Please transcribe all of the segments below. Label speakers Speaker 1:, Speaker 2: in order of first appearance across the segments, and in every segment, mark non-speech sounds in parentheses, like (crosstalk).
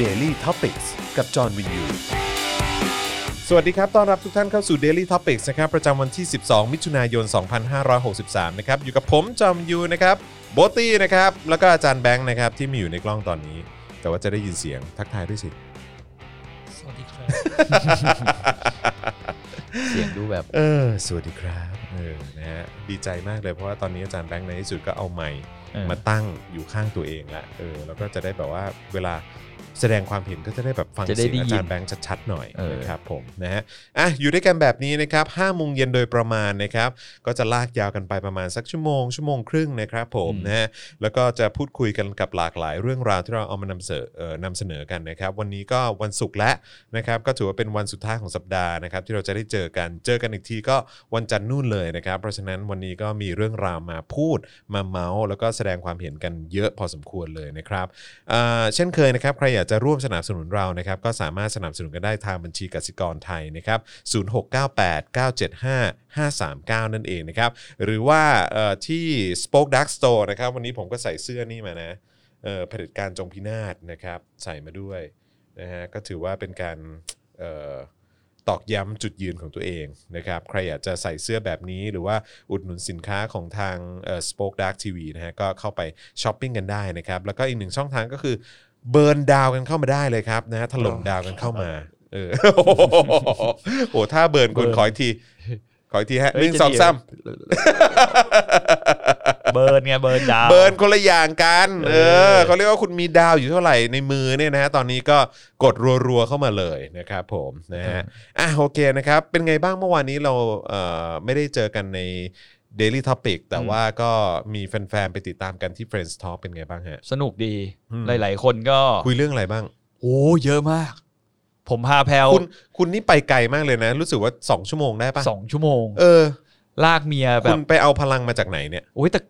Speaker 1: Daily t o p i c กกับจอห์นวินยู สวัสดีครับ ต้อนรับทุกท่านเข้าสู่ Daily Topics นะครับ ประจำวันที่ 12 มิถุนายน 2563 นะครับ อยู่กับผมจอมยูนะครับ โบตี้นะครับ แล้วก็อาจารย์แบงค์นะครับ ที่มีอยู่ในกล้องตอนนี้ แต่ว่าจะได้ยินเสียงทักทายด้วยสิ
Speaker 2: สวัสดีครับ
Speaker 3: เสียงดูแบบ
Speaker 1: เออ สวัสดีครับ เออ นะฮะ ดีใจมากเลยเพราะว่าตอนนี้อาจารย์แบงค์ในที่สุดก็เอาไมค์
Speaker 3: เออ
Speaker 1: มาตั้งอยู่ข้างตัวเองละ เออ แล้วก็จะได้แบบว่าเวลาแสดงความเห็นก็จะได้แบบฟัง
Speaker 3: จะได้
Speaker 1: เสียง
Speaker 3: ได้
Speaker 1: อา
Speaker 3: ยิน
Speaker 1: จารย์แบงค์ชัดๆหน่อย
Speaker 3: เออ
Speaker 1: นะครับผมนะฮะ อ่ะ อยู่ด้วยกันแบบนี้นะครับ5โมงเย็นโดยประมาณนะครับ ก็จะลากยาวกันไปประมาณสักชั่วโมง ชั่วโมงครึ่งนะครับผมนะฮะ แล้วก็จะพูดคุยกันกับหลากหลายเรื่องราวที่เราเอามานำเสนอเอ่อนำเสนอกันนะครับ วันนี้ก็วันศุกร์แล้วนะครับ ก็ถือว่าเป็นวันสุดท้ายของสัปดาห์นะครับ ที่เราจะได้เจอกัน เจอกันอีกทีก็วันจันทร์นู่นเลยนะครับ เพราะฉะนั้นวันนี้ก็มีเรื่องราวมาพูดมาเมาส์แล้วก็แสดงความเห็นกันเยอะพอสมควรเลยนะครับ เอ่อเช่นเคยนะครับ ใครอยากจะร่วมสนับสนุนเรานะครับ ก็สามารถสนับสนุนกันได้ทางบัญชีกสิกรไทยนะครับ 0698 975 539 นั่นเองนะครับ หรือว่าเอ่อที่ Spoke Dark Store นะครับ วันนี้ผมก็ใส่เสื้อนี่มานะเอ่อเผด็จการจงพินาศนะครับ ใส่มาด้วยนะฮะก็ถือว่าเป็นการเอ่อ ตอกย้ำจุดยืนของตัวเองนะครับ ใครอยากจะใส่เสื้อแบบนี้หรือว่าอุดหนุนสินค้าของทางสป็อคดักทีวีนะฮะก็เข้าไปช้อปปิ้งกันได้นะครับ แล้วก็อีกหนึ่งช่องทางก็คือเบิร์นดาวกันเข้ามาได้เลยครับนะฮะถล่มดาวกันเข้ามาเออ (laughs) โอ้โหโอ้โหถ้าเบิร์นคุณขออีกที ขออีกทีฮะหนึ่งสองสาม
Speaker 3: เบิร์นไงเบิร์นดาว
Speaker 1: เบิร์นคนละอย่างกัน เอ
Speaker 3: เอ
Speaker 1: อ
Speaker 3: อ
Speaker 1: เขาเรียกว่าคุณมีดาวอยู่เท่าไหร่ในมือเนี่ยนะฮะ ตอนนี้ก็กดรัวๆเข้ามาเลยนะครับผมนะฮะ อ่ะโอเคนะครับ เป็นไงบ้างเมื่อวานนี้เราเอ่อไม่ได้เจอกันใน Daily Topic แต่ว่าก็มีแฟนๆ ไปติดตามกันที่ Friends Talk เป็นไงบ้างฮะ
Speaker 3: สนุกดี
Speaker 1: อืม
Speaker 3: หลาย ๆ คนก็
Speaker 1: คุยเรื่องอะไรบ้าง
Speaker 3: โอ้เยอะมาก ผมพาแพลว
Speaker 1: คุณคุณนี่ไปไกลมากเลยนะ รู้สึกว่า 2 ชั่วโมงได้ปะ
Speaker 3: สองชั่วโมง
Speaker 1: เออ
Speaker 3: ลากเมียแบ
Speaker 1: คุ
Speaker 3: บ
Speaker 1: ณไปเอาพลังมาจากไหนเนี่ย
Speaker 3: โอ้ยแต่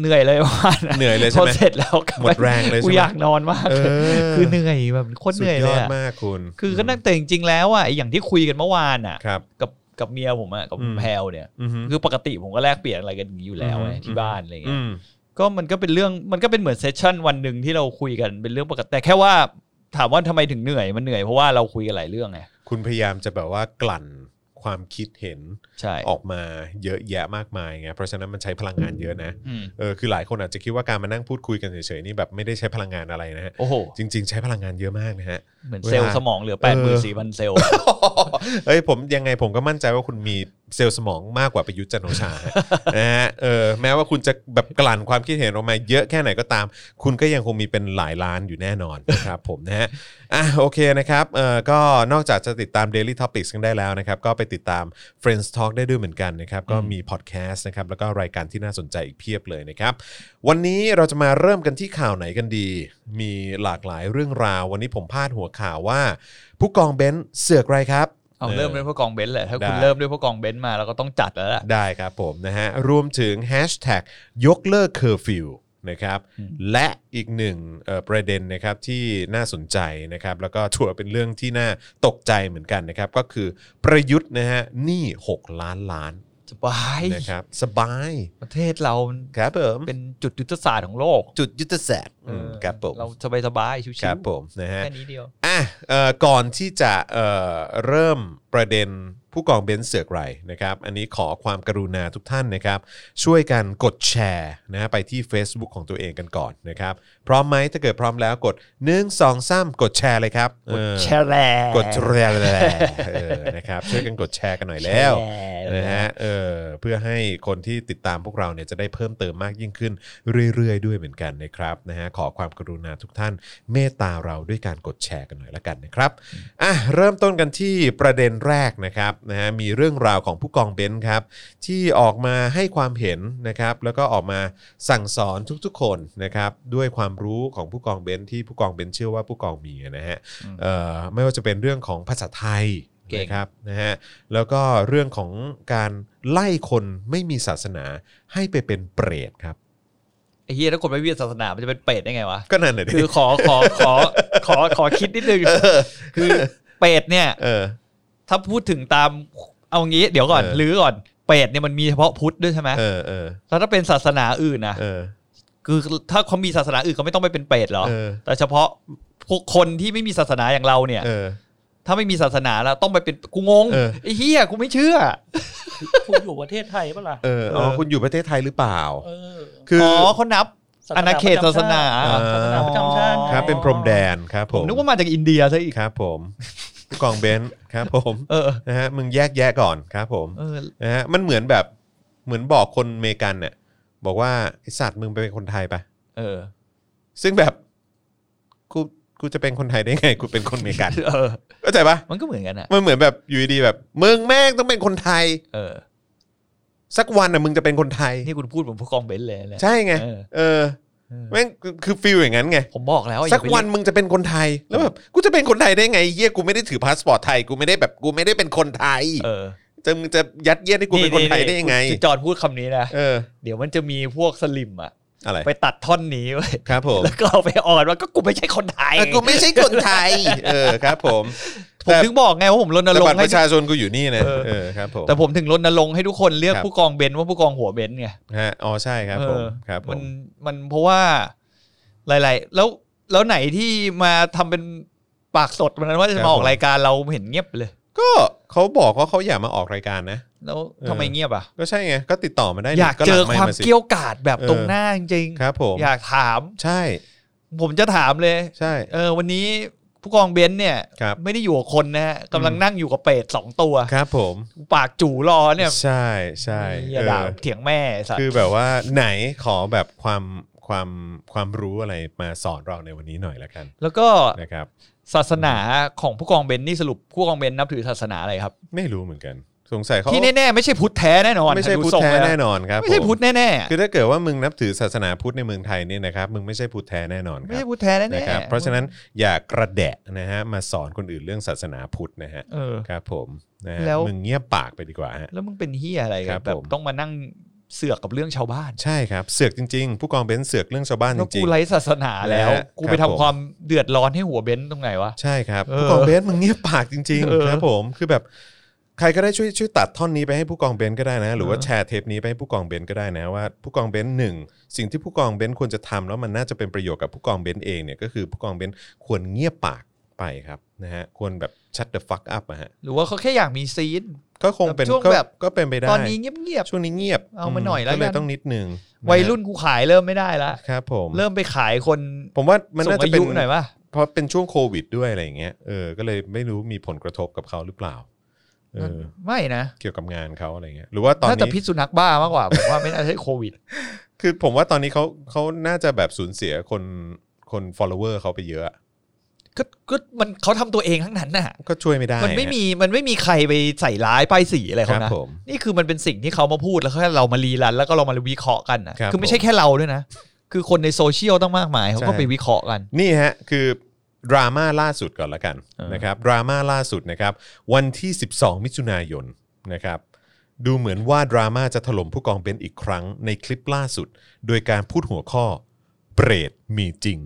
Speaker 3: เหนื่อยเลยว่ะ
Speaker 1: เหนื่อยเลยใช่
Speaker 3: พอ
Speaker 1: ไหม
Speaker 3: เสร็จแล้วกลับ
Speaker 1: หมดแรงเลยใช่ไหม
Speaker 3: กูอยากนอนมาก
Speaker 1: เออ
Speaker 3: คือเหนื่อยแบบโคตร
Speaker 1: สุ
Speaker 3: เห
Speaker 1: ด
Speaker 3: นื่อย
Speaker 1: ย
Speaker 3: เล
Speaker 1: อย ด
Speaker 3: อะ
Speaker 1: มากคุณ
Speaker 3: คือก็นั่งแต่จริงๆแล้วอ่ะไอ้อย่างที่คุยกันเมื่อวานอ่ะ
Speaker 1: ครับ
Speaker 3: กับกับเมียผมอ่ะกับ
Speaker 1: อืม
Speaker 3: แพลวเนี่ย
Speaker 1: อือฮึ
Speaker 3: คือปกติผมก็แลกเปลี่ยนอะไรกันอย่างนี้อยู่แล้วไง
Speaker 1: อืม
Speaker 3: ที่บ้านอะไรเงี้
Speaker 1: อื
Speaker 3: ย
Speaker 1: ม
Speaker 3: ก็มันก็เป็นเรื่องมันก็เป็นเหมือนเซสชันวันหนึ่งที่เราคุยกันเป็นเรื่องปกติแต่แค่ว่าถามว่าทำไมถึงเหนื่อยมันเหนื่อยเพราะว่าเราคุยกันหลายเรื่องไง
Speaker 1: คุณพยายามจะแบบว่ากลั่นความคิดเห็น
Speaker 3: ใช่
Speaker 1: ออกมาเยอะแยะมากมายไงเพราะฉะนั้นมันใช้พลังงานเยอะนะ
Speaker 3: อืม
Speaker 1: เออคือหลายคนอาจจะคิดว่าการมานั่งพูดคุยกันเฉยๆนี่แบบไม่ได้ใช้พลังงานอะไรนะฮะ
Speaker 3: โอ้โห
Speaker 1: จริง ๆ ใช้พลังงานเยอะมากนะฮะ
Speaker 3: เหมือนเซลล์สมองเหลือแปดห
Speaker 1: เอ
Speaker 3: มื่
Speaker 1: อ
Speaker 3: นสี่พันเซลล์
Speaker 1: เอ้ยผมยังไงผมก็มั่นใจว่าคุณมีเซลล์สมองมากกว่าประยุทธ์จันทร์โอชาฮะ (laughs) นะฮะเออแม้ว่าคุณจะแบบกลั่นความคิดเห็นออกมาเยอะแค่ไหนก็ตาม คุณก็ยังคงมีเป็นหลายล้านอยู่แน่นอน นะครับผมนะ (laughs) ฮะอ่ะโอเคนะครับเออก็นอกจากจะติดตาม Daily Topics กันได้แล้วนะครับ ก็ไปติดตาม Friends Talk ได้ด้วยเหมือนกันนะครับ ก็มีพอดแคสต์นะครับ แล้วก็รายการที่น่าสนใจอีกเพียบเลยนะครับ วันนี้เราจะมาเริ่มกันที่ข่าวไหนกันดี มีหลากหลายเรื่องราว วันนี้ผมพาดหัวข่าวว่า ผู้กองเบนซ์เสือกไรครับ
Speaker 3: เอาเริ่มด้วยพวกกองเบนซ์แหละถ้าคุณ
Speaker 1: ได้
Speaker 3: เริ่มด้วยพวกกองเบนซ์มาเราก็ต้องจัดแล้วล่ะ
Speaker 1: ได้ครับผมนะฮะ รวมถึงแฮชแท็กยกเลิกเคอร์ฟิวนะครับ
Speaker 3: อืม
Speaker 1: และอีกหนึ่งเอ่อประเด็นนะครับที่น่าสนใจนะครับ แล้วก็ถือว่าเป็นเรื่องที่น่าตกใจเหมือนกันนะครับ ก็คือประยุทธ์นะฮะหนี้6 ล้านล้าน
Speaker 3: สบาย
Speaker 1: นะครับ สบาย
Speaker 3: ประเทศเรามัน
Speaker 1: ครับผม
Speaker 3: เป็นจุดยุทธศาสตร์ของโลก
Speaker 1: จุดยุทธศาสตร์อืม
Speaker 3: เออ
Speaker 1: ครับผม
Speaker 3: เราสบายสบายๆชิวๆ
Speaker 1: ครับผมนะฮะ
Speaker 3: แค่นี้เดียว
Speaker 1: อ่ะเอ่อก่อนที่จะเอ่อเริ่มประเด็นผู้กองเบนซ์เสือกไรนะครับ อันนี้ขอความกรุณาทุกท่านนะครับ ช่วยกันกดแชร์นะไปที่ Facebook ของตัวเองกันก่อนนะครับ พร้อมไหมถ้าเกิดพร้อมแล้วกด 1 2 3 กดแชร์เลยครับ
Speaker 3: กด
Speaker 1: เออ
Speaker 3: แชร์แรง
Speaker 1: กดแชร์เลยเออนะครับช่วยกันกดแชร์กันหน่อยแล้ว
Speaker 3: แชร์
Speaker 1: นะฮะเออเพื่อให้คนที่ติดตามพวกเราเนี่ยจะได้เพิ่มเติมมากยิ่งขึ้นเรื่อยๆ ด้วยเหมือนกันนะครับนะฮะขอความกรุณาทุกท่านเมตตาเราด้วยการกดแชร์กันหน่อยละกันนะครับอ่ะเริ่มต้นกันที่ประเด็นแรกนะครับนะฮะมีเรื่องราวของผู้กองเบนซ์ครับที่ออกมาให้ความเห็นนะครับแล้วก็ออกมาสั่งสอนทุกๆ คนนะครับด้วยความรู้ของผู้กองเบนซ์ที่ผู้กองเบนซ์เชื่อว่าผู้กองมีนะฮะ
Speaker 3: อืม
Speaker 1: เอ่อไม่ว่าจะเป็นเรื่องของภาษาไทย
Speaker 3: เก่ง
Speaker 1: นะครับนะฮะแล้วก็เรื่องของการไล่คนไม่มีศาสนาให้ไปเป็นเปรตครับ
Speaker 3: ไอ้เฮียถ้าคนไม่เวียนศาสนามันจะเป็นเปรตได้ไงวะ
Speaker 1: ก็นั่นแหละดิ
Speaker 3: คือขอขอขอขอขอคิดนิดนึงคือเป็ดเนี่ย
Speaker 1: เออ
Speaker 3: ถ้าพูดถึงตามเอางี้ เดี๋ยวก่อน
Speaker 1: เออ
Speaker 3: หรือก่อนเป็ดเนี่ยมันมีเฉพาะพุทธด้วยใช่ไหม
Speaker 1: เออเออ
Speaker 3: แล้วถ้าเป็นศาสนาอื่นนะ
Speaker 1: เออ
Speaker 3: คือถ้าเขามีศาสนาอื่นเขาไม่ต้องไปเป็นเปรตหรอ
Speaker 1: เออ
Speaker 3: แต่เฉพาะพวกคนที่ไม่มีศาสนาอย่างเราเนี่ย
Speaker 1: เออ
Speaker 3: ถ้าไม่มีศาสนาแล้วต้องไปเป็นกูงง
Speaker 1: เออ
Speaker 3: ไอ้เฮียกูไม่เชื่อ
Speaker 2: คุณอยู่ประเทศไทยปะล่ะ
Speaker 1: เอออ๋อคุณอยู่ประเทศไทยหรือเปล่า
Speaker 2: เออ
Speaker 1: คือ
Speaker 3: อ๋อเขานับ
Speaker 2: ศส
Speaker 3: อาณาเขตศาสนา
Speaker 2: ประจำชาติศาสนาประจำชาติไง
Speaker 1: ครับเป็นพรมแดนครับผ
Speaker 3: ผม
Speaker 1: ม
Speaker 3: นึกว่ามาจากอินเดียซะอีก
Speaker 1: ครับผมผู้กองเบนซ์ครับผม
Speaker 3: เออ
Speaker 1: นะฮะมึงแยกแยะก่อนครับผม
Speaker 3: เออ
Speaker 1: นะฮะมันเหมือนแบบเหมือนบอกคนอเมริกันเนี่ยบอกว่าไอสัตว์มึงไปเป็นคนไทยปะ
Speaker 3: เออ
Speaker 1: ซึ่งแบบกูกูจะเป็นคนไทยได้ไงกูเป็นคนอเมริกัน
Speaker 3: เออ
Speaker 1: เข้าใจปะ
Speaker 3: มันก็เหมือนกันอ่ะ
Speaker 1: มันเหมือนแบบอยู่ดีๆแบบมึงแม่งต้องเป็นคนไทย
Speaker 3: เออ
Speaker 1: สักวันน่ะมึงจะเป็นคนไทย
Speaker 3: นี่คุณพูดผมผู้กองเบนซ์เลยนะ
Speaker 1: ใช่ไง
Speaker 3: เออ
Speaker 1: เออ
Speaker 3: เออ
Speaker 1: แม่งคือคือฟีลอย่างนั้นไง
Speaker 3: ผมบอกแล้วอย่า
Speaker 1: สัก
Speaker 3: ไป
Speaker 1: วัน
Speaker 3: เรีย
Speaker 1: มึงจะเป็นคนไทยแล้วแบบกูจะเป็นคนไทยได้ไงเฮียกูไม่ได้ถือพาสปอร์ตไทยกูไม่ได้แบบกูไม่ได้เป็นคนไทย
Speaker 3: เออ
Speaker 1: จะมึงจะยัดเยียดให้กูเป็นคนไทยได้ยังไง
Speaker 3: คุณจอดพูดคำนี้นะ
Speaker 1: เออ
Speaker 3: เดี๋ยวมันจะมีพวกสลิมอ่ะ
Speaker 1: อะไร
Speaker 3: ไปตัดท่อนนี้ไว้ย
Speaker 1: ครับผม
Speaker 3: แล้วก็เอาไปอ่อนว่าก็กูไม่ใช่คนไทย
Speaker 1: เออกูไม่ใช่คนไทย เออครับ ผม
Speaker 3: ผมถึงบอกไงว่าผมรณ
Speaker 1: แต่
Speaker 3: รง
Speaker 1: บัต
Speaker 3: ค์
Speaker 1: ร
Speaker 3: ให้
Speaker 1: ประชาชนกูอยู่นี่นะ
Speaker 3: เออ
Speaker 1: เออครับผม
Speaker 3: แต่ผมถึงรณรงค์ให้ทุกคนเรียก
Speaker 1: ครับ
Speaker 3: ผู้กองเบนซ์ว่าผู้กองหัวเบนซ์ไง
Speaker 1: ฮะอ๋อใช่ครับผม
Speaker 3: เออ
Speaker 1: ครับผ
Speaker 3: มั
Speaker 1: ม
Speaker 3: นมันเพราะว่าหลาย ๆ แล้วแล้วไหนที่มาทำเป็นปากสดวันนั้นว่าจะมาออกรายการเราเห็นเงียบเลย
Speaker 1: ก็เขาบอกว่าเขาอยากมาออกรายการนะ
Speaker 3: แล้ว
Speaker 1: เออ
Speaker 3: ทำไมเงียบอ่ะ
Speaker 1: ก็ใช่ไงก็ติดต่อมาได้นี่
Speaker 3: อยาก
Speaker 1: หลัง
Speaker 3: เจอ
Speaker 1: ไม
Speaker 3: ความ
Speaker 1: สิ
Speaker 3: เกี้ยวกาดแบบ
Speaker 1: เออ
Speaker 3: ตรงหน้าจริง
Speaker 1: ครับผม
Speaker 3: ๆอยากถาม
Speaker 1: ใช่
Speaker 3: ผมจะถามเลย
Speaker 1: ใช่
Speaker 3: เออ วันนี้ผู้กองเบนซ์เนี่ย
Speaker 1: ครับ
Speaker 3: ไม่ได้อยู่กับคนนะฮะกำลัง
Speaker 1: อืม
Speaker 3: นั่งอยู่กับเปรตสองตัว
Speaker 1: ครับผม
Speaker 3: ปากจู่รอเนี่ย
Speaker 1: ใช่ใช่
Speaker 3: อย่า
Speaker 1: เอ
Speaker 3: ด่า
Speaker 1: อ
Speaker 3: เถียงแม่สัตว์
Speaker 1: คือแบบว่าไหนขอแบบความความความรู้อะไรมาสอนเราในวันนี้หน่อยละกัน
Speaker 3: แล้วก็
Speaker 1: นะครับ
Speaker 3: ศาสนาของผู้กองเบนซ์นี่สรุปผู้กองเบนซ์นับถือศาสนาอะไรครับ
Speaker 1: ไม่รู้เหมือนกัน สงสัยเขา
Speaker 3: ที่แน่ ๆ ไม่ใช่พุทธแท้แน่นอน
Speaker 1: ไม่ใช่
Speaker 3: ดู
Speaker 1: พุทธ
Speaker 3: ทรง
Speaker 1: แท้
Speaker 3: ล้ว
Speaker 1: แน่นอนครับ
Speaker 3: ไม่ใช่
Speaker 1: ผ
Speaker 3: พุทธแน่
Speaker 1: คือถ้าเกิดว่ามึงนับถือศาสนาพุทธในเมืองไทยเนี่ยนะครับมึงไม่ใช่พุทธแท้แน่นอน
Speaker 3: ๆ
Speaker 1: ครั
Speaker 3: ไม่ใช่
Speaker 1: บ
Speaker 3: พุทธแท้แน่
Speaker 1: นะ
Speaker 3: ๆ
Speaker 1: ครับเพราะฉะนั้นอย่ากระแดะนะฮะมาสอนคนอื่นเรื่องศาสนาพุทธนะฮะ
Speaker 3: เออ
Speaker 1: ครับผมนะฮะ
Speaker 3: แล้ว
Speaker 1: มึงเงียบปากไปดีกว่าฮะ
Speaker 3: แล้วมึงเป็นเฮียอะไรกัน
Speaker 1: ครับ
Speaker 3: แบบ
Speaker 1: ผม
Speaker 3: ต้องมานั่งเสือกกับเรื่องชาวบ้าน
Speaker 1: ใช่ครับเสือกจริงๆ ผู้กองเบนซ์เสือกเรื่องชาวบ้านจ
Speaker 3: แล้ว
Speaker 1: ริ
Speaker 3: กู
Speaker 1: ง
Speaker 3: ไร้ศาสนาแล้
Speaker 1: นะ
Speaker 3: ว
Speaker 1: ฮะ
Speaker 3: กูไป
Speaker 1: ครับ
Speaker 3: ทำ
Speaker 1: ผม
Speaker 3: ความเดือดร้อนให้หัวเบนซ์ตรงไหนวะ
Speaker 1: ใช่ครับ
Speaker 3: เออ
Speaker 1: ผู้กองเบนซ์มึงเงียบปากจริง
Speaker 3: เออ
Speaker 1: ๆครับผมคือแบบใครก็ได้ช่วยช่วยตัดท่อนนี้ไปให้ผู้กองเบนซ์ก็ได้นะ หรือว่า
Speaker 3: เออ
Speaker 1: แชร์เทปนี้ไปให้ผู้กองเบนซ์ก็ได้นะว่าผู้กองเบนซ์หนึ่งสิ่งที่ผู้กองเบนซ์ควรจะทำแล้วมันน่าจะเป็นประโยชน์กับผู้กองเบนซ์เองเนี่ยก็คือผู้กองเบนซ์ควรเงียบปากไปครับนะฮะควรแบบชัดเดอะฟักอัพอะฮะ
Speaker 3: หรือว่าเขาแค่อยากมีซีน
Speaker 1: ก็คงเป็น
Speaker 3: ช่วง
Speaker 1: ก็
Speaker 3: แบบ
Speaker 1: ก็เป็นไปได้
Speaker 3: ตอนนี้เงียบ
Speaker 1: ช่วงนี้เงียบ
Speaker 3: เอามาหน่อยแล้ว
Speaker 1: ก็เลย
Speaker 3: กัน
Speaker 1: ต้องนิดนึงะฮะ
Speaker 3: ๆวัยรุ่นกูขายเริ่มไม่ได้ละ
Speaker 1: ครับผม
Speaker 3: เริ่มไปขายคน
Speaker 1: ผมว่ามัน
Speaker 3: สู
Speaker 1: น่าง จะ
Speaker 3: อา
Speaker 1: เป็น
Speaker 3: ยุหน่อยป่ะ
Speaker 1: เพราะเป็นช่วงโควิดด้วยอะไรอย่างเงี้ย เออ ก็เลยไม่รู้มีผลกระทบกับเขาหรือเปล่า เออ
Speaker 3: ไม่นะ
Speaker 1: เกี่ยวกับงานเขาอะไรเงี้ย หรือว่าตอน
Speaker 3: น่าจะพิ
Speaker 1: นี้
Speaker 3: ษสุนัขบ้ามากกว่าผมว่าไม่น่าใช่โควิด
Speaker 1: คือผมว่าตอนนี้เขาเขาน่าจะแบบสูญเสียคนคน follower เขาไปเยอะอะ
Speaker 3: ก็ก็มันเขาทำตัวเองทั้งนั้นน่ะ
Speaker 1: ก็ช่วยไม่ได้
Speaker 3: มันไม่มีมันไม่มีใครไปใส่ร้ายป้ายสีอะไร
Speaker 1: ครั
Speaker 3: เขา
Speaker 1: บ
Speaker 3: นะ
Speaker 1: ผม
Speaker 3: นี่คือมันเป็นสิ่งที่เขามาพูดแล้วแค่เรามารีรันแล้วก็เรามาวิเคราะห์กันนะครับ คือไม่ใช่แค่เราด้วยนะ คือคนในโซเชียลต้องมากมายเขาก็
Speaker 1: ใช่
Speaker 3: ไปวิเคราะห์กัน
Speaker 1: นี่ฮะ คือ ดราม่าล่าสุดก่อนละกัน
Speaker 3: เออ
Speaker 1: นะครับ ดราม่าล่าสุดนะครับ วันที่ 12 มิถุนายนนะครับ ดูเหมือนว่าดราม่าจะถล่มผู้กองเบนซ์อีกครั้งในคลิปล่าสุด โดยการพูดหัวข้อเปรตมีจริง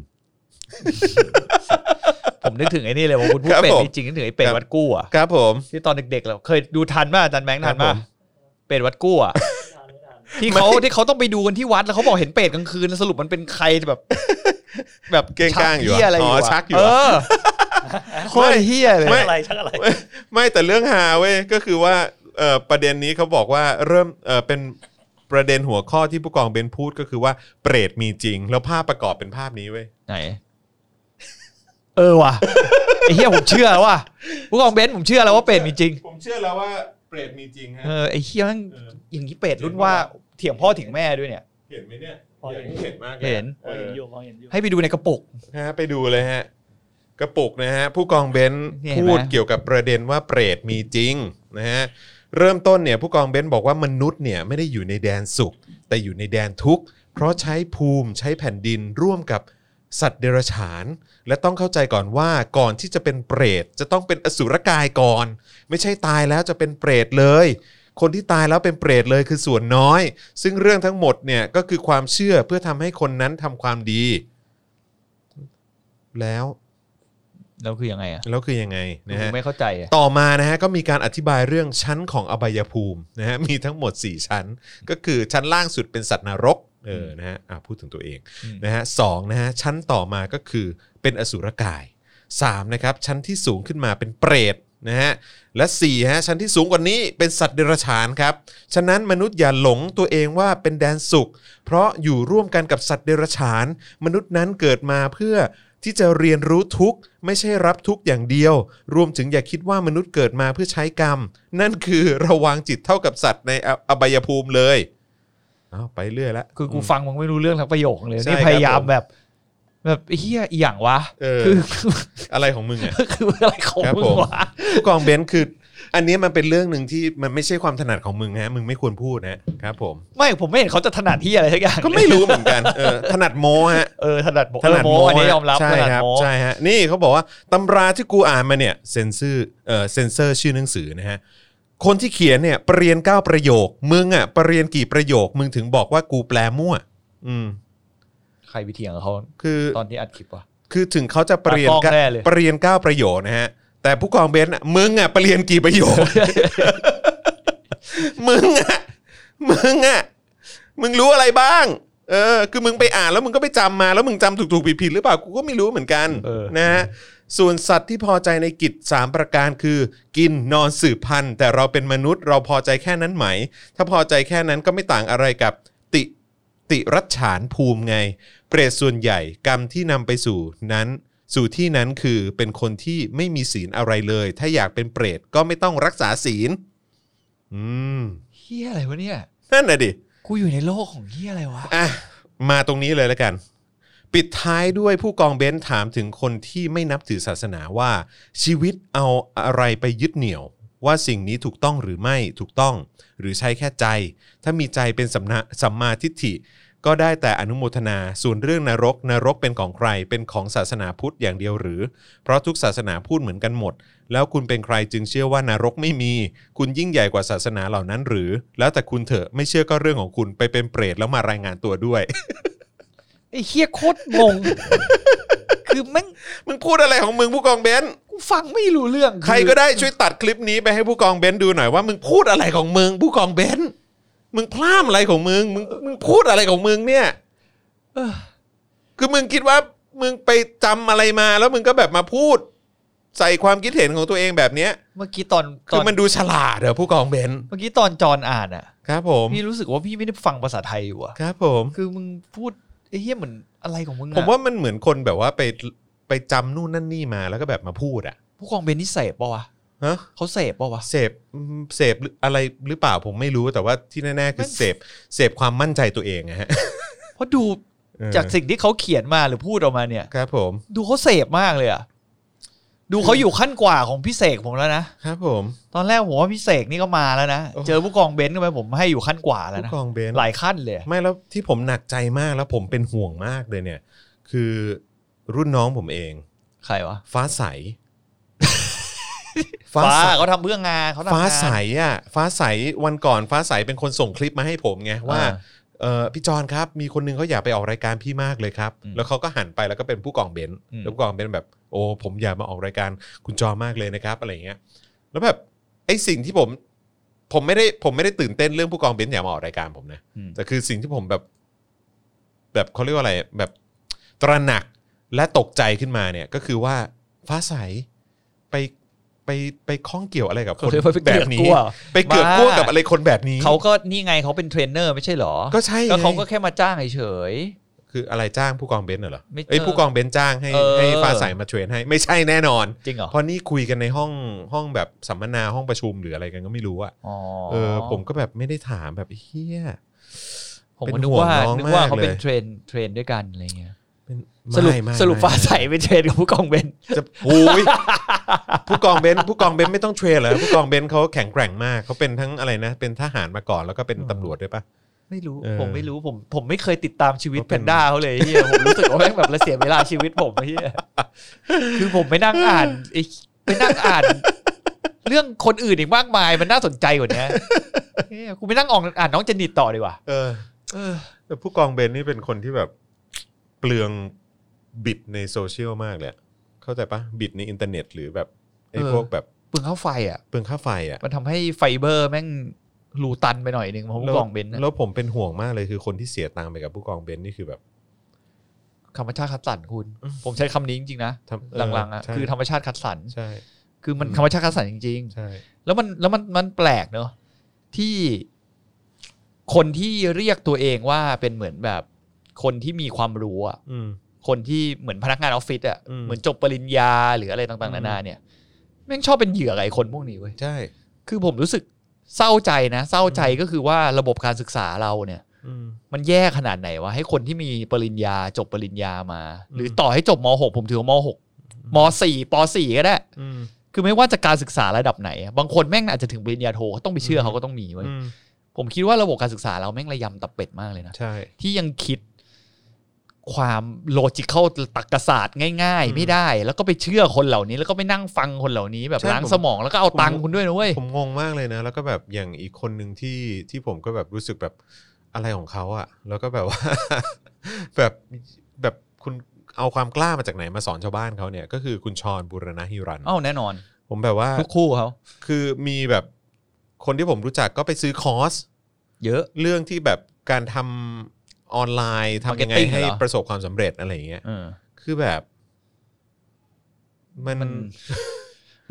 Speaker 3: ผมนึกถึงไอ้นี่เลยว่าคุณพูด
Speaker 1: ครับ
Speaker 3: เป็ด
Speaker 1: ผม
Speaker 3: จริงๆนึกถึงไอ้เป็ด
Speaker 1: ครับ
Speaker 3: วัดกู้อะ
Speaker 1: ครับผม
Speaker 3: ที่ตอนเด็กๆเราเคยดูทันป่ะอาจารย์แบงค์ทัน
Speaker 1: ครั
Speaker 3: ป่ะ
Speaker 1: บผม
Speaker 3: เป็ดวัดกู้อะที่เขาที่เขาต้องไปดูกันที่วัดแล้วเขาบอกเห็นเป็ดกลางคืนแล้วสรุปมันเป็นใครแบบ แบบ
Speaker 1: เก้งก้างอยู่อะ
Speaker 3: ชักเหี้อะไรอยู่
Speaker 1: อ๋
Speaker 3: อะ
Speaker 1: อชักอยู่
Speaker 3: เอ
Speaker 1: อะ
Speaker 3: อโคตรเฮียเลย
Speaker 2: ชักอะไรชักอะไร
Speaker 1: ไม่แต่เรื่องฮาเว้ยก็คือว่าเอ่อประเด็นนี้เขาบอกว่าเริ่มเอ่อเป็นประเด็นหัวข้อที่ผู้กองเบนพูดก็คือว่าเปรตมีจริง แล้วภาพประกอบเป็นภาพนี้เว้ย
Speaker 3: ไหน เออว่ะ ไอ้เหี้ยผมเชื่อแล้วว่ะผู้กองเบนซ์ผมเชื่อแล้วว่าเป็ดมีจริง
Speaker 1: ผมเชื่อแล้วว่าเปรตมีจริงฮะ
Speaker 3: เออไอ้เหี้ยแมันอย่างนี้เป็ดรุ่นว่าเถียงพ่อเถียงแม่ด้วยเนี่ย
Speaker 1: เห็นไหมเนี่ย
Speaker 2: พอเห็น
Speaker 1: อยากเห็นมากลย
Speaker 3: เห็น
Speaker 1: อ
Speaker 2: เห็
Speaker 1: อน
Speaker 2: อยู่มองเห็นอยู่
Speaker 3: ให้ไปดูในกระปุก
Speaker 1: ฮะไปดูเลยฮะกระปุกนะฮะผู้กองเบน
Speaker 3: เห็นไหม
Speaker 1: พูดเกี่ยวกับประเด็นว่าเปรตมีจริงนะฮะเริ่มต้นเนี่ยผู้กองเบนบอกว่ามนุษย์เนี่ยไม่ได้อยู่ในแดนสุข แต่อยู่ในแดนทุกข์ เพราะใช้ภูมิใช้แผ่นดินร่วมกับสัตว์เดรัจฉาน และต้องเข้าใจก่อนว่าก่อนที่จะเป็นเปรตจะต้องเป็นอสุรกายก่อน ไม่ใช่ตายแล้วจะเป็นเปรตเลย คนที่ตายแล้วเป็นเปรตเลยคือส่วนน้อย ซึ่งเรื่องทั้งหมดเนี่ยก็คือความเชื่อเพื่อทำให้คนนั้นทำความดี แล้ว
Speaker 3: แล้วคือยังไงอ่ะ
Speaker 1: แล้วคือยังไงนะ
Speaker 3: ผ
Speaker 1: ฮะ
Speaker 3: มไม่เข้าใจอะ
Speaker 1: ต่อมานะฮะก็มีการอธิบายเรื่องชั้นของอบายภูมินะฮะมีทั้งหมด 4 ชั้น ก็คือชั้นล่างสุดเป็นสัตว์นรก เออนะฮะอ่ะพูดถึงตัวเอง
Speaker 3: อืม
Speaker 1: นะฮะสองนะฮะชั้นต่อมาก็คือเป็นอสุรกายสามนะครับชั้นที่สูงขึ้นมาเป็นเปรตนะฮะและสี่ฮะชั้นที่สูงกว่านี้เป็นสัตว์เดรัจฉานครับฉะนั้นมนุษย์อย่าหลงตัวเองว่าเป็นแดนสุข เพราะอยู่ร่วมกันกับสัตว์เดรัจฉาน มนุษย์นั้นเกิดมาเพื่อ ที่จะเรียนรู้ทุกข์ไม่ใช่รับทุกข์อย่างเดียว รวมถึงอย่าคิดว่ามนุษย์เกิดมาเพื่อใช้กรรม นั่นคือระวังจิตเท่ากับสัตว์ในออบายภูมิเลยเอาไปเรื่อยละ
Speaker 3: คือกูฟังมันไม่รู้เรื่องทั้งประโยคเลย
Speaker 1: ใช่
Speaker 3: นี่
Speaker 1: ครับ
Speaker 3: พยายาม
Speaker 1: ผม
Speaker 3: แบบ แบบเฮียอีหยังวะ
Speaker 1: เออ
Speaker 3: คือ
Speaker 1: อะไรของมึงอ่ะ
Speaker 3: คือ (laughs) อะไรของ
Speaker 1: ครับ
Speaker 3: มึ
Speaker 1: ผม
Speaker 3: งวะ
Speaker 1: ผู้กองเบนซ์คือ อันนี้มันเป็นเรื่องหนึ่งที่มันไม่ใช่ความถนัดของมึงฮะมึงไม่ควรพูดนะครับผม
Speaker 3: ไม่ผมไม่เห็นเขาจะถนัดที่อะไรสักอย่าง
Speaker 1: ก็ไม่รู้เหมือนกันเออถนัดโมฮะ
Speaker 3: เออถนัดโม
Speaker 1: ถนัด
Speaker 3: เออ
Speaker 1: โม
Speaker 3: อันนี้ยอมรับ
Speaker 1: ใช่
Speaker 3: ถนัด
Speaker 1: ครับ
Speaker 3: โม
Speaker 1: ใช่ฮะนี่เขาบอกว่าตำราที่กูอ่านมาเนี่ยเซนเซอร์เอ่อเซนเซอร์ชื่อหนังสือนะฮะคนที่เขียนเนี่ยประเรียนเก้าประโยค มึงอ่ะประเรียนกี่ประโยค มึงถึงบอกว่ากูแปลมั่ว อืม
Speaker 3: ใครไปเถียงกับเขา
Speaker 1: คือ
Speaker 3: ตอนที่อัดคลิปวะ
Speaker 1: คือถึงเขาจะประเรียน
Speaker 3: ตากล้องแน่เลย
Speaker 1: ประเรียนเก้าประโยคนะฮะแต่ผู้กองเบนซ์อ่ะมึงอ่ะประเรียนกี่ประโย
Speaker 3: (laughs)
Speaker 1: ค มึงอ่ะมึงอ่ะมึงรู้อะไรบ้าง เออ คือมึงไปอ่านแล้วมึงก็ไปจำมาแล้วมึงจำถูกๆผิดๆหรือเปล่ากูก็ไม่รู้เหมือนกัน
Speaker 3: เออ
Speaker 1: นะฮะส่วนสัตว์ที่พอใจในกิจสามประการคือ กินนอนสืบพันธุ์ แต่เราเป็นมนุษย์เราพอใจแค่นั้นไหม ถ้าพอใจแค่นั้นก็ไม่ต่างอะไรกับติติรัชฉานภูมิไง เปรตส่วนใหญ่กรรมที่นำไปสู่นั้น สู่ที่นั้นคือเป็นคนที่ไม่มีศีลอะไรเลย ถ้าอยากเป็นเปรตก็ไม่ต้องรักษาศีล อืม
Speaker 3: เฮียอะไรวะเนี่ย
Speaker 1: นั่นน่ะดิ
Speaker 3: กูอยู่ในโลกของเฮียอะไรวะ
Speaker 1: อ่ะ มาตรงนี้เลยแล้วกัน ปิดท้ายด้วยผู้กองเบนซ์ถามถึงคนที่ไม่นับถือศาสนาว่า ชีวิตเอาอะไรไปยึดเหนี่ยว ว่าสิ่งนี้ถูกต้องหรือไม่ถูกต้อง หรือใช้แค่ใจ ถ้ามีใจเป็นสัมนะสัมมาทิฏฐิ ก็ได้แต่อนุโมทนาส่วนเรื่องนรก นรกเป็นของใครเป็นของศาสนาพุทธอย่างเดียวหรือ เพราะทุกศาสนาพูดเหมือนกันหมด แล้วคุณเป็นใครจึงเชื่อว่านรกไม่มี คุณยิ่งใหญ่กว่าศาสนาเหล่านั้นหรือ แล้วแต่คุณเถอะไม่เชื่อก็เรื่องของคุณไปเป็นเปรตแล้วมารายงานตัวด้วย (laughs)
Speaker 3: ไอ้เฮียโคตรงง คือแม่ง
Speaker 1: มึงพูดอะไรของมึงผู้กองเบนซ์
Speaker 3: กูฟังไม่รู้เรื่องอ
Speaker 1: ใครก็ได้ช่วยตัดคลิปนี้ไปให้ผู้กองเบนซ์ดูหน่อยว่ามึงพูดอะไรของมึงผู้กองเบนซ์มึงพลาดอะไรของมึงมึงมึงพูดอะไรของมึงเนี่ย
Speaker 3: เออ
Speaker 1: คือมึงคิดว่ามึงไปจำอะไรมาแล้วมึงก็แบบมาพูด ใส่ความคิดเห็นของตัวเองแบบเนี้ย
Speaker 3: เมื่อกี้ตอนต
Speaker 1: คืออน มันดูฉลาดเหรอผู้กองเบนซ์
Speaker 3: เมื่อกี้ตอนจอนอ่านอ่ะ
Speaker 1: ครับผม
Speaker 3: พี่รู้สึกว่าพี่ไม่ได้ฟังภาษาไทยอยู่อะ
Speaker 1: ครับผม
Speaker 3: คือมึงพูดไอ้เฮียเหมือนอะไรของมึงอะ
Speaker 1: ผมว่ามันเหมือนคนแบบว่าไปไปจำนู่นนั่นนี่มาแล้วก็แบบมาพูดอะ
Speaker 3: ผู้กองเบนนี่เสพปะวะ
Speaker 1: ฮะ
Speaker 3: เขาเสพปะวะ
Speaker 1: เสพเสพอะไรหรือเปล่าผมไม่รู้แต่ว่าที่แน่ๆคือเสพเสพความมั่นใจตัวเองนะฮะ
Speaker 3: เพราะดู
Speaker 1: เออ
Speaker 3: จากสิ่งที่เขาเขียนมาหรือพูดออกมาเนี่ย
Speaker 1: ครับผม
Speaker 3: ดูเขาเสพมากเลยอะดูเขาอยู่ขั้นกว่าของพี่เสกผมแล้วนะ
Speaker 1: ครับผม
Speaker 3: ตอนแรกผมว่าพี่เสกนี่ก็มาแล้วนะ
Speaker 1: โอ้
Speaker 3: เจอผู้กองเบนซ์ก็ไปผมให้อยู่ขั้นกว่าแล้ว
Speaker 1: ผู้
Speaker 3: นะ
Speaker 1: กองเบนซ์
Speaker 3: หลายขั้นเลย
Speaker 1: ไม่แล้วที่ผมหนักใจมากแล้วผมเป็นห่วงมากเลยเนี่ย คือรุ่นน้องผมเอง
Speaker 3: ใครวะ
Speaker 1: ฟ้าใส
Speaker 3: (laughs) ฟ้าเขาทำเรื่องงานเขาทำงาน
Speaker 1: ฟ้าใสอ่ะฟ้าใสวันก่อนฟ้าใสเป็นคนส่งคลิปมาให้ผมไงว่า
Speaker 3: อ่
Speaker 1: เออพี่จอนครับมีคนนึงเขาอยากไปออกรายการพี่มากเลยครับ
Speaker 3: อืม
Speaker 1: แล้วเขาก็หันไปแล้วก็เป็นผู้กองเบนซ์
Speaker 3: อืม
Speaker 1: แล้วผู้กองเบนซ์แบบ โอ้ผมอยากมาออกรายการคุณจอนมากเลยนะครับอะไรอย่างเงี้ย แล้วแบบไอ้สิ่งที่ผม ผมไม่ได้ผมไม่ได้ตื่นเต้นเรื่องผู้กองเบนซ์อยากมาออกรายการผมนะ
Speaker 3: อืม
Speaker 1: แต่คือสิ่งที่ผมแบบ แบบเขาเรียกว่าอะไรแบบตระหนักและตกใจขึ้นมาเนี่ย ก็คือว่าฟ้าใสไปไปไปข้องเกี่ยวอะไรกับคน
Speaker 3: แบ
Speaker 1: แบบ บ
Speaker 3: นี้
Speaker 1: นี้ ไปเกือกกลัวกับอะไรคนแบบนี้
Speaker 3: เขาก็นี่ไงเขาเป็นเทรนเนอร์ไม่ใช่เหรอ
Speaker 1: ก็ใช่ไง
Speaker 3: ก็เขาก็แค่มาจ้างเฉย
Speaker 1: คืออะไรจ้างผู้กองเบนซ์น่ะเหรอ
Speaker 3: ไม่
Speaker 1: ไอ้ย
Speaker 3: เออ
Speaker 1: ผู้กองเบนซ์จ้างให้
Speaker 3: เออ
Speaker 1: ให้ฟ้าใสมาเทรนให้ไม่ใช่แน่นอน
Speaker 3: ๆจริงเหรอ
Speaker 1: เพราะนี่คุยกันในห้องห้องแบบสัมมนาห้องประชุมหรืออะไรกันก็ไม่รู้อะ
Speaker 3: อ๋อ
Speaker 1: เออ ผมก็แบบไม่ได้ถามแบบเฮีย
Speaker 3: ผม
Speaker 1: เป็
Speaker 3: ก็
Speaker 1: น
Speaker 3: นึก
Speaker 1: ห่วง
Speaker 3: ว่า
Speaker 1: น้อง
Speaker 3: นึกว่า
Speaker 1: มาก
Speaker 3: เขา
Speaker 1: เลย
Speaker 3: เป็นเทรนเทรนด้วยกันอะไรเงี้ย
Speaker 1: เป็น
Speaker 3: สรุป
Speaker 1: ไม่ไม่
Speaker 3: สรุป
Speaker 1: ไม่
Speaker 3: ฟ้า
Speaker 1: ไม่
Speaker 3: ใสเป็นเทรนกับผู้กองเบนซ์
Speaker 1: จะโอ้ย ผู้กองเบนซ์ผู้กองเบนซ์ไม่ต้องเทรนเหรอผู้กองเบนซ์เขาแข็งแกร่งมากเขาเป็นทั้งอะไรนะ เป็นทหารมาก่อนแล้วก็เป็นตำรวจด้วยปะ
Speaker 3: ไม่รู้
Speaker 1: เออ
Speaker 3: ผมไม่รู้ผมผมไม่เคยติดตามชีวิต
Speaker 1: ก็
Speaker 3: แพ
Speaker 1: เป็น
Speaker 3: นด้าเขาเลยเฮียผมรู้สึกว่าแม่งแบบละเสียเวลาชีวิตผมเฮียคือผมไปนั่งอ่านไอ้ไปนั่ง
Speaker 1: (laughs)
Speaker 3: อ่าน เรื่องคนอื่นอีกมากมายมันน่าสนใจกว่านี้เฮียกูไปนั่งอ่านอ่านน้องเจนนิตต่อดีกว่า
Speaker 1: เออ
Speaker 3: เออ
Speaker 1: แต่ผู้กองเบนซ์นี่เป็นคนที่แบบเปลืองบิดในโซเชียลมากเลยอะเข้าใจปะบิดในอินเทอร์เน็ตหรือแบบไอ้
Speaker 3: เออ
Speaker 1: พวกแบบ
Speaker 3: ปึงเข้าไฟอ่ะ
Speaker 1: เปลืองค่าไฟอ่ะ
Speaker 3: มันทำให้ไฟเบอร์แม่ง รูตันไปหน่อยหนึงเพราะผู้กองเบนซ์
Speaker 1: แล้วผมเป็นห่วงมากเลยคือคนที่เสียตังค์ไปกับผู้กองเบนซ์นี่คือแบบ
Speaker 3: ธรรมชาติคัดสรรคุณ ผมใช้คำนี้จริงๆนะ
Speaker 1: ทำเออ
Speaker 3: หลังๆอ่ะ
Speaker 1: ใช่
Speaker 3: คือธรรมชาติคัดสรร
Speaker 1: ใช่
Speaker 3: คือมันธรรมชาติคัดสรรจริง ๆ
Speaker 1: ใช่
Speaker 3: แล้วมันแล้วมันมันแปลกเนอะที่คนที่เรียกตัวเองว่าเป็นเหมือนแบบคนที่มีความรู้อะ
Speaker 1: อืม
Speaker 3: คนที่เหมือนพนักงานออฟฟิศอะ
Speaker 1: อืม
Speaker 3: เหมือนจบปริญญาหรืออะไรต่างๆ
Speaker 1: อืม
Speaker 3: นานาเนี่ยแม่งชอบเป็นเหยื่อไอ้คนพวกนี้เว้ย
Speaker 1: ใช่
Speaker 3: คือผมรู้สึกเศร้าใจนะ เศร้าใจก็คือว่าระบบการศึกษาเราเนี่ย
Speaker 1: อืม
Speaker 3: มันแย่ขนาดไหนวะให้คนที่มีปริญญาจบปริญญามา
Speaker 1: อืม
Speaker 3: หรือต่อให้จบม .6 ผมถือว่าม .6 ม .4 ป .4 ก็ได้
Speaker 1: อืม
Speaker 3: คือไม่ว่าจะการศึกษาระดับไหนอะบางคนแม่งอาจจะถึงปริญญาโทเขาต้องไปเชื่อเขาก็ต้องมีเว้ย
Speaker 1: อืม
Speaker 3: ผมคิดว่าระบบการศึกษาเราแม่งระยำตับเป็ดมากเลยนะ
Speaker 1: ใช่
Speaker 3: ที่ยังคิดความโลจิค a l ตรรกศาสตร์ง่าย
Speaker 1: อืม
Speaker 3: ๆ ไม่ได้ แล้วก็ไปเชื่อคนเหล่านี้ แล้วก็ไปนั่งฟังคนเหล่านี้ แบบ
Speaker 1: ใช่
Speaker 3: ล้าง
Speaker 1: ผม
Speaker 3: สมองแล้วก็เอาตัง
Speaker 1: ผม
Speaker 3: ค์คุณด้วยนะเว้ย
Speaker 1: ผมงงมากเลยนะ แล้วก็แบบอย่างอีกคนหนึ่งที่ที่ผมก็แบบรู้สึกแบบอะไรของเขาอะแล้วก็แบบว่า (laughs) แบบแบบคุณเอาความกล้ามาจากไหนมาสอนชาวบ้านเขาเนี่ย ก็คือคุณชอนบุรณะฮิรัน
Speaker 3: เอ้าแน่นอน
Speaker 1: ผมแบบว่า
Speaker 3: ทุกคู่เขา
Speaker 1: คือมีแบบคนที่ผมรู้จักก็ไปซื้อคอร์ส
Speaker 3: เยอะ
Speaker 1: เรื่องที่แบบการทำออนไลน์ทำยังไง
Speaker 3: Marketing
Speaker 1: ให้
Speaker 3: เหรอ
Speaker 1: ประสบความสำเร็จอะไรอย่างเงี้ย
Speaker 3: เออ
Speaker 1: คือแบบ มัน
Speaker 3: มัน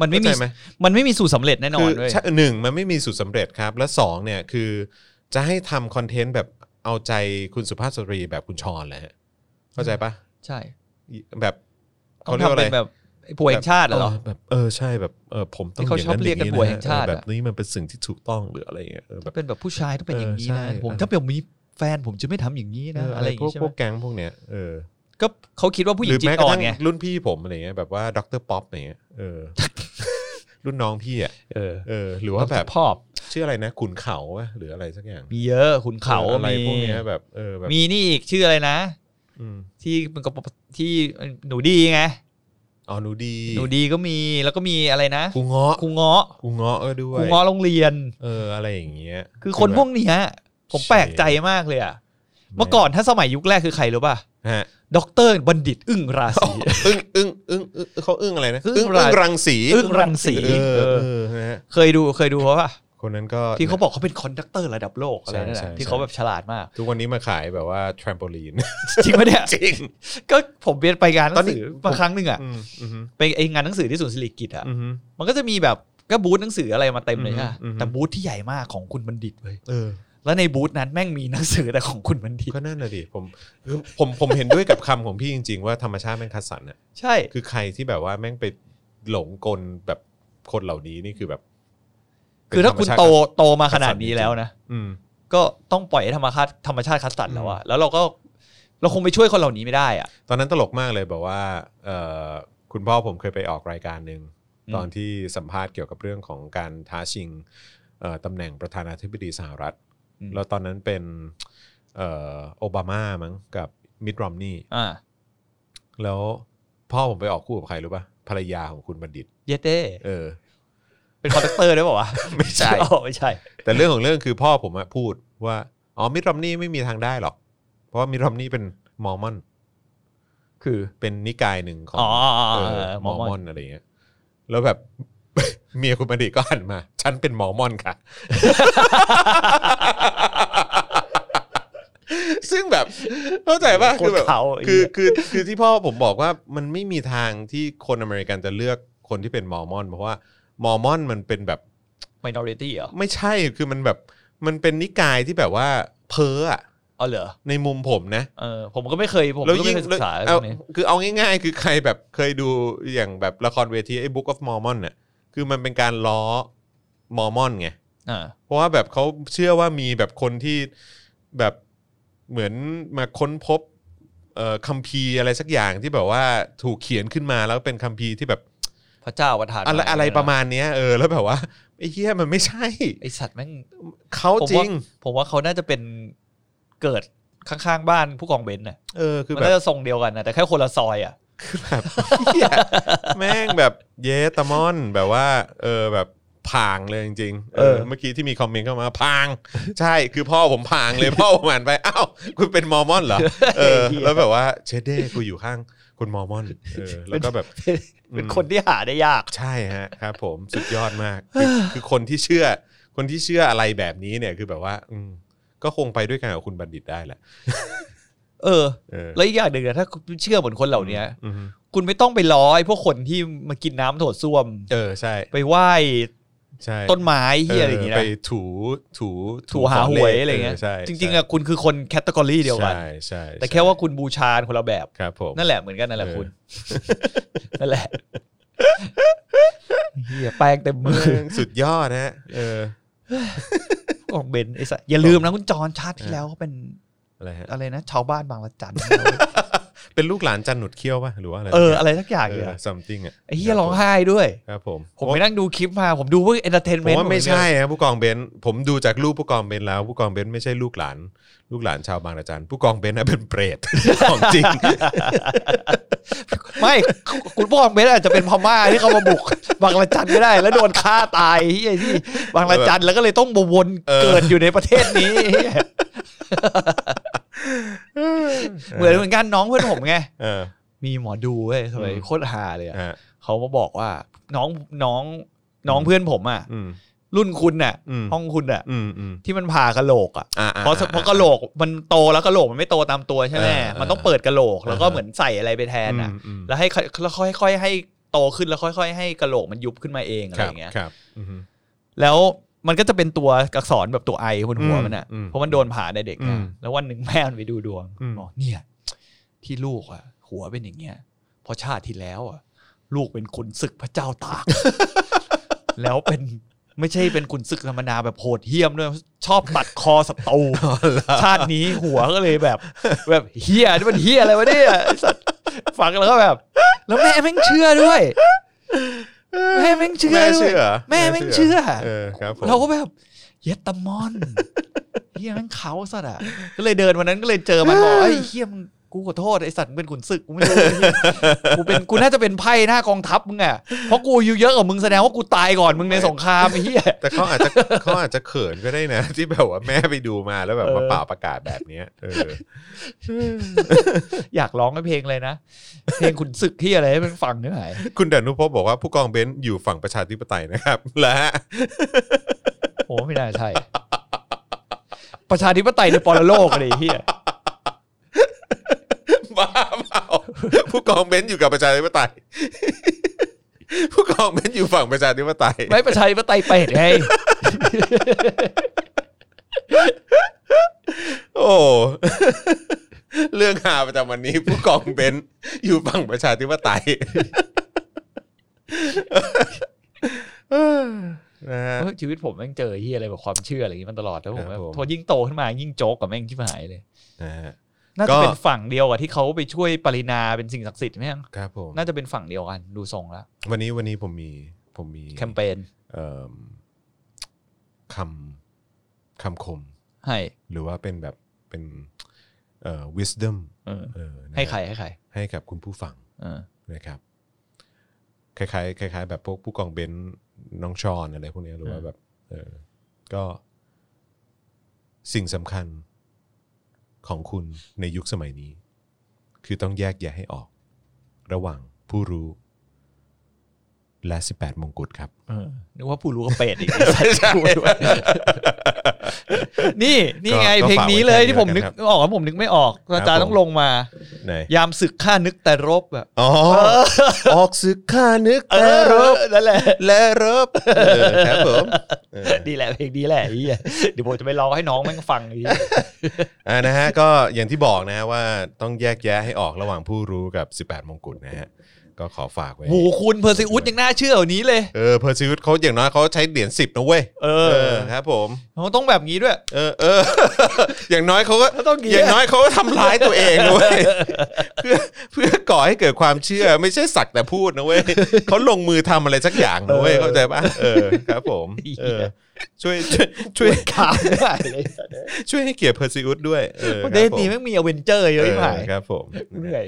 Speaker 3: มันไม่มี
Speaker 1: เข้าใจห
Speaker 3: มันไม่มีสูตรสำเร็จแน่นอน
Speaker 1: คื
Speaker 3: เว้ย
Speaker 1: ใช่หนึ่งมันไม่มีสูตรสำเร็จครับ และสองเนี่ยคือจะให้ทำคอนเทนต์แบบเอาใจคุณสุภาพสตรีแบบคุณชอนเลยฮะเข้าใจปะ
Speaker 3: ใช่
Speaker 1: แบบ
Speaker 3: ต้
Speaker 1: เขา
Speaker 3: อง
Speaker 1: เรียกว่า
Speaker 3: ทำ
Speaker 1: อะไร
Speaker 3: เป็นแบบไอ้ผัวแห่งชาติเหรอ
Speaker 1: แบบเออใช่แบบเออผมต้อง
Speaker 3: ที่เขาชอบเรียกกัน
Speaker 1: าง
Speaker 3: ผัวแห่งชาติ
Speaker 1: เออ
Speaker 3: อะ
Speaker 1: แบบนี้มันเป็นสิ่งที่ถูกต้องหรืออะไรเงี้ยเออแบบ
Speaker 3: เป็นแบบผู้ชายต้องเป็นอย่างนี้
Speaker 1: เออใช่
Speaker 3: นะผม
Speaker 1: เออ
Speaker 3: ถ้าเป็นมีแฟนผมจะไม่ทำอย่างนี้
Speaker 1: เอ
Speaker 3: นะ
Speaker 1: ออะ
Speaker 3: อะไร
Speaker 1: ไร
Speaker 3: อย่าง
Speaker 1: พวก
Speaker 3: งี้
Speaker 1: พ
Speaker 3: ใช่ไห
Speaker 1: ว
Speaker 3: ม
Speaker 1: กแก๊งพวกเนี้ยเออ
Speaker 3: ก็เขาคิดว่าผู้ห
Speaker 1: ห
Speaker 3: ญิ
Speaker 1: รื
Speaker 3: ง
Speaker 1: อ
Speaker 3: จิต
Speaker 1: แม้กระ
Speaker 3: อ่อน
Speaker 1: ทั่ง
Speaker 3: ไง
Speaker 1: รุ่นพี่ผมอะไรเงี้ยแบบว่าด็อกเตอร์ป๊อปอะไรเงี้ยเอ
Speaker 3: (laughs)
Speaker 1: อ รุ่นน้องพี่อ่ะ
Speaker 3: เออ
Speaker 1: เออหรือว่าแบบ
Speaker 3: พอบ
Speaker 1: ชื่ออะไรนะขุนเขาวะหรืออะไรสักอย่าง
Speaker 3: มีเยอะขุนเขา
Speaker 1: อออะไร
Speaker 3: มี
Speaker 1: พวกเนี้ยแบบเออแบบ
Speaker 3: มีนี่อีกชื่ออะไรนะ
Speaker 1: อืม
Speaker 3: ที่มันก็ที่หนูดีไง
Speaker 1: อ๋อหนูดี
Speaker 3: หนูดีก็มีแล้วก็มีอะไรนะ
Speaker 1: กูเงาะ
Speaker 3: ครูเงาะ
Speaker 1: กูเงาะก็ด้ว
Speaker 3: ครู
Speaker 1: ย
Speaker 3: เงาะโรงเรียน
Speaker 1: เอออะไรอย่างเงี้ย
Speaker 3: คือคนพวกเนี้ยผมแปลกใจมากเลยอะเมื่อก่อนถ้าสมัยยุคแรกคือใครรู้ป่ะ
Speaker 1: ฮะ
Speaker 3: ด็อกเตอร์บัณฑิตอึ้งราศี
Speaker 1: อึ้งอึ้งอึ้งอึ้งเขาอึ้งอะไรนะ
Speaker 3: อึ้
Speaker 1: อึ้
Speaker 3: ง
Speaker 1: งอึ้ง
Speaker 3: อะไร
Speaker 1: รังสี
Speaker 3: อึ้งรังสี
Speaker 1: เออ
Speaker 3: เออ
Speaker 1: เออนะฮะ
Speaker 3: เคยดูเคยดูเขาป่ะ
Speaker 1: คนนั้นก็
Speaker 3: ที่เขาบอกเขาเป็นคอนดักเตอร์ระดับโลกอะไรนั่น
Speaker 1: ใช่
Speaker 3: แหละ
Speaker 1: ใช่
Speaker 3: ที่เขาแบบฉลาดมาก
Speaker 1: ทุกวันนี้มาขายแบบว่าแทรมโปลีน
Speaker 3: จริงปะเนี่ย
Speaker 1: จริง
Speaker 3: ก็ผมเรียนไปงานห
Speaker 1: ตอ
Speaker 3: นั
Speaker 1: น
Speaker 3: ง
Speaker 1: นี้
Speaker 3: สือมาครั้งหนึ่งอะ
Speaker 1: อืมอืม
Speaker 3: ไปไองานหนังสือที่ศูนย์สิริกิตอะ
Speaker 1: อืม
Speaker 3: มันก็จะมีแบบก็บูธหนังสืออะไรมาเต็มเลย
Speaker 1: อือฮึ
Speaker 3: ใช่ปะ
Speaker 1: อือฮึ
Speaker 3: แต่บูธที่ใหญ่มากของคุณบัณฑิตเว้ย
Speaker 1: เออ
Speaker 3: แล้วในบูธนั้นแม่งมีหนังสือแต่ของคุณบัณฑิต
Speaker 1: ก็นั่นแหละดิผมคือผมผมเห็นด้วยกับคำของพี่จริง ๆ ว่าธรรมชาติแม่งคัดสรรน่ะ
Speaker 3: ใช่
Speaker 1: คือใครที่แบบว่าแม่งไปหลงกลแบบคนเหล่านี้นี่คือแบบ
Speaker 3: คือถ้าคุณ
Speaker 1: เป็น
Speaker 3: โต
Speaker 1: ธรรมชติ
Speaker 3: โตมาข
Speaker 1: คั
Speaker 3: นาด
Speaker 1: ดสรร
Speaker 3: นี้แล้วนะ
Speaker 1: อืม
Speaker 3: ก็ต้องปล่อยให้ธรรมชาติธรรมชาติคัดสรรแล้วอะแล้วเราก็เราคงไปช่วยคนเหล่านี้ไม่ได้อะ
Speaker 1: ตอนนั้นตลกมากเลยบอกว่าเอ่อคุณพ่อผมเคยไปออกรายการหนึ่ง
Speaker 3: อืม
Speaker 1: ตอนที่สัมภาษณ์เกี่ยวกับเรื่องของการท้าชิงเอ่อตำแหน่งประธานาธิบดีสหรัฐ แล้วตอนนั้นเป็นเอ่อโอบามามั้งกับมิตรอมนี่
Speaker 3: อ่า
Speaker 1: แล้วพ่อผมไปออกคู่กับใครรู้ป่ะภรรยาของคุณบัณฑิต
Speaker 3: เยเต้
Speaker 1: เออ
Speaker 3: เป็นคอนดักเตอร์ด้วยเปล่าวะ
Speaker 1: ไม่ใช่
Speaker 3: อ๋อไม่ใช่
Speaker 1: แต่เรื่องของเรื่องคือพ่อผมอะพูดว่าอ๋อมิตรอมนี่ไม่มีทางได้หรอก เพราะว่ามิตรอมนี่เป็นมอร์มอน
Speaker 3: คือ
Speaker 1: เป็นนิกายหนึ่งของ
Speaker 3: อ๋ออ๋อ
Speaker 1: เอ
Speaker 3: อ๋อเอ
Speaker 1: อ
Speaker 3: อ
Speaker 1: ม
Speaker 3: ม
Speaker 1: อ
Speaker 3: อ
Speaker 1: ร์
Speaker 3: ร์
Speaker 1: ม
Speaker 3: ม
Speaker 1: อ
Speaker 3: อน
Speaker 1: นอะไรเงี้ย แล้วแบบ (laughs) เมียคุณบัณฑิตก็หันมา ฉันเป็นมอร์มอนค่ะ
Speaker 3: (laughs)
Speaker 1: ซึ่งแบบเข้าใจป่ะ
Speaker 3: โค
Speaker 1: คื
Speaker 3: ต
Speaker 1: อแบ
Speaker 3: ร
Speaker 1: บ
Speaker 3: เขา
Speaker 1: คือคือคือที่พ่อผมบอกว่ามันไม่มีทางที่คนอเมริกันจะเลือกคนที่เป็นมอร์มอน เพราะว่ามอร์มอนมันเป็นแบบ
Speaker 3: มินอริตี้เหรอ
Speaker 1: ไม่ใช่คือมันแบบมันเป็นนิกายที่แบบว่า เพ้ออะ
Speaker 3: อ๋อเหรอ
Speaker 1: ในมุมผมนะ
Speaker 3: เออผมก็ไม่เคยผม
Speaker 1: แล้ว
Speaker 3: ก็
Speaker 1: ยิ่
Speaker 3: ไม่
Speaker 1: ง
Speaker 3: เคยศึกษา
Speaker 1: แล้ว
Speaker 3: เรื่องนี้
Speaker 1: เอาคือเอาง่ายๆ คือใครแบบเคยดูอย่างแบบละครเวทีไอ้ Book of Mormon น่ะคือมันเป็นการล้อมอร์มอนไง
Speaker 3: อ่า
Speaker 1: เพราะว่าแบบเขาเชื่อว่ามีแบบคนที่แบบเหมือนมาค้นพบเอ่อคัมภีร์อะไรสักอย่างที่แบบว่าถูกเขียนขึ้นมาแล้วเป็นคัมภีร์ที่แบบ
Speaker 3: พระเจ้าประทาน
Speaker 1: อะไร
Speaker 3: มา
Speaker 1: อะไรประมาณเนี้ยเออแล้วแบบว่าไอ้เหี้ยมันไม่ใช่
Speaker 3: ไอสัตว์แม่ง
Speaker 1: เขา
Speaker 3: ผม
Speaker 1: จริ
Speaker 3: ว่าง ผมว่าเขาน่าจะเป็นเกิดข้างๆบ้านผู้กองเบนซ์น่ะ
Speaker 1: เออคือ
Speaker 3: มัน
Speaker 1: แบบ
Speaker 3: น่าจะทรงเดียวกันนะแต่แค่คนละซอยอ่ะ
Speaker 1: คือแบบเหี้ยแม่งแบบเยตามอนแบบว่าเออแบบพางเลยจริงๆเออเมื่อกี้ที่มีคอมเมนต์เข้ามาพาง ใช่คือพ่อผมพางเลยพ่อผมอ่านไปอ้าวคุณเป็นมอร์มอนเหรอเออ
Speaker 3: (laughs)
Speaker 1: แล้วแบบว่าเชเด้กูอยู่ข้างคนมอร์มอนเออแล้วก็แบบ
Speaker 3: เป็นคนที่หาได้ยาก
Speaker 1: ใช่ฮะครับผมสุดยอดมากคือคือคนที่เชื่อ คนที่เชื่ออะไรแบบนี้เนี่ยคือแบบว่า อืมก็คงไปด้วยกันกับคุณบัณฑิตได้แหละ
Speaker 3: เออ
Speaker 1: เออ
Speaker 3: แล้วอีกอย่างหนึ่งอะถ้าคุณเชื่อเหมือนคนเหล่านี้
Speaker 1: อืม
Speaker 3: คุณไม่ต้องไปล้อไอ้พวกคนที่มากินน้ำโถดส้วม
Speaker 1: เออใช่
Speaker 3: ไปไหว้
Speaker 1: ใช่
Speaker 3: ต้นไม้เฮียอะไรอย่างเงี้ย
Speaker 1: ไปถูถู
Speaker 3: ถูหาหวยอะไรเงี้ย
Speaker 1: ใช่
Speaker 3: จริงๆอะคุณคือคนแคตตากรีเดียวกัน
Speaker 1: ใช่ใช่
Speaker 3: แต่แค่ว่าคุณบูชาคนละแบบ
Speaker 1: ครับผม
Speaker 3: นั่นแหละเหมือนกันนั่นแหละ
Speaker 1: เออ
Speaker 3: คุณ (laughs) นั่นแหละเฮียแป้งเต็มมือ
Speaker 1: (laughs) สุดยอดนะฮะเออ
Speaker 3: ของเบนไอ้สัสอย่าลืมนะคุณจอนชาติที่แล้วเขาเป็น
Speaker 1: อะไรฮะ
Speaker 3: อะไรนะ ชาวบ้านบางละจั (laughs) น
Speaker 1: เป็นลูกหลานจันหนุดเคี้ยวป่ะหรือว่าอะไร
Speaker 3: เอออะไรสักอย่างเนี่ย
Speaker 1: ซัม t ิ i งอ่ะ
Speaker 3: ไอ้เฮียร้องไห้ด้วย
Speaker 1: ครับผม
Speaker 3: ผมไปนั่งดูคลิปมา ผมดูเพื่อเอนเตอร์เทน
Speaker 1: ผ
Speaker 3: เม
Speaker 1: ม
Speaker 3: นต์
Speaker 1: ว่าไม่ใช่นะผู้กองเบนซ์ผมดูจากรูปผู้กองเบนซ์แล้ว ผู้กองเบนซ์ไม่ใช่ลูกหลาน ลูกหลานชาวบางระจันผู้กองเบนซ์น่ะเป็นเปรต (laughs) ของจริง
Speaker 3: ไม่คุณพ่อของเบนอาจจะเป็นพม่าที่เขามาบุก (laughs) บางระจันก็ได้ แล้วโดนฆ่าตายเฮียที่บางระจันแล้วก็เลยต้องมาวน
Speaker 1: เออ
Speaker 3: เกิดอยู่ในประเทศนี้เหี้ยเหมือนเหมือนกันน้องเพื่อนผมไง
Speaker 1: เออ
Speaker 3: มีหมอดูเว้ยสมัย
Speaker 1: อืม
Speaker 3: โคตรฮาเลยอะ
Speaker 1: ฮะ
Speaker 3: เขามาบอกว่า น้องน้องน้องเพื่อนผมอ่ะ
Speaker 1: อืม
Speaker 3: รุ่นคุณน่ะ
Speaker 1: อืม
Speaker 3: ห้องคุณน่ะ
Speaker 1: อืมอืม
Speaker 3: ที่มันผ่ากะโหลกอ่ะ
Speaker 1: อ่า
Speaker 3: เพราะเพราะกะโหลกมันโตแล้วกะโหลกมันไม่โตตามตัวใช่ไหม
Speaker 1: เออเออ
Speaker 3: มันต้องเปิดกะโหลก แล้วก็
Speaker 1: เออ
Speaker 3: เหมือนใส่อะไรไปแทน
Speaker 1: อ่ะ
Speaker 3: อ่ะ แล้วให้ค่อยแล้วค่อย ๆ ให้โตขึ้นแล้วค่อย ๆ ให้กะโหลกมันยุบขึ้นมาเองอะ
Speaker 1: ค
Speaker 3: ไร
Speaker 1: รับ
Speaker 3: อย่างเงี้ย
Speaker 1: ครับอืม
Speaker 3: แล้วมันก็จะเป็นตัวอักษรแบบตัวไอบนหัว
Speaker 1: อืม
Speaker 3: มันอ่ะ
Speaker 1: อืม
Speaker 3: เพราะมันโดนผ่าในเด็ก
Speaker 1: อื
Speaker 3: นะ
Speaker 1: ม
Speaker 3: แล้ววันหนึ่งแม่มันไปดูดวง
Speaker 1: อืม
Speaker 3: บอกเนี่ย ที่ลูกอ่ะ หัวเป็นอย่างเงี้ยเพอชาติที่แล้วอ่ะ ลูกเป็นขุนศึกพระเจ้าตาก
Speaker 1: (laughs)
Speaker 3: แล้วเป็นไม่ใช่เป็นขุนศึกธรรมดาแบบโหดเหี้ยมด้วยชอบตัดคอศัตรู ชาตินี้หัวก็เลยแบบ แบบเฮียนี่มันเฮียอะไรวะเนี่ยไอ้สัตว์ฟังแล้วก็แบบ แล้วแม่แม่งเชื่อด้วย แม่แม่งเชื่อ
Speaker 1: แม่
Speaker 3: ด้วย
Speaker 1: เชื่อเหรอ
Speaker 3: แม่แม่งเชื่อ
Speaker 1: เออครับผม
Speaker 3: เราก็แบบเย็ดตะมอน (laughs) เฮียแม่งเขาสัตว์อ่ะก็เลยเดินวันนั้นก็เลยเจอมัน (laughs) บอกไอ้ยเฮียมึงกูขอโทษไอ้สัตว์มึงเป็นขุนศึกกูไม่รู้ไอ้เหี้ย (laughs) กูเป็นกูน่าจะเป็นไพ่หน้ากองทัพมึงอ่ะเพราะกูอายู่เยอะกว่ามึงแสดงว่ากูตายก่อนมึงในสงครามไอ้เฮีย (laughs)
Speaker 1: แต่เขาอาจจะ (laughs) เขาอาจจะเขินก็ได้นะ ที่แบบว่าแม่ไปดูมาแล้วแบบว่า
Speaker 3: เออ
Speaker 1: เป่าประกาศแบบเนี้ยเออ
Speaker 3: อยากร้องไอ้เพลงเลยนะเพลงขุนศึกที่อะไรให้มันฟังได้ไหม
Speaker 1: คุณดนุภพบอกว่าผู้กองเบนซ์อยู่ฝั่งประชาธิปไตยนะครับ (laughs) และ
Speaker 3: โอ้ไม่น่าใช่ ประชาธิปไตยในปรโลกอะไรเฮีย
Speaker 1: บ้าเปล่าผู้กองเบนซ์อยู่กับประชาธิปไตย (laughs) ผู้กองเบนซ์อยู่ฝั่งประชาธิปไตย
Speaker 3: ไม่ประชาธิปไตยเป็ดไง
Speaker 1: โอ้ (laughs) เรื่องหาประจำวันนี้ ผู้กองเบนซ์อยู่ฝั่งประชาธิปไตย (laughs) เออนะฮะ
Speaker 3: เฮ้ยชีวิตผมแม่งเจอเฮียอะไรแบบความเชื่ออะไรอย่างนี้มันตลอดแล้วผม
Speaker 1: ครับผม
Speaker 3: พอยิ่งโตขึ้นมายิ่งโจกกับแม่งที่หายเลย
Speaker 1: นะฮะ
Speaker 3: น่า
Speaker 1: ก็
Speaker 3: จะเป็นฝั่งเดียวกับที่เขาไปช่วยปรินาเป็นสิ่งศักดิ์สิทธิ์ไหมง
Speaker 1: ครับผม
Speaker 3: น่าจะเป็นฝั่งเดียวกันดูทรงแล้ว
Speaker 1: วันนี้วันนี้ผมมีผมมี
Speaker 3: แคมเปญ
Speaker 1: เอิ่มคำคำคม
Speaker 3: ให้
Speaker 1: หรือว่าเป็นแบบเป็นเอ่อ wisdom
Speaker 3: เออ
Speaker 1: เออนะ
Speaker 3: ให้ใครให้ใคร
Speaker 1: ให้กับคุณผู้ฟัง
Speaker 3: เออ
Speaker 1: นะครับคล้ายๆคล้ายๆ แบบพวกผู้กองเบนซ์น้องชอนอะไรพวกเนี้ยหรือว่าแบบเออก็สิ่งสำคัญของคุณในยุคสมัยนี้ คือต้องแยกแยะให้ออก ระหว่างผู้รู้ และ 18 มงกุฎครับ
Speaker 3: เออนึกว่าผู้รู้กับเป็ (laughs) ดอีกนี่นี่ไง
Speaker 1: ก็
Speaker 3: เพลงนี้เลยที่ผมนึก
Speaker 1: ฝากไว้แค่นี้
Speaker 3: ออกว่าผมนึกไม่ออกอาจาร
Speaker 1: ครับ
Speaker 3: ย์ต้องลงมา
Speaker 1: ไหน
Speaker 3: ยามศึกข้านึกแต่รบแบบ
Speaker 1: (laughs) อ๋อ ออกศึกข้านึก
Speaker 3: เอ
Speaker 1: แต่รบ
Speaker 3: นั่นแหละ
Speaker 1: และรบเออครับผมเออ
Speaker 3: ดีแหละเพลงดีแหละไอ้เหี้ยเดี๋ยวผมจะไปร้องให้น้องแม่งฟังไอ้เหี้ย (laughs)
Speaker 1: อ่านะฮ (laughs) ะก็อย่างที่บอกนะฮะว่าต้องแยกแยะให้ออกระหว่างผู้รู้กับ 18 มงกุฎนะฮะ ก็ขอฝากไว้
Speaker 3: โหคุณเพอร์ซิอุสยังน่าเชื่อเหล่านี้เลย
Speaker 1: เออเพอร์ซิวเขาอย่างน้อยเขาใช้เหรียญสิบนะเว้ย
Speaker 3: เออ
Speaker 1: ครับผม
Speaker 3: เขาต้องแบบนี้ด้วย
Speaker 1: เออเอ (laughs) อ อย่างน้อยเขาก็
Speaker 3: ก็ต้องอย่างเงี้
Speaker 1: อ
Speaker 3: ย
Speaker 1: ย่างน้อยเขาก็ทำร้ายตัวเองนะเว้
Speaker 3: (laughs)
Speaker 1: ยเพื่อเพื่อก่อให้เกิดความเชื่อไม่ใช่สักแต่พูด
Speaker 3: (laughs)
Speaker 1: นะเว้ยเขาลงมือทำอะไรสักอย่างนะเว้ยเข้าใจปะเออครับผมเออช่วยช่วยช่วย
Speaker 3: ขาวไม่ได้เลย
Speaker 1: ช่วยให้เกียรติเพอร์ซิอุสด้วย เออ
Speaker 3: ประเทศนี้
Speaker 1: ค
Speaker 3: แม่
Speaker 1: รับผม
Speaker 3: งมีอเวนเจอร์เยอะไปหมาย
Speaker 1: เออครับผม
Speaker 3: เหนื่อย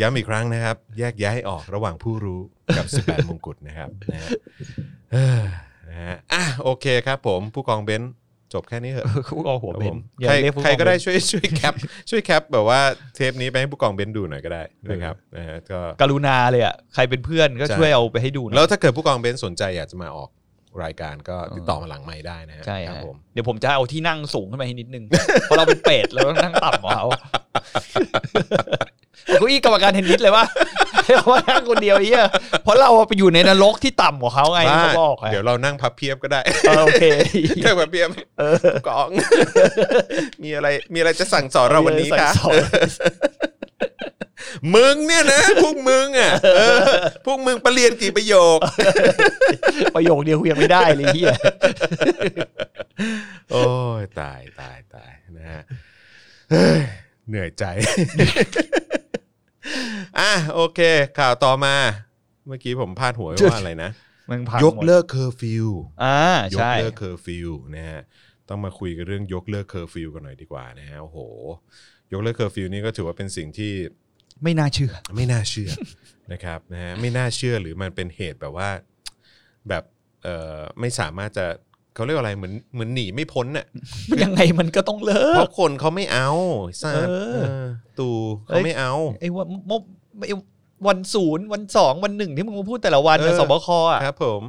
Speaker 1: ย้ำอีกครั้งนะครับ แยกย้ายออกระหว่างผู้รู้กับ 18 มงกุฎนะครับนะฮะเออนะฮะอ่ะโอเคครับผมผู้กองเบนซ์จบแค่นี้เถอะ
Speaker 3: คู่กองหัว
Speaker 1: ครับ
Speaker 3: เป็
Speaker 1: ผ
Speaker 3: น
Speaker 1: ม
Speaker 3: อย่า
Speaker 1: ใคร
Speaker 3: เยผู้
Speaker 1: ใครก็
Speaker 3: อง
Speaker 1: ได้
Speaker 3: เป็น
Speaker 1: ช่วยช่วยแคป (laughs) ช่วยแคปแบบว่าเทปนี้ไปให้ผู้กองเบนซ์ดูหน่อยก็ได้นะครับนะฮะก็
Speaker 3: กรุณาเลยอ่ะใครเป็นเพื่อนก็ช่วยเอาไปให้ดูหนะ
Speaker 1: แล้วถ้าเกิดผู้กองเบนซ์สนใจอยากจะมาออก รายการก็ติดต่อมาหลังไม่ได้นะฮะ
Speaker 3: ใช่
Speaker 1: ค
Speaker 3: ค
Speaker 1: รั
Speaker 3: รั
Speaker 1: บบ ผม
Speaker 3: เดี๋ยวผมจะเอาที่นั่งสูงขึ้นมาให้นิดนึง เพราะเราเป็นเป็ดเราต้องนั่งต่ำกว่าเขาเอาเก้าอี้กรรมการเทนนิสเลยว่าให้ (laughs) เขามานั่งคนเดียวไอ้เฮียเพราะเราไปอยู่ในนรกที่ต่ำกว่าเขาไง
Speaker 1: บ้า
Speaker 3: เขาบอกไง
Speaker 1: เดี๋ยวเรานั่งพับเพียบ
Speaker 3: (laughs)
Speaker 1: ก็ได้
Speaker 3: เออโอเค
Speaker 1: นั่งพับเพียบกอง (laughs) มีอะไรมีอะไรจะสั่งสอนเราวันนี้คะ
Speaker 3: สั่งสอน
Speaker 1: มึงเนี่ย
Speaker 3: (laughs)
Speaker 1: นะ พวกมึงอ่ะเออพวกมึงประเรียนกี่ประโย
Speaker 3: (laughs)
Speaker 1: ค
Speaker 3: ประโยคเดียวกูยังไม่ได้เลยเฮีย
Speaker 1: โอ้ยตายตายตายนะฮะเฮ้ยเหนื่อยใจ (laughs) อ่ะโอเค ข่าวต่อมา เมื่อกี้ผมพลาดหัวไว้ว่าอะไรนะ
Speaker 3: มึงพัง
Speaker 1: ยกเลิกเคอร์ฟิว
Speaker 3: อ่าย
Speaker 1: ก
Speaker 3: ใช่
Speaker 1: เลิกเคอร์ฟิวนะฮะต้องมาคุยกันเรื่องยกเลิกเคอร์ฟิวกันหน่อยดีกว่านะฮะโอ้โห ยกเลิกเคอร์ฟิวนี่ก็ถือว่าเป็นสิ่งที่
Speaker 3: ไม่น่าเชื่อ
Speaker 1: ไม่น่าเชื่อ (laughs) นะครับนะฮะไม่น่าเชื่อหรือมันเป็นเหตุแบบว่า แบบเอ่อไม่สามารถจะเขาเรียกว่าอะไรเหมือนเหมือนหนีไม่พ้นน่ะ
Speaker 3: มัน (laughs) ยังไงมันก็ต้องเลิ
Speaker 1: เพ
Speaker 3: ก
Speaker 1: ราะคนเขาไม่เอาทราบ
Speaker 3: เอ
Speaker 1: เอ
Speaker 3: อ
Speaker 1: อตู่เขาไม่เอา
Speaker 3: ไอ้วันมบไอ้วันศูนย์วันสองวันหนึ่งที่มึงมาพูดแต่ละวัน
Speaker 1: เออ
Speaker 3: กับสบคอ่ะ
Speaker 1: ครับผม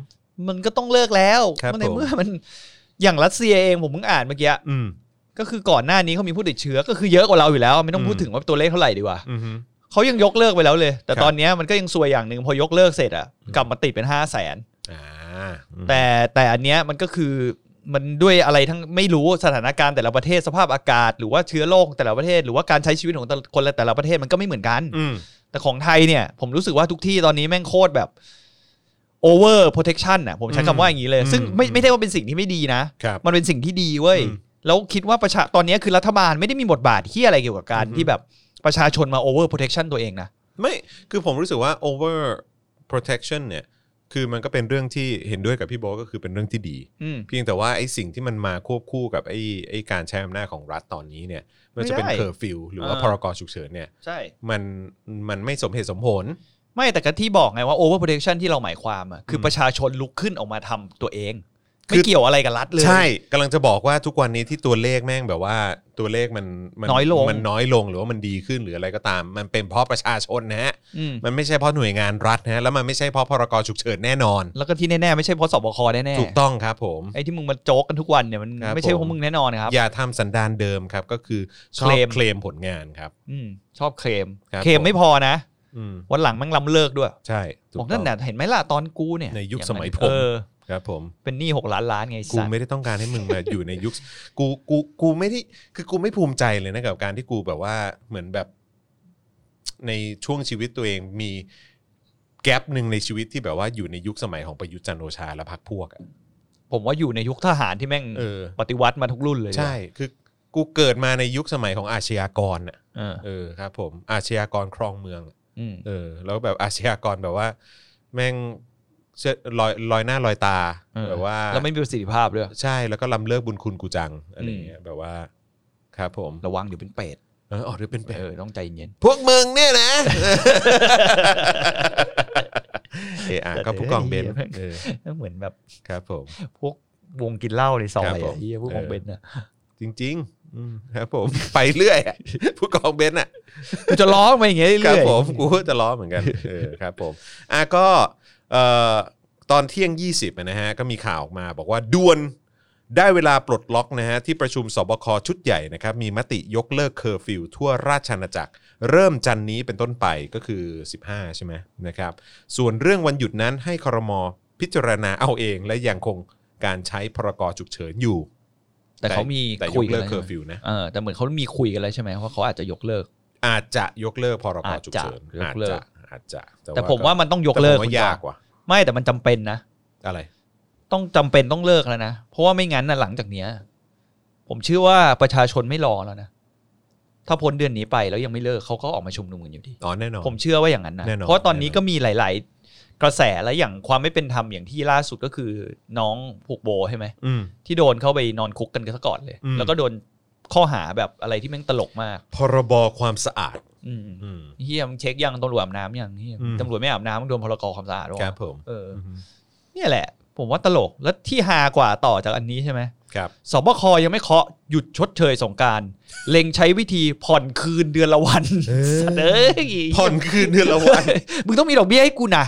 Speaker 3: มันก็ต้องเลิกแล้ว
Speaker 1: ครับ
Speaker 3: มันใน
Speaker 1: ผม
Speaker 3: เมื่อมันอย่างรัสเซียเองผมเพิ่งอ่านเมื่อกี้
Speaker 1: อืม
Speaker 3: ก็คือก่อนหน้านี้เขามีผู้ติดเชื้อก็คือเยอะกว่าเราอยู่แล้ว ไม่ต้องพูด
Speaker 1: อืม
Speaker 3: ถึงว่าตัวเลขเท่าไหร่ดีกว่า
Speaker 1: อืม
Speaker 3: เขายังยกเลิกไปแล้วเลย แต่
Speaker 1: ครับ
Speaker 3: ตอนเนี้ยมันก็ยังซวยอย่างหนึ่งพอยกเลิกเสร็จอ่ะกลับมาติดเป็นห้าแสน
Speaker 1: อ่า
Speaker 3: แต่แต่อันเนี้ยมันก็คือมันด้วยอะไรทั้งไม่รู้สถานการณ์แต่ละประเทศสภาพอากาศ หรือว่าเชื้อโรคแต่ละประเทศ หรือว่าการใช้ชีวิตของแต่ละคนแต่ละประเทศมันก็ไม่เหมือนกัน
Speaker 1: อืม
Speaker 3: แต่ของไทยเนี่ยผมรู้สึกว่าทุกที่ตอนนี้แม่งโคตรแบบ over protection น่ะผมใช้คำว่าอย่างนี้เลย ซึ่งไม่ไม่ได้ว่าเป็นสิ่งที่ไม่ดีนะ
Speaker 1: ครับ
Speaker 3: มันเป็นสิ่งที่ดีเว้ย
Speaker 1: อืม
Speaker 3: แล้วคิดว่าประชาตอนนี้คือรัฐบาลไม่ได้มีบทบาทที่อะไรเกี่ยวกับการ
Speaker 1: อือฮึ
Speaker 3: ที่แบบประชาชนมา over protection ตัวเองนะ
Speaker 1: ไม่ คือผมรู้สึกว่า over protection เนี่ย คือมันก็เป็นเรื่องที่เห็นด้วยกับพี่โบทก็คือเป็นเรื่องที่ดี
Speaker 3: อืม
Speaker 1: เพียงแต่ว่าไอ้สิ่งที่มันมาควบคู่กับไอ้ไอ้การใช้อำนาจของรัฐตอนนี้เนี่ยไม่ว่าจะเป็น
Speaker 3: ไม่ได้
Speaker 1: เคอร์ฟิวหรือว่า
Speaker 3: เออ
Speaker 1: พรกฉุกเฉินเนี่ย
Speaker 3: ใช่
Speaker 1: มันมันไม่สมเหตุสมผล
Speaker 3: ไม่แต่ก็ที่บอกไงว่า over protection ที่เราหมายความอ่ะคืออ
Speaker 1: ม
Speaker 3: ประชาชนลุกขึ้นออกมาทำตัวเอง
Speaker 1: คือ
Speaker 3: ไม่เกี่ยวอะไรกับรัฐเลย
Speaker 1: ใช่กำลังจะบอกว่าทุกวันนี้ที่ตัวเลขแม่งแบบว่าตัวเลขมันมั
Speaker 3: น้อยลง
Speaker 1: มันน้อยลงหรือว่ามันดีขึ้นหรืออะไรก็ตาม มันเป็นเพราะประชาชนนะฮะ
Speaker 3: อืม
Speaker 1: มันไม่ใช่เพราะหน่วยงานรัฐนะฮะแล้วมันไม่ใช่เพราะพรกฉุกเฉินแน่นอน
Speaker 3: แล้วก็ที่แน่ๆไม่ใช่เพราะสบคแน่
Speaker 1: ถูกต้องครับผม
Speaker 3: ๆไอ้ที่มึงมาโจกกันทุกวันเนี่ยมัน
Speaker 1: ครับ
Speaker 3: ไม่ใช่เพ
Speaker 1: ผม
Speaker 3: ราะมึงแน่นอนนะครับ
Speaker 1: อย่าทำสันดานเดิมครับ ก็คือชอบ
Speaker 3: เคลม
Speaker 1: เคลมผลงานครับ
Speaker 3: อืมชอบเคลม
Speaker 1: ครับ
Speaker 3: เคลมไม่พอนะ
Speaker 1: อืม
Speaker 3: วันหลังแมันล้ำเลิกด้วย
Speaker 1: ใช่ถู
Speaker 3: บ
Speaker 1: ก
Speaker 3: อก
Speaker 1: ต้
Speaker 3: นั่
Speaker 1: อน ง
Speaker 3: น่ะเห็นไหมล่ะตอนกูเนี่ย
Speaker 1: ในยุคสมัยผม
Speaker 3: เออ
Speaker 1: ครับผม
Speaker 3: เป็นหนี้หกล้านล้านไง
Speaker 1: กู
Speaker 3: สัตว์
Speaker 1: ไม่ได้ต้องการให้มึงมา อยู่ในยุค (laughs) กูกูกูไม่ได้คือกูไม่ภูมิใจเลยนะกับการที่กูแบบว่าเหมือนแบบในช่วงชีวิตตัวเองมีแกลบหนึ่งในชีวิตที่แบบว่าอยู่ในยุคสมัยของประยุทธ์จันทร์โอชาและพรรคพวกอะ
Speaker 3: ผมว่าอยู่ในยุคทหารที่แม่ง
Speaker 1: เออ
Speaker 3: ปฏิวัติมาทุกรุ่นเลย
Speaker 1: ใช่ คือกูเกิดมาในยุคสมัยของอาชญากรน่ะ
Speaker 3: เออ
Speaker 1: เออครับ ผมอาชญากรครองเมือง
Speaker 3: อืม
Speaker 1: เออแล้วแบบ (laughs) อาชญากรแบบว่า แม่งเชื่อลอยลอยหน้าลอยตา
Speaker 3: เออ
Speaker 1: แบบว่า
Speaker 3: แล้วไม่มีประสิทธิภาพด้วย
Speaker 1: ใช่แล้วก็ลำเลิกบุญคุณกูจังอะไรอย่างเงี้ยแบบว่า ครับผม
Speaker 3: ระวังเดี๋ยวเป็นเป็ด
Speaker 1: เออออกเรือเป็นแบ
Speaker 3: เอบ อต้องใจเย็น
Speaker 1: พวกมึงเนี่ย (laughs) นะ เอออ่ะก็ผู้กองเบนซ์เออ
Speaker 3: เหมือนแบบ
Speaker 1: ครับผม
Speaker 3: พวกวงกินเหล้าในซอย
Speaker 1: ครับผม
Speaker 3: อะเฮียพวก
Speaker 1: เออ
Speaker 3: ของเบนซ์อะ
Speaker 1: จริง ๆ อืมครับผม (laughs) ไปเรื่อยอะผู้กองเบนซ์อ่ะ
Speaker 3: กูจะร้องมาอย่างเงี้
Speaker 1: ค
Speaker 3: ยเรื่
Speaker 1: รับ
Speaker 3: อย
Speaker 1: ผม
Speaker 3: ๆ
Speaker 1: กูก็จะล้อเหมือน
Speaker 3: (laughs)
Speaker 1: กันเออครับผมอ่ะก็เอ่อตอนเที่ยง 20นะฮะก็มีข่าวออกมาบอกว่าด่วนได้เวลาปลดล็อกนะฮะที่ประชุมสบคชุดใหญ่นะครับมีมติยกเลิกเคอร์ฟิวทั่วราชอาณาจักร เริ่มจันนี้เป็นต้นไปก็คือ 15 ใช่ไหมนะครับ ส่วนเรื่องวันหยุดนั้นให้ครมพิจารณาเอาเอง และยังคงการใช้พรกฉุกเฉินอยู่
Speaker 3: แต่เขามี
Speaker 1: แต่ย
Speaker 3: คุย
Speaker 1: ก
Speaker 3: กั
Speaker 1: เลิ
Speaker 3: น
Speaker 1: ก
Speaker 3: แล้ว
Speaker 1: เคอ
Speaker 3: ใช่
Speaker 1: ร์ฟิ
Speaker 3: ไหม
Speaker 1: วนะ
Speaker 3: เออแต่เหมือนเขามีคุยกันแล้วใช่ไหมว่าเขาอาจจะยกเลิก
Speaker 1: อาจจะยกเลิกพรกฉุกเฉิน
Speaker 3: อา
Speaker 1: อา
Speaker 3: จ
Speaker 1: จ
Speaker 3: จะยกเลิ
Speaker 1: จะ
Speaker 3: ก
Speaker 1: อาจจะ
Speaker 3: แต่ผมว่ามันต้องยก
Speaker 1: แต่
Speaker 3: เลิก
Speaker 1: ผม
Speaker 3: คุณจอย
Speaker 1: ว่าากว่ะ
Speaker 3: ไม่แต่มันจำเป็นนะ
Speaker 1: อะไร
Speaker 3: ต้องจำเป็นต้องเลิกแล้วนะ เพราะว่าไม่งั้นนะหลังจากเนี้ย ผมเชื่อว่าประชาชนไม่รอแล้วนะ ถ้าพ้นเดือนนี้ไปแล้วยังไม่เลิกเขาก็ออกมาชุมนุมกันอยู่ดี
Speaker 1: อ๋อแน่นอน
Speaker 3: ผมเชื่อว่าอย่างนั้นนะ
Speaker 1: แน่นอน
Speaker 3: เพราะตอนนี้
Speaker 1: แน่นอน
Speaker 3: ก็มีหลาย ๆ กระแสและอย่างความไม่เป็นธรรมอย่างที่ล่าสุดก็คือน้องผูกโบใช่ไหม
Speaker 1: อืม
Speaker 3: ที่โดนเข้าไปนอนคุกกันก็ซะก่อนเลย
Speaker 1: อืม
Speaker 3: แล้วก็โดนข้อหาแบบอะไรที่แม่งตลกมาก
Speaker 1: พรบความสะอาด
Speaker 3: อืม
Speaker 1: อืม
Speaker 3: เฮียมึงเช็คยังตำรวจอาบน้ำยังเฮีย
Speaker 1: อืม
Speaker 3: ตำรวจไม่อาบน้ำมึงโดนพรกความสะอาดหอ
Speaker 1: ครับผม
Speaker 3: เออเนี่ยแหละ ผมว่าตลกแล้วที่ฮากว่าต่อจากอันนี้ใช่ไหม
Speaker 1: ครับ
Speaker 3: สบคยังไม่เคาะหยุดชดเชยสงกรารเล็งใช้วิธีผ่อนคืนเดือนละวันเสนอ
Speaker 1: ผ่อนคืนเดือนละวัน
Speaker 3: (laughs) มึงต้องมีดอกเบี้ยให้กูนะ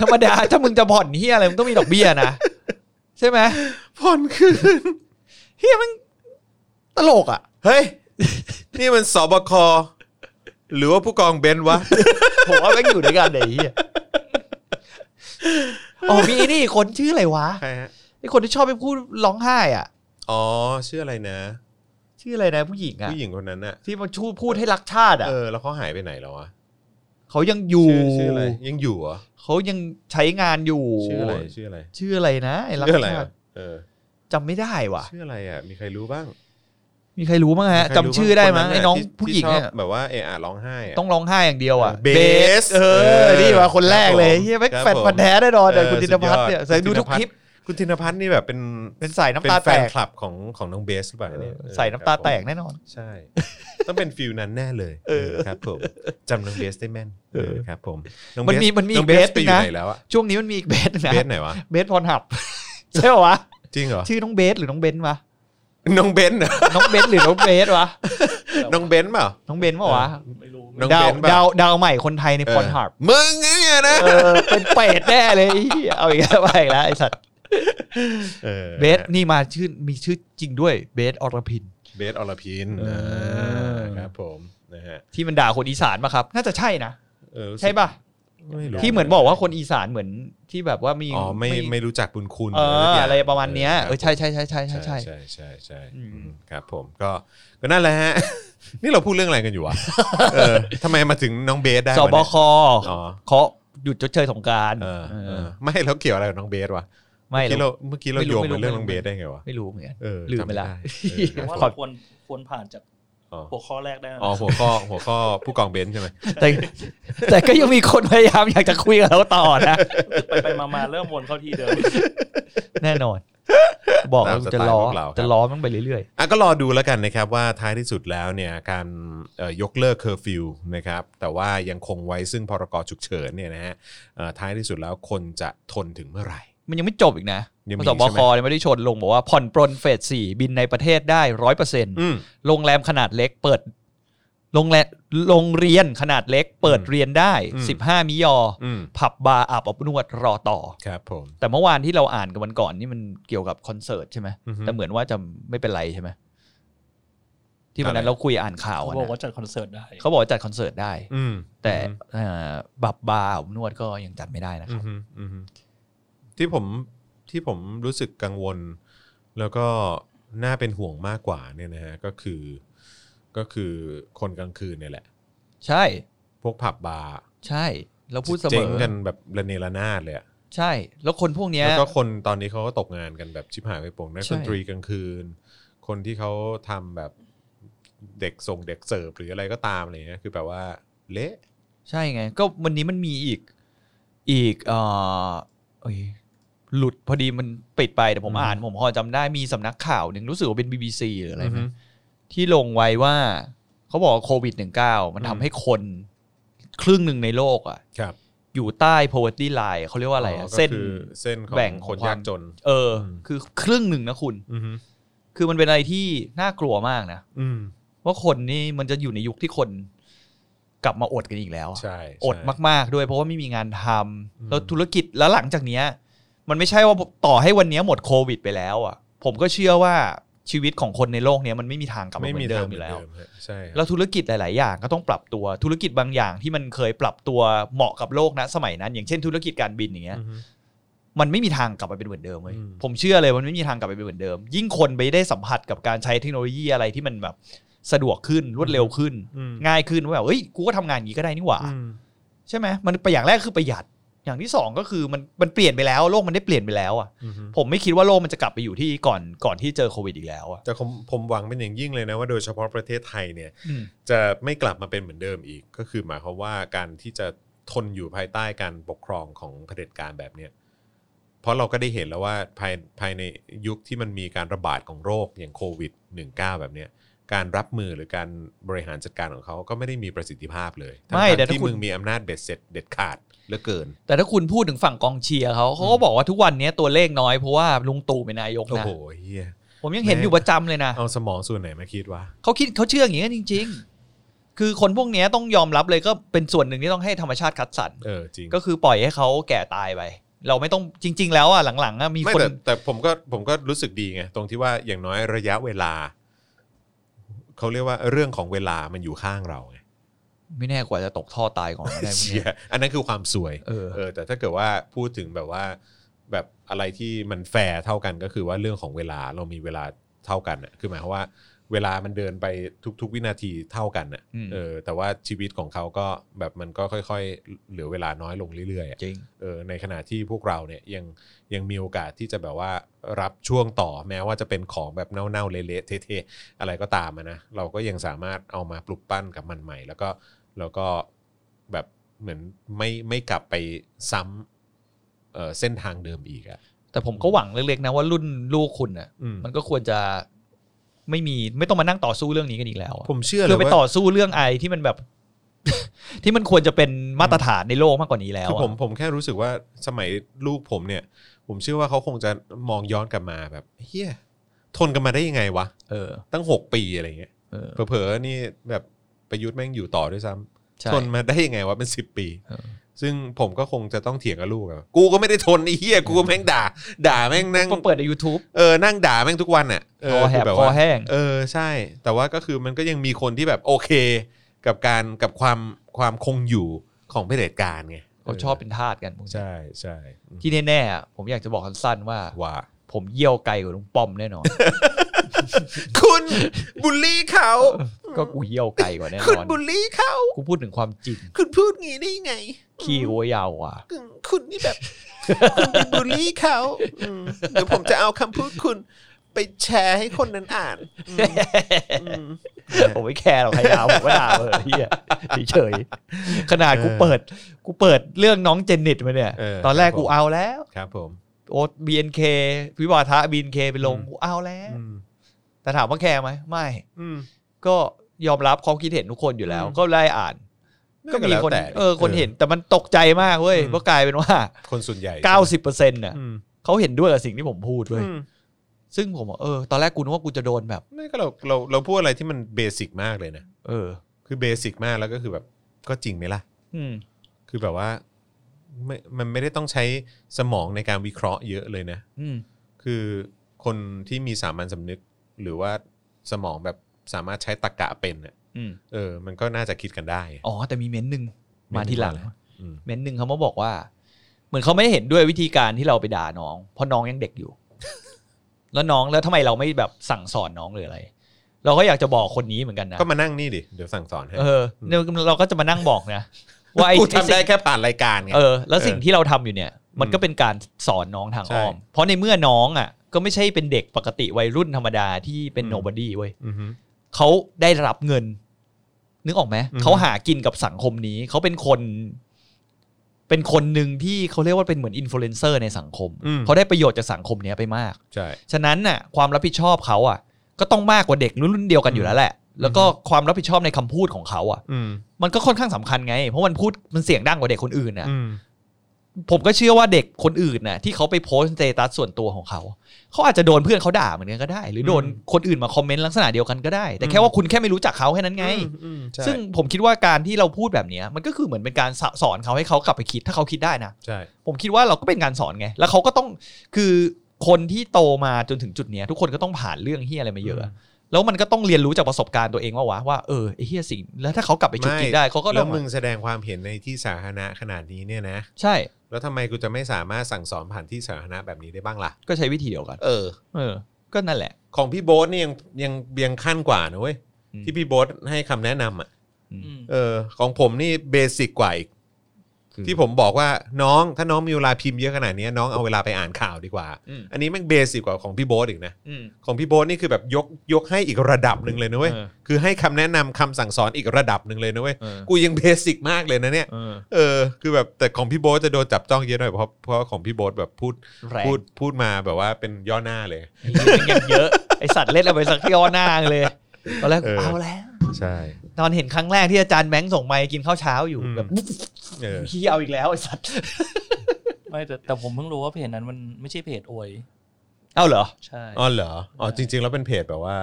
Speaker 3: ธรรมดาถ้ามึงจะผ่อนเฮียอะไรมึงต้องมีดอกเบี้ยนะ ใช่ไหม
Speaker 1: ผ่อนคืน
Speaker 3: เฮียมันตลกอ่ะ
Speaker 1: เฮ้ย นี่มันสบค หรือว่าผู้กองเบนซ์วะ
Speaker 3: ผมว่าแม่งอยู่ด้วยกันเลยไอ้เฮียอ๋อมีไอ้นี่อีกคนชื่ออะไรวะ
Speaker 1: ใครฮะ
Speaker 3: ไอ้คนที่ชอบไปพูดร้องไห้อ่ะ
Speaker 1: อ๋อชื่ออะไรนะ
Speaker 3: ชื่ออะไรนะผู้หญิงอ่ะ
Speaker 1: ผู้หญิงคนนั้นน่ะ
Speaker 3: ที่มันชูพูดให้รักชาติอ่ะ
Speaker 1: เออ แล้วเขาหายไปไหนแล้ววะ
Speaker 3: เขายังอยู่
Speaker 1: ชื่อชื่ออะไร ยังอยู่เหรอ
Speaker 3: เขายังใช้งานอยู่
Speaker 1: ชื่ออะไร ชื่ออะไร
Speaker 3: ชื่ออะไรนะไอ้รัก
Speaker 1: ชื่ออะไร
Speaker 3: ชา
Speaker 1: อ่ะ
Speaker 3: ติ
Speaker 1: เออ
Speaker 3: จำไม่ได้ว่ะ
Speaker 1: ชื่ออะไรอ่ะ มีใครรู้บ้าง
Speaker 3: มีใครรู้มั้ง
Speaker 1: มี
Speaker 3: ฮะ
Speaker 1: ใครรู้
Speaker 3: จำ
Speaker 1: บ้าง
Speaker 3: ชื่อได้มั้ง
Speaker 1: ค
Speaker 3: ไอ้น้อง
Speaker 1: ที่
Speaker 3: ผู้หญิง
Speaker 1: ที่ช
Speaker 3: เนี่
Speaker 1: อย บแบบว่าเอะอะร้องไห้ะ
Speaker 3: ต้องร้องไห้อย่างเดียวอ่ะ
Speaker 1: เบส
Speaker 3: เอ
Speaker 1: เอ
Speaker 3: อ
Speaker 1: อ
Speaker 3: นี่ว่าคนแรกเล
Speaker 1: ค
Speaker 3: ย
Speaker 1: รับผม
Speaker 3: เฮียแม่ง
Speaker 1: ครับ
Speaker 3: แฟนพันธุ์แท้แน่นอนเลย
Speaker 1: เออ
Speaker 3: คุณ
Speaker 1: สุ
Speaker 3: ธิ
Speaker 1: ด
Speaker 3: น
Speaker 1: ยอด
Speaker 3: พัฒน์เนี่ย
Speaker 1: คุณ
Speaker 3: ใส่ดู
Speaker 1: ธิน
Speaker 3: ทุก
Speaker 1: พัฒน์
Speaker 3: คลิป
Speaker 1: คุณธินพัฒน์นี่แบบเป็น
Speaker 3: เป็นสายน้ำ
Speaker 1: เป็น
Speaker 3: ตา
Speaker 1: แฟ
Speaker 3: แต
Speaker 1: น
Speaker 3: ก
Speaker 1: คลับของของน้องเบสหรือเปล่าเนี่ย
Speaker 3: เออใส่น้ำตาแตกแน่นอน
Speaker 1: ใช่ ต้องเป็นฟิลนั้นแน่เลย
Speaker 3: เออ
Speaker 1: ครับผมจำน้องเบสได้แม่น
Speaker 3: เออ
Speaker 1: ครับผมอง
Speaker 3: มันมีมันมี
Speaker 1: อง
Speaker 3: เบส
Speaker 1: ไปอยู่
Speaker 3: นะ
Speaker 1: ไหนแล้วอะ
Speaker 3: ช่วงนี้มันมีอีกเบสหนึ่งนะ
Speaker 1: เบสไหนวะ
Speaker 3: เบสพรหับ ใช่ป่าวะ
Speaker 1: จริงเหรอ
Speaker 3: (laughs) ชื่อน้องเบสหรือน้องเบนวะ
Speaker 1: น้องเบนเหรอ
Speaker 3: น้องเบสหรือน้องเบสวะ
Speaker 1: น้องเบนเปล่า
Speaker 3: น้องเบนป่าวะ
Speaker 2: ไม่รู้
Speaker 1: น้อง
Speaker 3: ดาว
Speaker 1: เบนป่ะ
Speaker 3: ดาวดาวใหม่คนไทยใน
Speaker 1: เอ
Speaker 3: พ
Speaker 1: อ
Speaker 3: รหับ
Speaker 1: มึงไงเนี่ยนะ
Speaker 3: เออเป็นเป็ดแน่เลยไอ้เหี้ยเอาอีกแล้วไปอีกแล้วไอ้สัตว์
Speaker 1: ออ
Speaker 3: เบสนี่มาชื่อมีชื่อจริงด้วยเบสอรพิน
Speaker 1: เบสอรพิน
Speaker 3: เออ
Speaker 1: ครับผมนะฮะ
Speaker 3: ที่มันด่าคนอีสานมาครับ น่าจะใช่นะ
Speaker 1: เออรู้สึก
Speaker 3: ใช่ป่ะ
Speaker 1: ไรู้
Speaker 3: ที่เหมือนบอกว่าคนอีสานเหมือนที่แบบว่ามี
Speaker 1: อ๋อไม่ไม่รู้จักบุญคุณ
Speaker 3: เออ
Speaker 1: สักย่ง
Speaker 3: อะไรประมาณเนี้ย
Speaker 1: ค
Speaker 3: เอบ อใช่ใช่ใช่ใช่ใช่
Speaker 1: ใช่
Speaker 3: ใช่
Speaker 1: ใช่ใช่ใช่
Speaker 3: อืม
Speaker 1: อืมครับผมก็ก็นั่นแหละฮ (laughs) ะ นี่เราพูดเรื่องอะไรกันอยู่วะ เออทำไมมาถึงน้องเบสได้วะ
Speaker 3: สบ
Speaker 1: เนี่ย
Speaker 3: ค
Speaker 1: อ๋อ
Speaker 3: เคาะหยุดชดเชยสงกราร
Speaker 1: เออเออไม่แล้วเกี่ยวอะไรกับน้องเบสวะ
Speaker 3: ไม่
Speaker 1: เมื่อ
Speaker 3: หร
Speaker 1: กี้เรา
Speaker 3: อก
Speaker 1: เมื่อกี้เรา
Speaker 3: ไม่รู้
Speaker 1: โยง
Speaker 3: ไม่รู้
Speaker 1: มาเรื่องน้องเบสได้ไงวะ
Speaker 3: ไม่รู้เหมือนกัน
Speaker 1: เออ
Speaker 3: ลืมไปละ
Speaker 1: จำ
Speaker 3: (laughs)
Speaker 2: แต่
Speaker 1: ด้
Speaker 2: ว่า
Speaker 1: เอ
Speaker 2: เราควรควรผ่านจาก
Speaker 1: อ
Speaker 2: หัวข้อแรกได้นะ
Speaker 1: อ๋อหัวข้อหัวข้อผู้กองเบนใช่ไหม
Speaker 3: แต่ แต่ก็ยังมีคนพยายามอยากจะคุยกับเราต่อ
Speaker 1: (laughs)
Speaker 3: นะ
Speaker 2: ไปไปมามาเริ่มวนเข้าที่เดิม
Speaker 3: แน่นอน บอกแล้วจะล้อจะล้อมันไปเรื่อย
Speaker 1: อ่ะก็รอดูแล้วกันนะครับว่าท้ายที่สุดแล้วเนี่ยการเอ่อยกเลิกเคอร์ฟิวนะครับแต่ว่ายังคงไว้ซึ่งพรกฉุกเฉินเนี่ยนะฮะเอ่อท้ายที่สุดแล้วคนจะทนถึงเมื่อไหร่
Speaker 3: ๆ มันยังไม่จบอีกนะ
Speaker 1: ยังมี
Speaker 3: สบ
Speaker 1: ใช่ไห
Speaker 3: ค
Speaker 1: ม
Speaker 3: เนี่ยไม่ได้ชนลงบอกว่าผ่อนปรนเฟสสี่บินในประเทศได้ร้อยเปอร์เซ็นต์
Speaker 1: อืม
Speaker 3: โรงแรมขนาดเล็กเปิดโรงแรมโรงเรียนขนาดเล็ก เปิดเรียนได้
Speaker 1: อืม
Speaker 3: 15 มิยออ
Speaker 1: อืม
Speaker 3: ผับบาร์อาบอบนวดรอต่อ
Speaker 1: ครับผม
Speaker 3: แต่เมื่อวานที่เราอ่านกันวันก่อนนี่มันเกี่ยวกับคอนเสิร์ตใช่ไหม
Speaker 1: อือฮึ
Speaker 3: แต่เหมือนว่าจะไม่เป็นไรใช่ไหมที่วันนั้
Speaker 1: อะไร
Speaker 3: นเราคุยอ่านข่าว
Speaker 2: เขา
Speaker 3: อะ
Speaker 2: บอก
Speaker 3: นะ
Speaker 2: ว่าจัดคอนเสิร์ตได้
Speaker 3: เขาบอกว่าจัดคอนเสิร์ตได้
Speaker 1: อืม
Speaker 3: แต่เอ่อบับบาร์อาบอบนวดก็ยังจัดไม่ได้นะค
Speaker 1: อื
Speaker 3: รั
Speaker 1: อบ ฮึอือฮึที่ผมที่ผมรู้สึกกังวล แล้วก็น่าเป็นห่วงมากกว่าเนี่ยนะฮะก็คือก็คือคนกลางคืนเนี่ยแหละ
Speaker 3: ใช่
Speaker 1: พวกผับบาร์
Speaker 3: ใช่เราพูดเสม
Speaker 1: เจ๊ง
Speaker 3: อ
Speaker 1: กันแบบระเนระนาดเลยอะ
Speaker 3: ใช่ แล้วคนพวกเนี้ย
Speaker 1: แล้วก็คนตอนนี้เขาก็ตกงานกันแบบชิบหายไปโป่งนัก
Speaker 3: ใช่
Speaker 1: ดนตรีกลางคืน คนที่เขาทำแบบเด็กส่งเด็กเสิร์ฟหรืออะไรก็ตามอะไรเงี้ยคือแบบว่า เละ
Speaker 3: ใช่ไง ก็วันนี้มันมีอีกอีกเอ่อเอ้ยหลุดพอดีมันปิดไปแต่ผม
Speaker 1: อืม
Speaker 3: อ่าน ผมพอจำได้มีสำนักข่าวหนึ่งรู้สึกว่าเป็น BBC หรืออะไรนะที่ลงไว้ว่า เขาบอกว่าโควิด -19 มันทำให้คนครึ่งหนึ่งในโลกอ่ะ
Speaker 1: ครับ
Speaker 3: อยู่ใต้ poverty line เขาเรียกว่าอะไรอะ
Speaker 1: ก็
Speaker 3: เส้น
Speaker 1: คือเส้นของ
Speaker 3: แบ่ง
Speaker 1: คน
Speaker 3: ของความ
Speaker 1: ยากจน
Speaker 3: เอออ
Speaker 1: ม
Speaker 3: คือครึ่งหนึ่งนะคุณ
Speaker 1: อือฮึ
Speaker 3: คือมันเป็นอะไรที่น่ากลัวมากนะ
Speaker 1: อืม
Speaker 3: ว่าคนนี่มันจะอยู่ในยุคที่คนกลับมาอดกันอีกแล้วอะ
Speaker 1: ใช่
Speaker 3: อด
Speaker 1: ใช่
Speaker 3: มาก ๆ ด้วยเพราะว่าไม่มีงานท
Speaker 1: อืม
Speaker 3: ำแล้วธุรกิจแล้วหลังจากเนี้ย มันไม่ใช่ว่าต่อให้วันเนี้ยหมดโควิดไปแล้วอ่ะ ผมก็เชื่อว่าชีวิตของคนในโลกเนี้ยมันไม่มีทางกลับมา
Speaker 1: ไม่
Speaker 3: เหมื
Speaker 1: มี
Speaker 3: อน
Speaker 1: ทา
Speaker 3: เดิ
Speaker 1: ง
Speaker 3: ม
Speaker 1: เหมือ
Speaker 3: อ
Speaker 1: ยู่ น
Speaker 3: แล้ว
Speaker 1: เดิมฮะใช่ครับ
Speaker 3: แล้วธุรกิจหลาย ๆ อย่างก็ต้องปรับตัวธุรกิจบางอย่างที่มันเคยปรับตัวเหมาะกับโลกนะสมัยนั้น อย่างเช่นธุรกิจการบินอย่างเงี้ย มันไม่มีทางกลับไปเป็นเหมือนเดิมเลย
Speaker 1: อืม
Speaker 3: ผมเชื่อเลยมันไม่มีทางกลับไปเป็นเหมือนเดิม ยิ่งคนไปได้สัมผัสกับการใช้เทคโนโลยีอะไรที่มันแบบสะดวกขึ้นรวดเร็วขึ้น
Speaker 1: อืม
Speaker 3: ง่ายขึ้นว่าแบบเฮ้ยกูก็ทำงานอย่างนี้ก็ได้นี่หว่า
Speaker 1: อืม
Speaker 3: ใช่ไหมมันไปอย่างแรกคือประหยัด อย่างที่สองก็คือมันมันเปลี่ยนไปแล้วโลกมันได้เปลี่ยนไปแล้วอ่ะ
Speaker 1: อือฮึ
Speaker 3: ผมไม่คิดว่าโลกมันจะกลับไปอยู่ที่ก่อนก่อนที่เจอโควิดอีกแล้วอ่ะ
Speaker 1: แต่ผมผมหวังเป็นอย่างยิ่งเลยนะว่าโดยเฉพาะประเทศไทยเนี่ยจะไม่กลับมาเป็นเหมือนเดิมอีก ก็คือหมายความว่าการที่จะทนอยู่ภายใต้การปกครองของเผด็จการแบบเนี้ยเพราะเราก็ได้เห็นแล้วว่าภายภายในยุคที่มันมีการระบาดของโรคอย่างโควิด -19 แบบเนี้ยการรับมือหรือการบริหารจัดการของเขาก็ไม่ได้มีประสิทธิภาพเลยทั้งๆที่มึงมีอำนาจเบ็ดเสร็จเด็ดขาดเหลือเกิน
Speaker 3: แต่ถ้าคุณพูดถึงฝั่งกองเชียร์เขาเขาก็บอกว่าทุกวันนี้ตัวเลขน้อยเพราะว่าลุงตู่เป็นนายก
Speaker 1: โอ้
Speaker 3: นะ
Speaker 1: โหเฮีย
Speaker 3: ผมยังเห็นอยู่ประจำเลยนะ
Speaker 1: เอาสมองส่วนไหนมาคิดวะ
Speaker 3: เขาคิดเขาเชื่ออย่างนี้กันจริง ๆ คือคนพวกเนี้ยต้องยอมรับเลยก็เป็นส่วนหนึ่งที่ต้องให้ธรรมชาติคัดสรร
Speaker 1: เออจริง
Speaker 3: ก็คือปล่อยให้เขาแก่ตายไป เราไม่ต้องจริง ๆ แล้วอ่ะหลังๆอะมี
Speaker 1: ไม่
Speaker 3: คน
Speaker 1: แต่แต่ผมก็ผมก็รู้สึกดีไงตรงที่ว่าอย่างน้อยระยะเวลา เขาเรียกว่าเรื่องของเวลามันอยู่ข้างเราไง
Speaker 3: ไม่แน่กว่าจะตกท่อตายก่อนก็ได้พวก
Speaker 1: เชี
Speaker 3: เนี้
Speaker 1: ย
Speaker 3: ย
Speaker 1: อันนั้นคือความสวย
Speaker 3: เออ
Speaker 1: เออแต่ถ้าเกิดว่าพูดถึงแบบว่า แบบอะไรที่มันแฟร์เท่ากันก็คือว่าเรื่องของเวลาเรามีเวลาเท่ากันน่ะคือหมายความว่า เวลามันเดินไปทุก ๆ วินาทีเท่ากันน่ะ
Speaker 3: อืม
Speaker 1: เออ แต่ว่าชีวิตของเขาก็แบบมันก็ค่อย ๆ เหลือเวลาน้อยลงเรื่อยๆอ่ะ
Speaker 3: จริง
Speaker 1: เออในขณะที่พวกเราเนี่ยยังยังมีโอกาสที่จะแบบว่ารับช่วงต่อแม้ว่าจะเป็นของแบบเน่าๆเละๆเทะๆอะไรก็ตามอะนะเราก็ยังสามารถเอามาปลุกปั้นกับมันใหม่ แล้วก็แล้วก็แบบเหมือนไม่ไม่กลับไปซ้ำเอ่อเส้นทางเดิมอีกอ่ะ
Speaker 3: แต่ผมก็หวังเล็กๆนะว่ารุ่นลูกคุณอ่ะ
Speaker 1: อืม
Speaker 3: มันก็ควรจะไม่มีไม่ต้องมานั่งต่อสู้เรื่องนี้กันอีกแล้วอะ
Speaker 1: ผมเชื่อเล
Speaker 3: เรา
Speaker 1: ย
Speaker 3: ไป
Speaker 1: ว่า
Speaker 3: ต่อสู้เรื่องไอที่มันแบบ (laughs) ที่มันควรจะเป็นมาตรฐานในโลกมากกว่านี้แล้ว
Speaker 1: คือ
Speaker 3: อะ
Speaker 1: ผมผมแค่รู้สึกว่าสมัยลูกผมเนี่ย ผมเชื่อว่าเขาคงจะมองย้อนกลับมาแบบเฮียทนกันมาได้ยังไงวะ
Speaker 3: เออ
Speaker 1: ตั้ง 6 ปีอะไรเงี้ย
Speaker 3: เออ
Speaker 1: เผลอๆนี่แบบประยุทธ์แม่งอยู่ต่อด้วยซ้ำ
Speaker 3: ใช่
Speaker 1: ทนมาได้ยังไงวะเป็น 10 ปี
Speaker 3: เออ
Speaker 1: ซึ่งผมก็คงจะต้องเถียงกับลูกอะกูก็ไม่ได้ทนไอ้เฮียกูก็แม่งด่า ด่าแม่งนั่ง
Speaker 3: พอเปิดใน YouTube
Speaker 1: เออนั่งด่าแม่งทุกวันอ่ะเ
Speaker 3: คอแหบ
Speaker 1: บบ
Speaker 3: คอ
Speaker 1: ว่า
Speaker 3: แห้ง
Speaker 1: เออใช่ แต่ว่าก็คือมันก็ยังมีคนที่แบบโอเค กับการกับความความคงอยู่ของเผด็จการไง
Speaker 3: เขาชอบเป็นทาสกันพวกนี้
Speaker 1: ใช่ใช่อืม
Speaker 3: ที่แน่ๆอะผมอยากจะบอกสั้นๆว่า
Speaker 1: ว่า
Speaker 3: ผมเยี่ยวไกลกว่าลุงป้อมแน่นอน (laughs)
Speaker 1: คุณ (laughs) บุลลี่เขา
Speaker 3: ก็กูเยี่ยวไกลกว่าแน่น
Speaker 1: คุณ
Speaker 3: อน
Speaker 1: บุลลี่เขา
Speaker 3: กูพูดถึงความจริง
Speaker 1: คุณพูดงี้ได้ไง
Speaker 3: ขี้โวยาวอ่ะ
Speaker 1: คุณคุณนี่แบบ คุณเป็นบุลลี่เขาอืมเดี๋ยวผมจะเอาคำพูดคุณไปแชร์ให้คนนั้นอ่านอืมอืม
Speaker 3: (laughs) ผมไม่แคร์หรอกใครด่าผมก็ด่าเออเฮีย
Speaker 1: (laughs)
Speaker 3: เฉยๆขนาดกูเปิด กูเปิดเรื่องน้องเจนนิตมาเนี่ย
Speaker 1: เออ
Speaker 3: ตอนแรก
Speaker 1: ครับผม
Speaker 3: กูเอาแล้ว
Speaker 1: (laughs) ครับผม
Speaker 3: โอ๊ตบีเอ็นเควิวาทะบีเอ็นเคไปลง
Speaker 1: อืม
Speaker 3: กูเอาแล้ว
Speaker 1: อืม
Speaker 3: แต่ถามว่าแคร์ไหมไม่
Speaker 1: อืม
Speaker 3: ก็ยอมรับความคิดเห็นทุกคนอยู่แล้ว
Speaker 1: อืม
Speaker 3: ก็ไล่อ่าน ก็มีคน
Speaker 1: แล้วแต่
Speaker 3: เออคนเห็นแต่มันตกใจมากเว้ย
Speaker 1: อืม
Speaker 3: เพราะกลายเป็นว่า
Speaker 1: คนส่วนใหญ่
Speaker 3: 90%น่ะ
Speaker 1: อืม
Speaker 3: เขาเห็นด้วยกับสิ่งที่ผมพูดเว้ย
Speaker 1: อืม
Speaker 3: ซึ่งผมบอกเออตอนแรกกูนึกว่ากูจะโดนแบบ
Speaker 1: ไม่ก็เราเราเราพูดอะไรที่มันเบสิกมากเลยนะ
Speaker 3: เออ
Speaker 1: คือเบสิกมากแล้วก็คือแบบก็จริงไหมล่ะ
Speaker 3: อืม
Speaker 1: คือแบบว่าไม่มันไม่ได้ต้องใช้สมองในการวิเคราะห์เยอะเลยนะ
Speaker 3: อืม
Speaker 1: คือคนที่มีสามัญสำนึก หรือว่าสมองแบบสามารถใช้ตรรกะเป็นน่ะ
Speaker 3: อืม
Speaker 1: เออ มันก็น่าจะคิดกันได้อะ
Speaker 3: อ๋อแต่มีเม้นต์หนึ่ง
Speaker 1: เม้นต์
Speaker 3: มาทีหลัง
Speaker 1: ว่าอะไร อืม
Speaker 3: เม้นต์หนึ่งเขามาบอกว่า เหมือนเขาไม่เห็นด้วยวิธีการที่เราไปด่าน้อง เพราะน้องยังเด็กอยู่ (laughs) แล้วน้องแล้วทำไมเราไม่แบบสั่งสอนน้องหรืออะไร เราก็อยากจะบอกคนนี้เหมือนกันนะ
Speaker 1: ก็มานั่งนี่ดิเดี๋ยวสั่งสอนให้
Speaker 3: เออเนี่ยเราก็จะมานั่งบอกนะว่าไอ้
Speaker 1: กู
Speaker 3: ไอ้
Speaker 1: ทำได้
Speaker 3: สิ่ง
Speaker 1: แค่ผ่านรายการไง
Speaker 3: เออ แล้วสิ่ง
Speaker 1: เออ
Speaker 3: ที่เราทำอยู่เนี่ย มันก็เป็นการสอนน้องทาง
Speaker 1: ใช่
Speaker 3: อ้อม เพราะในเมื่อน้องอ่ะ ก็ไม่ใช่เป็นเด็กปกติวัยรุ่นธรรมดาที่เป็น
Speaker 1: อืม
Speaker 3: โนบดี้เว้ย
Speaker 1: อฮึ
Speaker 3: เขาได้รับเงิน นึกออกไหม
Speaker 1: อืม
Speaker 3: เขาหากินกับสังคมนี้ เขาเป็นคน เป็นคนหนึ่งที่เขาเรียกว่าเป็นเหมือนอินฟลูเอนเซอร์ในสังคม
Speaker 1: อืม
Speaker 3: เขาได้ประโยชน์จากสังคมเนี้ยไปมาก
Speaker 1: ใช่
Speaker 3: ฉะนั้นน่ะ ความรับผิดชอบเขาอ่ะ ก็ต้องมากกว่าเด็กรุ่นเดียวกันอยู่แล้วแหละ แล้วก็ความรับผิดชอบในคำพูดของเขาอ่ะ
Speaker 1: อืม
Speaker 3: มันก็ค่อนข้างสำคัญไง เพราะมันพูดมันเสียงดังกว่าเด็กคนอื่นน่ะ
Speaker 1: อืม
Speaker 3: ผมก็เชื่อว่าเด็กคนอื่นน่ะที่เขาไปโพสต์สเตตัสส่วนตัวของเขาเขาอาจจะโดนเพื่อนเขาด่าเหมือนกันก็ได้ หรือโดนคนอื่นมาคอมเมนต์ลักษณะเดียวกันก็ได้ แต่แค่ว่าคุณแค่ไม่รู้จักเขาแค่นั้นไง
Speaker 1: อืมใช่
Speaker 3: ซึ่งผมคิดว่าการที่เราพูดแบบเนี้ยมันก็คือเหมือนเป็นการสอนเขาให้เขากลับไปคิดถ้าเขาคิดได้นะ
Speaker 1: ใช่
Speaker 3: ผมคิดว่าเราก็เป็นการสอนไง แล้วเขาก็ต้องคือคนที่โตมาจนถึงจุดเนี้ยทุกคนก็ต้องผ่านเรื่องเฮียอะไรมาเยอะ
Speaker 1: อืม
Speaker 3: แล้วมันก็ต้องเรียนรู้จากประสบการณ์ตัวเองว่าวะว่าเออไอ้เฮียสิ่งแล้วถ้าเขากลับไปจุดคิดได้เขาก็ต้
Speaker 1: แล้
Speaker 3: อ
Speaker 1: ว
Speaker 3: ง
Speaker 1: มึงแสดงความเห็นในที่สาธารณะขนาดนี้เนี่ยนะ
Speaker 3: ใช่
Speaker 1: แล้วทำไมกูจะไม่สามารถสั่งสอนผ่านที่สาธารณะแบบนี้ได้บ้างล่ะ
Speaker 3: ก็ใช้วิธีเดียวกัน
Speaker 1: เออ
Speaker 3: เออ ก็นั่นแหละ
Speaker 1: ของพี่โบ๊ทนี่ยังยังเบียงขั้นกว่านะเว้ย
Speaker 3: อืม
Speaker 1: ที่พี่โบ๊ทให้คำแนะนำอ่ะ
Speaker 2: อืม
Speaker 1: เออ ของผมนี่เบสิกกว่าอีก ที่ผมบอกว่าน้องถ้าน้องมีเวลาพิมพ์เยอะขนาดนี้น้องเอาเวลาไปอ่านข่าวดีกว่า
Speaker 3: อืม
Speaker 1: อันนี้แม่งเบสิกกว่าของพี่โบ๊ทอีกนะ
Speaker 3: อืม
Speaker 1: ของพี่โบ๊ทนี่คือแบบยกยกให้อีกระดับหนึ่งเลยนะเว้ย
Speaker 3: เออ
Speaker 1: คือให้คำแนะนำคำสั่งสอนอีกระดับหนึ่งเลยนะเว้ย
Speaker 3: เออ
Speaker 1: กูยังเบสิกมากเลยนะเนี่ย
Speaker 3: เออ
Speaker 1: เออคือแบบแต่ของพี่โบ๊ทจะโดนจับจ้องเยอะหน่อยเพราะเพราะของพี่โบ๊ทแบบพูด
Speaker 3: แรง
Speaker 1: พูดพูดมาแบบว่าเป็นย่อหน้าเลย
Speaker 3: ไอ้เหี้ยมันยังเยอะไอสัตว์เล่นเอาไปสักย่อหน้าเลยตอนแรก
Speaker 1: เออ
Speaker 3: เอาแล้ว
Speaker 1: ใช่
Speaker 3: ตอนเห็นครั้งแรกที่อาจารย์แบงค์ส่งไปกินข้าวเช้าอยู่
Speaker 1: อืม
Speaker 3: แบบ
Speaker 1: เออ
Speaker 3: พี่เอาอีกแล้วไอ้สัตว์
Speaker 2: ไม่แต่แต่ผมเพิ่งรู้ว่าเพจนั้นมันไม่ใช่เพจอวย
Speaker 3: เอาเหรอ
Speaker 2: ใช่
Speaker 1: อ๋อเหรอ อ๋อจริง ๆ แล้วเป็นเพจแบบว่า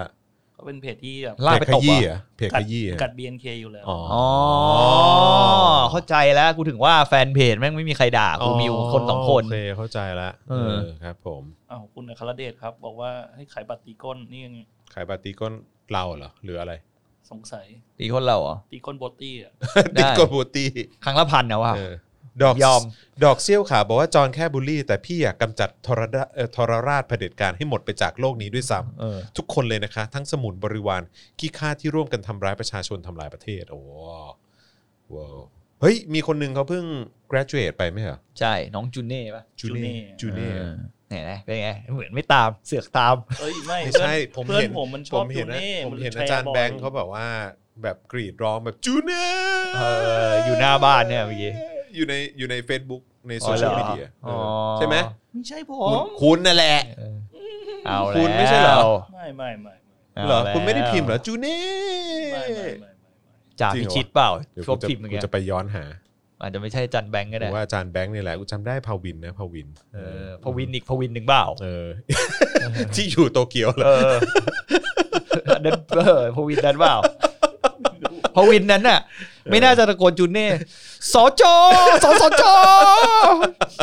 Speaker 2: ก็เป็นเพจที่แบบ
Speaker 3: ลากไป
Speaker 1: เพจข
Speaker 3: ตบ
Speaker 1: ยี้
Speaker 3: อ่ะ
Speaker 1: อะเพจขยี้อะ
Speaker 2: กัด BNK อยู่แล้ว
Speaker 1: อ๋อ
Speaker 3: อ๋อเข้าใจแล้วกูถึงว่าแฟนเพจแม่งไม่มีใครด่ากูมีอยู่คนสองคน
Speaker 1: โอเคเข้าใจละ
Speaker 3: เออ
Speaker 1: เออครับผม
Speaker 2: อ้าวคุณอัครเดชครับ บอกว่าให้ขายบัตรตีก้นนี่ยัง
Speaker 1: ขายปาร์ตี้ก้นเราเหรอหรืออะไร
Speaker 2: สงสัย
Speaker 3: ตีคนเราเหรอ
Speaker 2: ตีก้นโบตี้อ่ะ
Speaker 3: ได้
Speaker 1: ติดกดบูตี้
Speaker 3: ครั้งละพันนะว่า
Speaker 1: เออดอก
Speaker 3: ยอม
Speaker 1: ดอกเซี่ยวขาวบอกว่าจอนแค่บูลลี่ แต่พี่อยากกำจัดทรดะเอ่อทรราชเผด็จการให้หมดไปจากโลกนี้ด้วยซ้ำ
Speaker 3: เออ
Speaker 1: ทุกคนเลยนะคะ ทั้งสมุนบริวารขี้ข้าที่ร่วมกันทำร้ายประชาชนทำลายประเทศ โอ้โหว้าวเฮ้ย มีคนหนึ่งเขาเพิ่ง graduate ไปไหมเหรอ
Speaker 3: ใช่ น้องจูเน่ปะ
Speaker 1: จูเน่
Speaker 2: June
Speaker 1: จูเน่
Speaker 3: ออเนี่ยนะเป็นไง เหมือนไม่ตามเสือกตาม
Speaker 2: เอ้ยไม่
Speaker 1: ไม่ใช่
Speaker 2: เพื่
Speaker 1: ผม
Speaker 2: อนเพื่อน
Speaker 1: เห็น
Speaker 2: ผมมันช
Speaker 1: ผ
Speaker 2: อบ
Speaker 1: ม
Speaker 2: อ
Speaker 1: เห็
Speaker 2: ยู่
Speaker 1: นนะ
Speaker 2: เน่
Speaker 1: ผม
Speaker 2: มั
Speaker 1: เห็น
Speaker 2: แช
Speaker 1: อาจารย์
Speaker 2: อ
Speaker 1: แบงค์เขาแบบว่าแบบกรีดร้องแบบจูเน่
Speaker 3: เอออยู่หน้าบ้านเนี่ยเมื่อกี้
Speaker 1: อยู่ในอยู่ใน Facebook ในโซเชียลมีเดีย
Speaker 3: อ๋อ
Speaker 1: ใช่ไหม
Speaker 2: ไม่ใช่ผ
Speaker 1: คุณ
Speaker 2: ม
Speaker 1: คุณนั่นแหละ
Speaker 3: เออเอาแล้ว
Speaker 1: คุณไม่ใช่เหรอ
Speaker 2: ไม่ไม่ไม่ไม่
Speaker 3: า
Speaker 1: เหรอ
Speaker 3: แล้ว
Speaker 1: คุณไม่ได้พิมพ์เหรอจูเน่
Speaker 2: ไม่ไม่ไม่ไม่ไม่
Speaker 3: จ่า
Speaker 1: จริง
Speaker 3: พิ
Speaker 1: เหรอ
Speaker 3: ชิตเปล่า
Speaker 1: เดี๋ยว
Speaker 3: ช่วงพิมพ์เมื่อ
Speaker 1: กู
Speaker 3: กี้
Speaker 1: จะไปย้อนหา
Speaker 3: อาจจะไม่ใช่จันแบงก์ก็
Speaker 1: หรื
Speaker 3: ได้
Speaker 1: อว่าอาจารย์แบงค์นี่แหละกูจำได้พาวินนะพาวิน
Speaker 3: เออพวินอีกพวินหนึ่งเปล่า
Speaker 1: เออ ที่อยู่โตเกียวเหร
Speaker 3: เอ
Speaker 1: อ
Speaker 3: ออัน (laughs) นั้นเออพวินนั้นเปล่าพวินนั้นน่ะ ไม่น่าจะตะโกนจูเน่สอจอสอสอจอ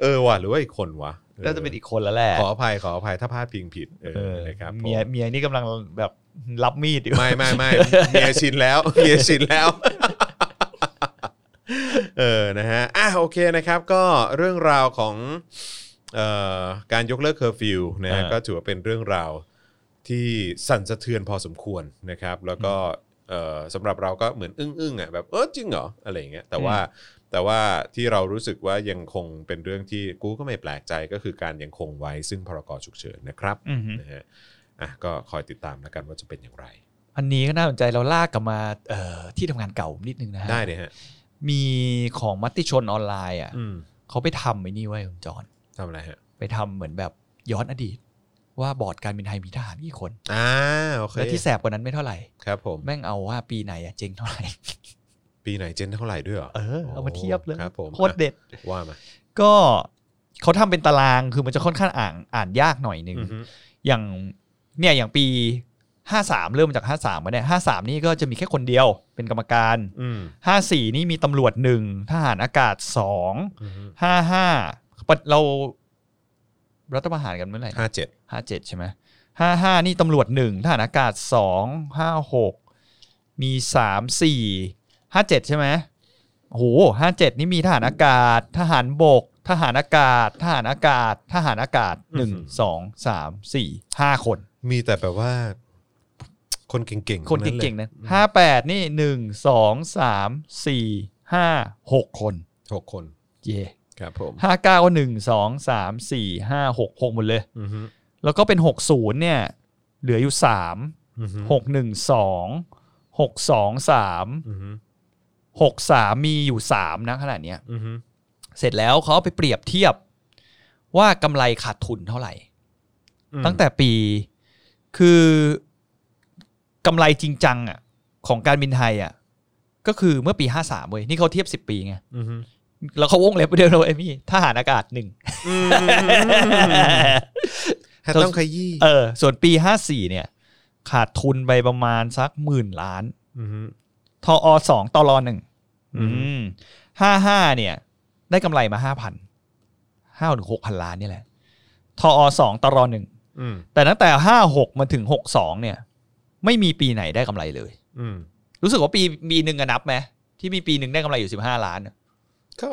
Speaker 1: เออว่ะหรือว่าอีกคนวะ
Speaker 3: น่าจะเป็นอีกคนแล้วแหละ
Speaker 1: ขออภัยขออภัยถ้าพลาดพิงผิดเอ
Speaker 3: เอ
Speaker 1: อ
Speaker 3: อ
Speaker 1: นะครับผม
Speaker 3: เมียเมียนี่กำลังแบบรับมีดอยู่
Speaker 1: ไม่ไม่
Speaker 3: (laughs)
Speaker 1: ไม่เมียชินแล้ว (laughs) เมียชินแล้ว เออนะฮะอ่ะโอเคนะครับ ก็เรื่องราวของเอ่อการยกเลิกเคอร์ฟิวนะฮะ
Speaker 3: อ่า
Speaker 1: ก็ถือว่าเป็นเรื่องราวที่สั่นสะเทือนพอสมควรนะครับ แล้วก็เอ่อสำหรับเราก็เหมือนอึ้งๆอ่ะแบบเออจริงเหรออะไรอย่างเงี้ยแต่ว่าแต่ว่าที่เรารู้สึกว่ายังคงเป็นเรื่องที่กูก็ไม่แปลกใจก็คือการยังคงไว้ซึ่งพรกฉุกเฉินนะครับ
Speaker 3: อือหือ
Speaker 1: นะฮะอ่ะก็คอยติดตามแล้วกันว่าจะเป็นอย่างไร
Speaker 3: อันนี้ก็น่าสนใจเราลากกลับมาเอ่อที่ทำงานเก่านิดนึงนะฮะ
Speaker 1: ได้เลยฮะ
Speaker 3: มีของมัติชนออนไลน์อ่ะ
Speaker 1: อืม
Speaker 3: เขาไปทำไอ้นี่ไว้ยคุณจอน
Speaker 1: ทำอะไรฮะ
Speaker 3: ไปทำเหมือนแบบย้อนอดีต ว่าบอร์ดการบินไทยมีทหารกี่คน
Speaker 1: อ่าโอเค
Speaker 3: และที่แสบกว่านั้นไม่เท่าไหร่
Speaker 1: ครับผม
Speaker 3: แม่งเอาว่าปีไหนอะเจ๊งเท่าไหร่
Speaker 1: ปีไหนเจนเท่าไหร่ด้วยเหรอ
Speaker 3: เออ (laughs) เอามาเทียบเลย
Speaker 1: ครับผม
Speaker 3: โคตรเด็ด
Speaker 1: ว่ามา
Speaker 3: ก็เขาทำเป็นตารางคือมันจะค่อนข้างอ่านอ่านยากหน่อยหนึ่ง
Speaker 1: อือฮึ
Speaker 3: อย่างเนี่ยอย่างปี 53 เริ่มมาจาก 53มาเนี่ย53 นี่ก็จะมีแค่คนเดียวเป็นกรรมการ
Speaker 1: อืม
Speaker 3: 54 นี่มีตำรวจหนึ่งทหารอากาศสองห้าห้าเรารัฐประหารกันเมื่อไหร่
Speaker 1: ห้าเจ็ด
Speaker 3: ห้าเจ็ดใช่ไหมห้าห้านี่ตำรวจหนึ่งทหารอากาศสองห้าหกมีสามสี่ห้าเจ็ดใช่ไหมโอ้โหห้าเจ็ดนี่มีทหารอากาศ ทหารบก ทหารอากาศ ทหารอากาศ ทหารอากาศหนึ่งสองสามสี่ห้าคน
Speaker 1: มีแต่แบบว่า คนเก่งๆ
Speaker 3: คนเก่งๆนะห้าแปดนี่หนึ่งสองสามสี่ห้าหกคน
Speaker 1: หกคน
Speaker 3: เย่
Speaker 1: ครับผม
Speaker 3: ห้าเก้าก็หนึ่งสองสามสี่ห้าหกหกหมดเลย
Speaker 1: อือฮึ
Speaker 3: แล้วก็เป็นหกศูนย์เนี่ย เหลืออยู่สาม
Speaker 1: อือฮึ
Speaker 3: หกหนึ่งสองหกสองสาม
Speaker 1: อือฮึ
Speaker 3: หกสามมีอยู่สามนะขนาดเนี้ย
Speaker 1: อือฮึ
Speaker 3: เสร็จแล้วเขาเอาไปเปรียบเทียบว่ากำไรขาดทุนเท่าไหร่
Speaker 1: อืม
Speaker 3: ตั้งแต่ปีคือกำไรจริงจังอ่ะของการบินไทยอ่ะก็คือเมื่อปี 53เว้ยนี่เขาเทียบ 10 ปีไง
Speaker 1: อือฮึ
Speaker 3: แล้วเขาวงเล็บไปเดียวเลยไอ้พี่ทหารอากาศหนึ่ง
Speaker 1: อืมถ้าต้องขยี้
Speaker 3: เออส่วนปี 54 เนี่ย ขาดทุนไปประมาณสักหมื่นล้าน
Speaker 1: อือฮึ
Speaker 3: ทออสองตอรอหนึ่ง
Speaker 1: อืม
Speaker 3: ห้าห้าเนี่ย ได้กำไรมาห้าพันห้าถึงหกพันล้านนี่แหละ ทออสองตอรอหนึ่ง
Speaker 1: อืม
Speaker 3: แต่ตั้งแต่ห้าหกมาถึงหกสองเนี่ย ไม่มีปีไหนได้กำไรเลย
Speaker 1: อืม
Speaker 3: รู้สึกว่าปีปีหนึ่งอะนับไหมที่มีปีหนึ่งได้กำไรอยู่สิบห้าล้านอะ
Speaker 1: ก็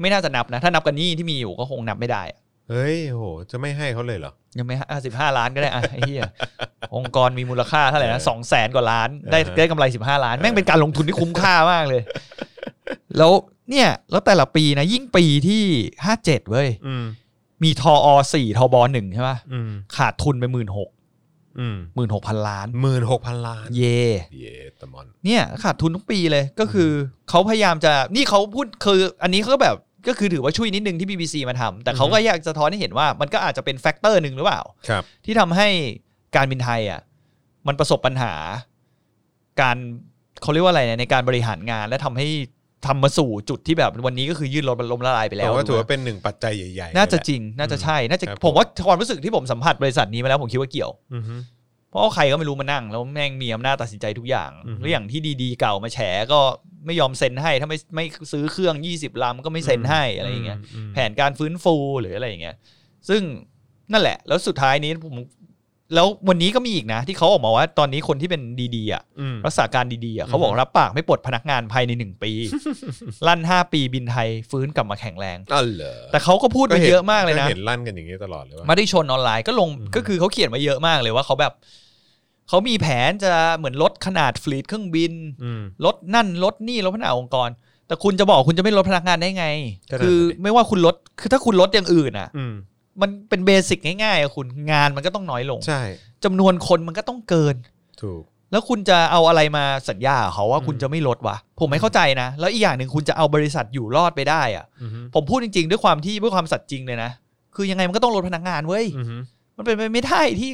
Speaker 3: ไม่น่าจะนับนะ ถ้านับกันนี่ที่มีอยู่ก็คงนับไม่ได้อะ
Speaker 1: เฮ้ยโหจะไม่ให้เขาเลยเหรอ
Speaker 3: ยังไม่สิบห้าล้านก็ได้อะไอ้เหี้ย (laughs) องค์กรมีมูลค่าเท่าไหร่นะสองแสนกว่าล้าน ได้
Speaker 1: เออ
Speaker 3: ได้กำไรสิบห้าล้าน แม่งเป็นการลงทุนที่คุ้มค่ามากเลย แล้วเนี่ยแล้วแต่ละปีนะยิ่งปีที่ห้าเจ็ดเว้ย
Speaker 1: อืม
Speaker 3: มีทออสี่ทอบอหนึ่งใช่ป่ะ
Speaker 1: อืม
Speaker 3: ขาดทุนไปหมื่นหก
Speaker 1: อืม
Speaker 3: หมื่นหกพันล้าน
Speaker 1: หมื่นหกพันล้าน
Speaker 3: เย
Speaker 1: เยตะมอน
Speaker 3: เนี่ยขาดทุนทุกปีเลยก็คือเขาพยายามจะนี่เขาพูดคืออันนี้เขาก็แบบก็คือถือว่าช่วยนิดนึงที่ BBC มาทำแต่เขาก็อยากจะสะท้อนให้เห็นว่ามันก็อาจจะเป็นแฟกเตอร์หนึ่งหรือเปล่า
Speaker 1: ครับ
Speaker 3: ที่ทำให้การบินไทยอ่ะมันประสบปัญหา การเขาเรียกว่าอะไรนะในการบริหารงานและทำให้ ทำมาสู่จุดที่แบบวันนี้ก็คือยื่นรถมันล้มละลายไป
Speaker 1: แล้
Speaker 3: แล้ว ว
Speaker 1: ว่าถือว่าเป็นหนึ่งปัจจัยใหญ่ๆ
Speaker 3: น่าจะ
Speaker 1: เลยแหล
Speaker 3: จริง น่าจะใช่ น่าจะ
Speaker 1: ครับ
Speaker 3: ผมว่าความรู้สึกที่ผมสัมผัสบริษัทนี้มาแล้วผมคิดว่าเกี่ยว
Speaker 1: อือฮึ
Speaker 3: เพราะว่าใครก็ไม่รู้มานั่ง แล้วแม่งมีอำนาจตัดสินใจทุกอย่าง
Speaker 1: อือฮึ
Speaker 3: แล้วอย่างที่ดีๆเก่ามาแฉก็ไม่ยอมเซ็นให้ถ้าไม่ไม่ซื้อเครื่อง 20ลำก็ไม่เซ็นให้อะไรอย่างเงี้ย
Speaker 1: ม
Speaker 3: แผนการฟื้นฟูหรืออะไรอย่างเงี้ย ซึ่งนั่นแหละ แล้วสุดท้ายนี้ผม แล้ววันนี้ก็มีอีกนะ ที่เขาออกมาว่าตอนนี้คนที่เป็นดีๆอ่ะ
Speaker 1: อืม
Speaker 3: รักษาการดีๆอ่ะเขาบอกรับปากไม่ปลดพนักงานภายในหนึ่ง
Speaker 1: (laughs)
Speaker 3: ปี ลั่นห้าปีบินไทยฟื้นกลับมาแข็งแรง
Speaker 1: อ๋อเหรอ
Speaker 3: แต่เขาก็พูดไปเยอะมากเลยนะ
Speaker 1: ก็เห็นลั่นกันอย่างนี้ตลอดเลยว่า
Speaker 3: มาได้ชนออนไลน์ก็ลง
Speaker 1: อืม
Speaker 3: ก็คือเขาเขียนมาเยอะมากเลยว่าเขาแบบเขามีแผนจะเหมือนลดขนาดฟลีดเครื่องบิน
Speaker 1: อืม
Speaker 3: ลดนั่นลดนี่ลดพนักงานองค์กร แต่คุณจะบอกคุณจะไม่ลดพนักงานได้ไง
Speaker 1: ก็นั่นแหละดิ
Speaker 3: คือไม่ว่าคุณลดคือถ้าคุณลดอย่างอื่นอ่ะ
Speaker 1: อืม
Speaker 3: มันเป็นเบสิกง่ายๆอะคุณงานมันก็ต้องน้อยลง
Speaker 1: ใช่
Speaker 3: จำนวนคนมันก็ต้องเกิน
Speaker 1: ถูก
Speaker 3: แล้วคุณจะเอาอะไรมาสัญญากับเขาว่า
Speaker 1: อืม
Speaker 3: คุณจะไม่ลดวะผมไม่เข้าใจนะ แล้วอีกอย่างหนึ่งคุณจะเอาบริษัทอยู่รอดไปได้อะ
Speaker 1: อือฮึ
Speaker 3: ผมพูดจริงๆ ด้วยความที่ด้วยความสัตย์จริงเลยนะ คือยังไงมันก็ต้องลดพนักงานเว้ย
Speaker 1: อือฮึ
Speaker 3: มันเป็นไปไม่ได้ที่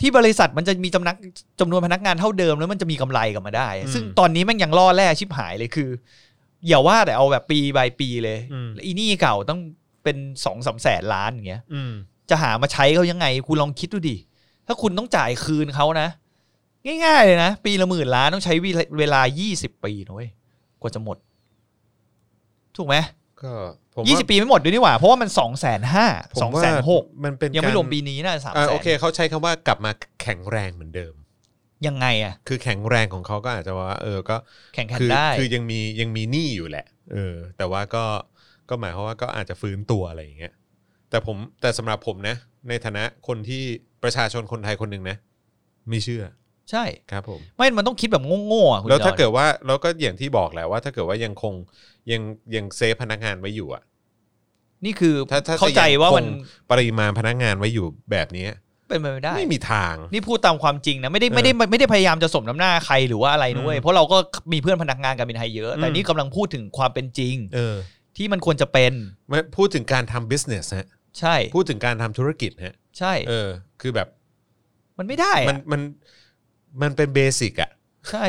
Speaker 3: ที่บริษัทมันจะมีจำนักจำนวนพนักงานเท่าเดิมแล้วมันจะมีกำไรกลับมาได้ ซึ่งตอนนี้แม่งยังล่อแร่ชิบหายเลยคืออย่าว่าแต่เอาแบบปีบายปีเลย
Speaker 1: อืม
Speaker 3: แล้วอีหนี่เก่าต้องเป็นสองสามแสนล้านอย่างเงี้ย
Speaker 1: อืม
Speaker 3: จะหามาใช้เขายังไง คุณลองคิดดูดิ ถ้าคุณต้องจ่ายคืนเขานะ ง่ายๆเลยนะ ปีละหมื่นล้านต้องใช้เวลาเวลา 20 ปีนะเว้ยกว่าจะหมด ถูกไหม
Speaker 1: ก็ผม
Speaker 3: ยี่
Speaker 1: ว่า
Speaker 3: สิบปีไม่หมดด้วยนี่หว่า เพราะว่ามันสองแสนห้า
Speaker 1: ผม
Speaker 3: สอง
Speaker 1: ว่า
Speaker 3: แสนหก
Speaker 1: มันเป็น
Speaker 3: ยังไม่
Speaker 1: การ
Speaker 3: วมปีนี้นะสาม
Speaker 1: อ่า
Speaker 3: แส
Speaker 1: โอน เคเขาใช้คำว่ากลับมาแข็งแรงเหมือนเดิม
Speaker 3: ยังไงอะ
Speaker 1: คือแข็งแรงของเขาก็อาจจะว่า เออก็
Speaker 3: แข่งขัน
Speaker 1: คื
Speaker 3: ได้
Speaker 1: คือยังมียังมีหนี้อยู่แหละ เออ แต่ว่าก็ก็หมายความว่าก็อาจจะฟื้นตัวอะไรอย่างเงี้ยแต่ผมแต่สำหรับผมนะ ในฐานะคนที่ประชาชนคนไทยคนหนึ่งนะ ไม่เชื่อ
Speaker 3: ใช่
Speaker 1: ครับผม
Speaker 3: ไม่มันต้องคิดแบบโง่ๆอะคุณ
Speaker 1: แล้ว
Speaker 3: จอ
Speaker 1: ถ้า
Speaker 3: ห์น
Speaker 1: เกิดว่าแล้วก็อย่างที่บอกแหละว่า ถ้าเกิดว่ายังคงยังยังเซฟพนักงานไว้อยู่อ่ะ
Speaker 3: นี่คือ
Speaker 1: ถ้าถ้า
Speaker 3: เข้าใจ
Speaker 1: จะยัง
Speaker 3: ว่ามัน
Speaker 1: คง ปริมาณพนักงานไว้อยู่แบบนี้
Speaker 3: เป็นไปไม่ได้
Speaker 1: ไม่มีทาง
Speaker 3: นี่พูดตามความจริงนะไม่ได้
Speaker 1: เออ
Speaker 3: ไม่ได้ไม่ได้พยายามจะสมน้ำหน้าใครหรือว่าอะไรนะเว้ย
Speaker 1: อืม
Speaker 3: เพราะเราก็มีเพื่อนพนักงานการบินไทยเยอะ แต่
Speaker 1: อืม
Speaker 3: นี่กำลังพูดถึงความเป็นจริง
Speaker 1: เออ
Speaker 3: ที่มันควรจะเป็น
Speaker 1: ไม่พูดถึงการทำ business ฮะ
Speaker 3: ใช่
Speaker 1: พูดถึงการทำธุรกิจฮะ
Speaker 3: ใช่
Speaker 1: เออ คือแบบ
Speaker 3: มันไม่ได้อะ
Speaker 1: มันมันมันเป็นเบสิกอ่ะ
Speaker 3: ใช่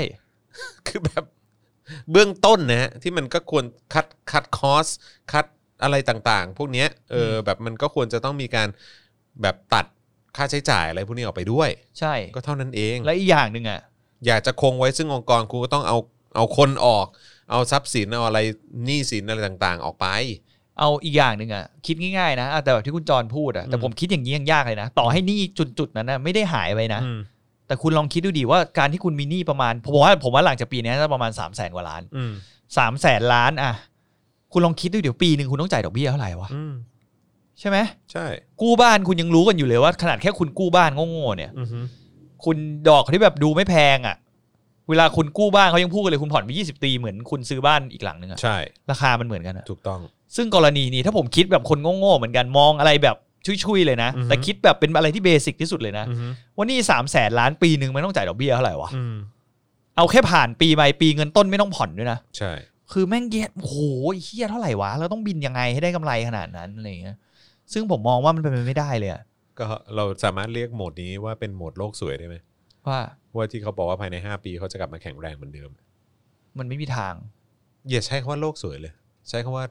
Speaker 1: คือแบบเบื้องต้นนะฮะที่มันก็ควรคัดคัดคอสคัดอะไรต่างๆ พวกเนี้ยเอออแบบมันก็ควรจะต้องมีการแบบตัดค่าใช้จ่ายอะไรพวกนี้ออกไปด้วย
Speaker 3: ใช่
Speaker 1: ก็เท่านั้นเอง
Speaker 3: และอีกอย่างหนึ่งอ่ะ
Speaker 1: อยากจะคงไว้ซึ่งองค์กรคุณก็ต้องเอาเอาคนออก เอาทรัพย์สิน เอาอะไรหนี้สินอะไรต่างๆ ออกไป
Speaker 3: เอาอีกอย่างหนึ่งอ่ะคิดง่ายๆนะอ่ะแต่แบบที่คุณจรพูดอ่ะแต่
Speaker 1: อืม
Speaker 3: ผมคิดอย่างนี้ยังยากเลยนะ ต่อให้หนี่จุดๆนั้นนะไม่ได้หายไปนะ
Speaker 1: อืม
Speaker 3: แต่คุณลองคิดดูดีว่าการที่คุณมีหนี้ประมาณผมว่าผมว่าหลังจากปีนี้น่าจะประมาณ3ามแสนกว่าล้าน
Speaker 1: อืม
Speaker 3: 3ามแสนล้านอ่ะคุณลองคิดดูเดี๋ยวปีหนึ่งคุณต้องจ่ายดอกเบี้ยเท่าไหร่วะ
Speaker 1: อืม
Speaker 3: ใช่ไหม
Speaker 1: ใช่
Speaker 3: กู้บ้านคุณยังรู้กันอยู่เลยว่าขนาดแค่คุณกู้บ้านโง่ๆเนี่ย
Speaker 1: อือฮึ
Speaker 3: คุณดอกที่แบบดูไม่แพงอะ่ะ เวลาคุณกู้บ้านเขายังพูดกันเลยคุณผ่อนไปยี่สิบปีเหมือนคุณซื้อบ้านอีกหลังหนึ่งอะ
Speaker 1: ใช่
Speaker 3: ราคามันเหมือนกันอะ
Speaker 1: ถูกต้อง
Speaker 3: ซึ่งกรณีนี้ถ้าผมคิดแบบคนโง่ๆเหมือนกันมองอะไรแบบชุยๆเลยนะ
Speaker 1: อือฮึ
Speaker 3: แต่คิดแบบเป็นอะไรที่เบสิกที่สุดเลยนะ
Speaker 1: อือฮึ
Speaker 3: ว่านี่สามแสนล้านปีหนึ่งมันต้องจ่ายดอกเบี้ยเท่าไหร่วะ
Speaker 1: อืม
Speaker 3: เอาแค่ผ่านปีไปปีเงินต้นไม่ต้องผ่อนด้วยนะ
Speaker 1: ใช่
Speaker 3: คือแม่งเย็ดโอ้โหไอ้เฮียเท่าไหร่วะ แล้วต้องบินยังไงให้ได้กำไรขนาดนั้นอะไรอย่างเงี้ย ซึ่งผมมองว่ามันเป็นไปไม่ได้เลยอะ
Speaker 1: ก็เราสามารถเรียกโหมดนี้ว่าเป็นโหมดโลกสวยได้ไหม
Speaker 3: ว่า
Speaker 1: ว่าที่เขาบอกว่าภายใน 5 ปีเขาจะกลับมาแข็งแรงเหมือนเดิม
Speaker 3: มันไม่มีทาง
Speaker 1: อย่าใช้คำว่าโลกสวยเลย ใช้คำว่า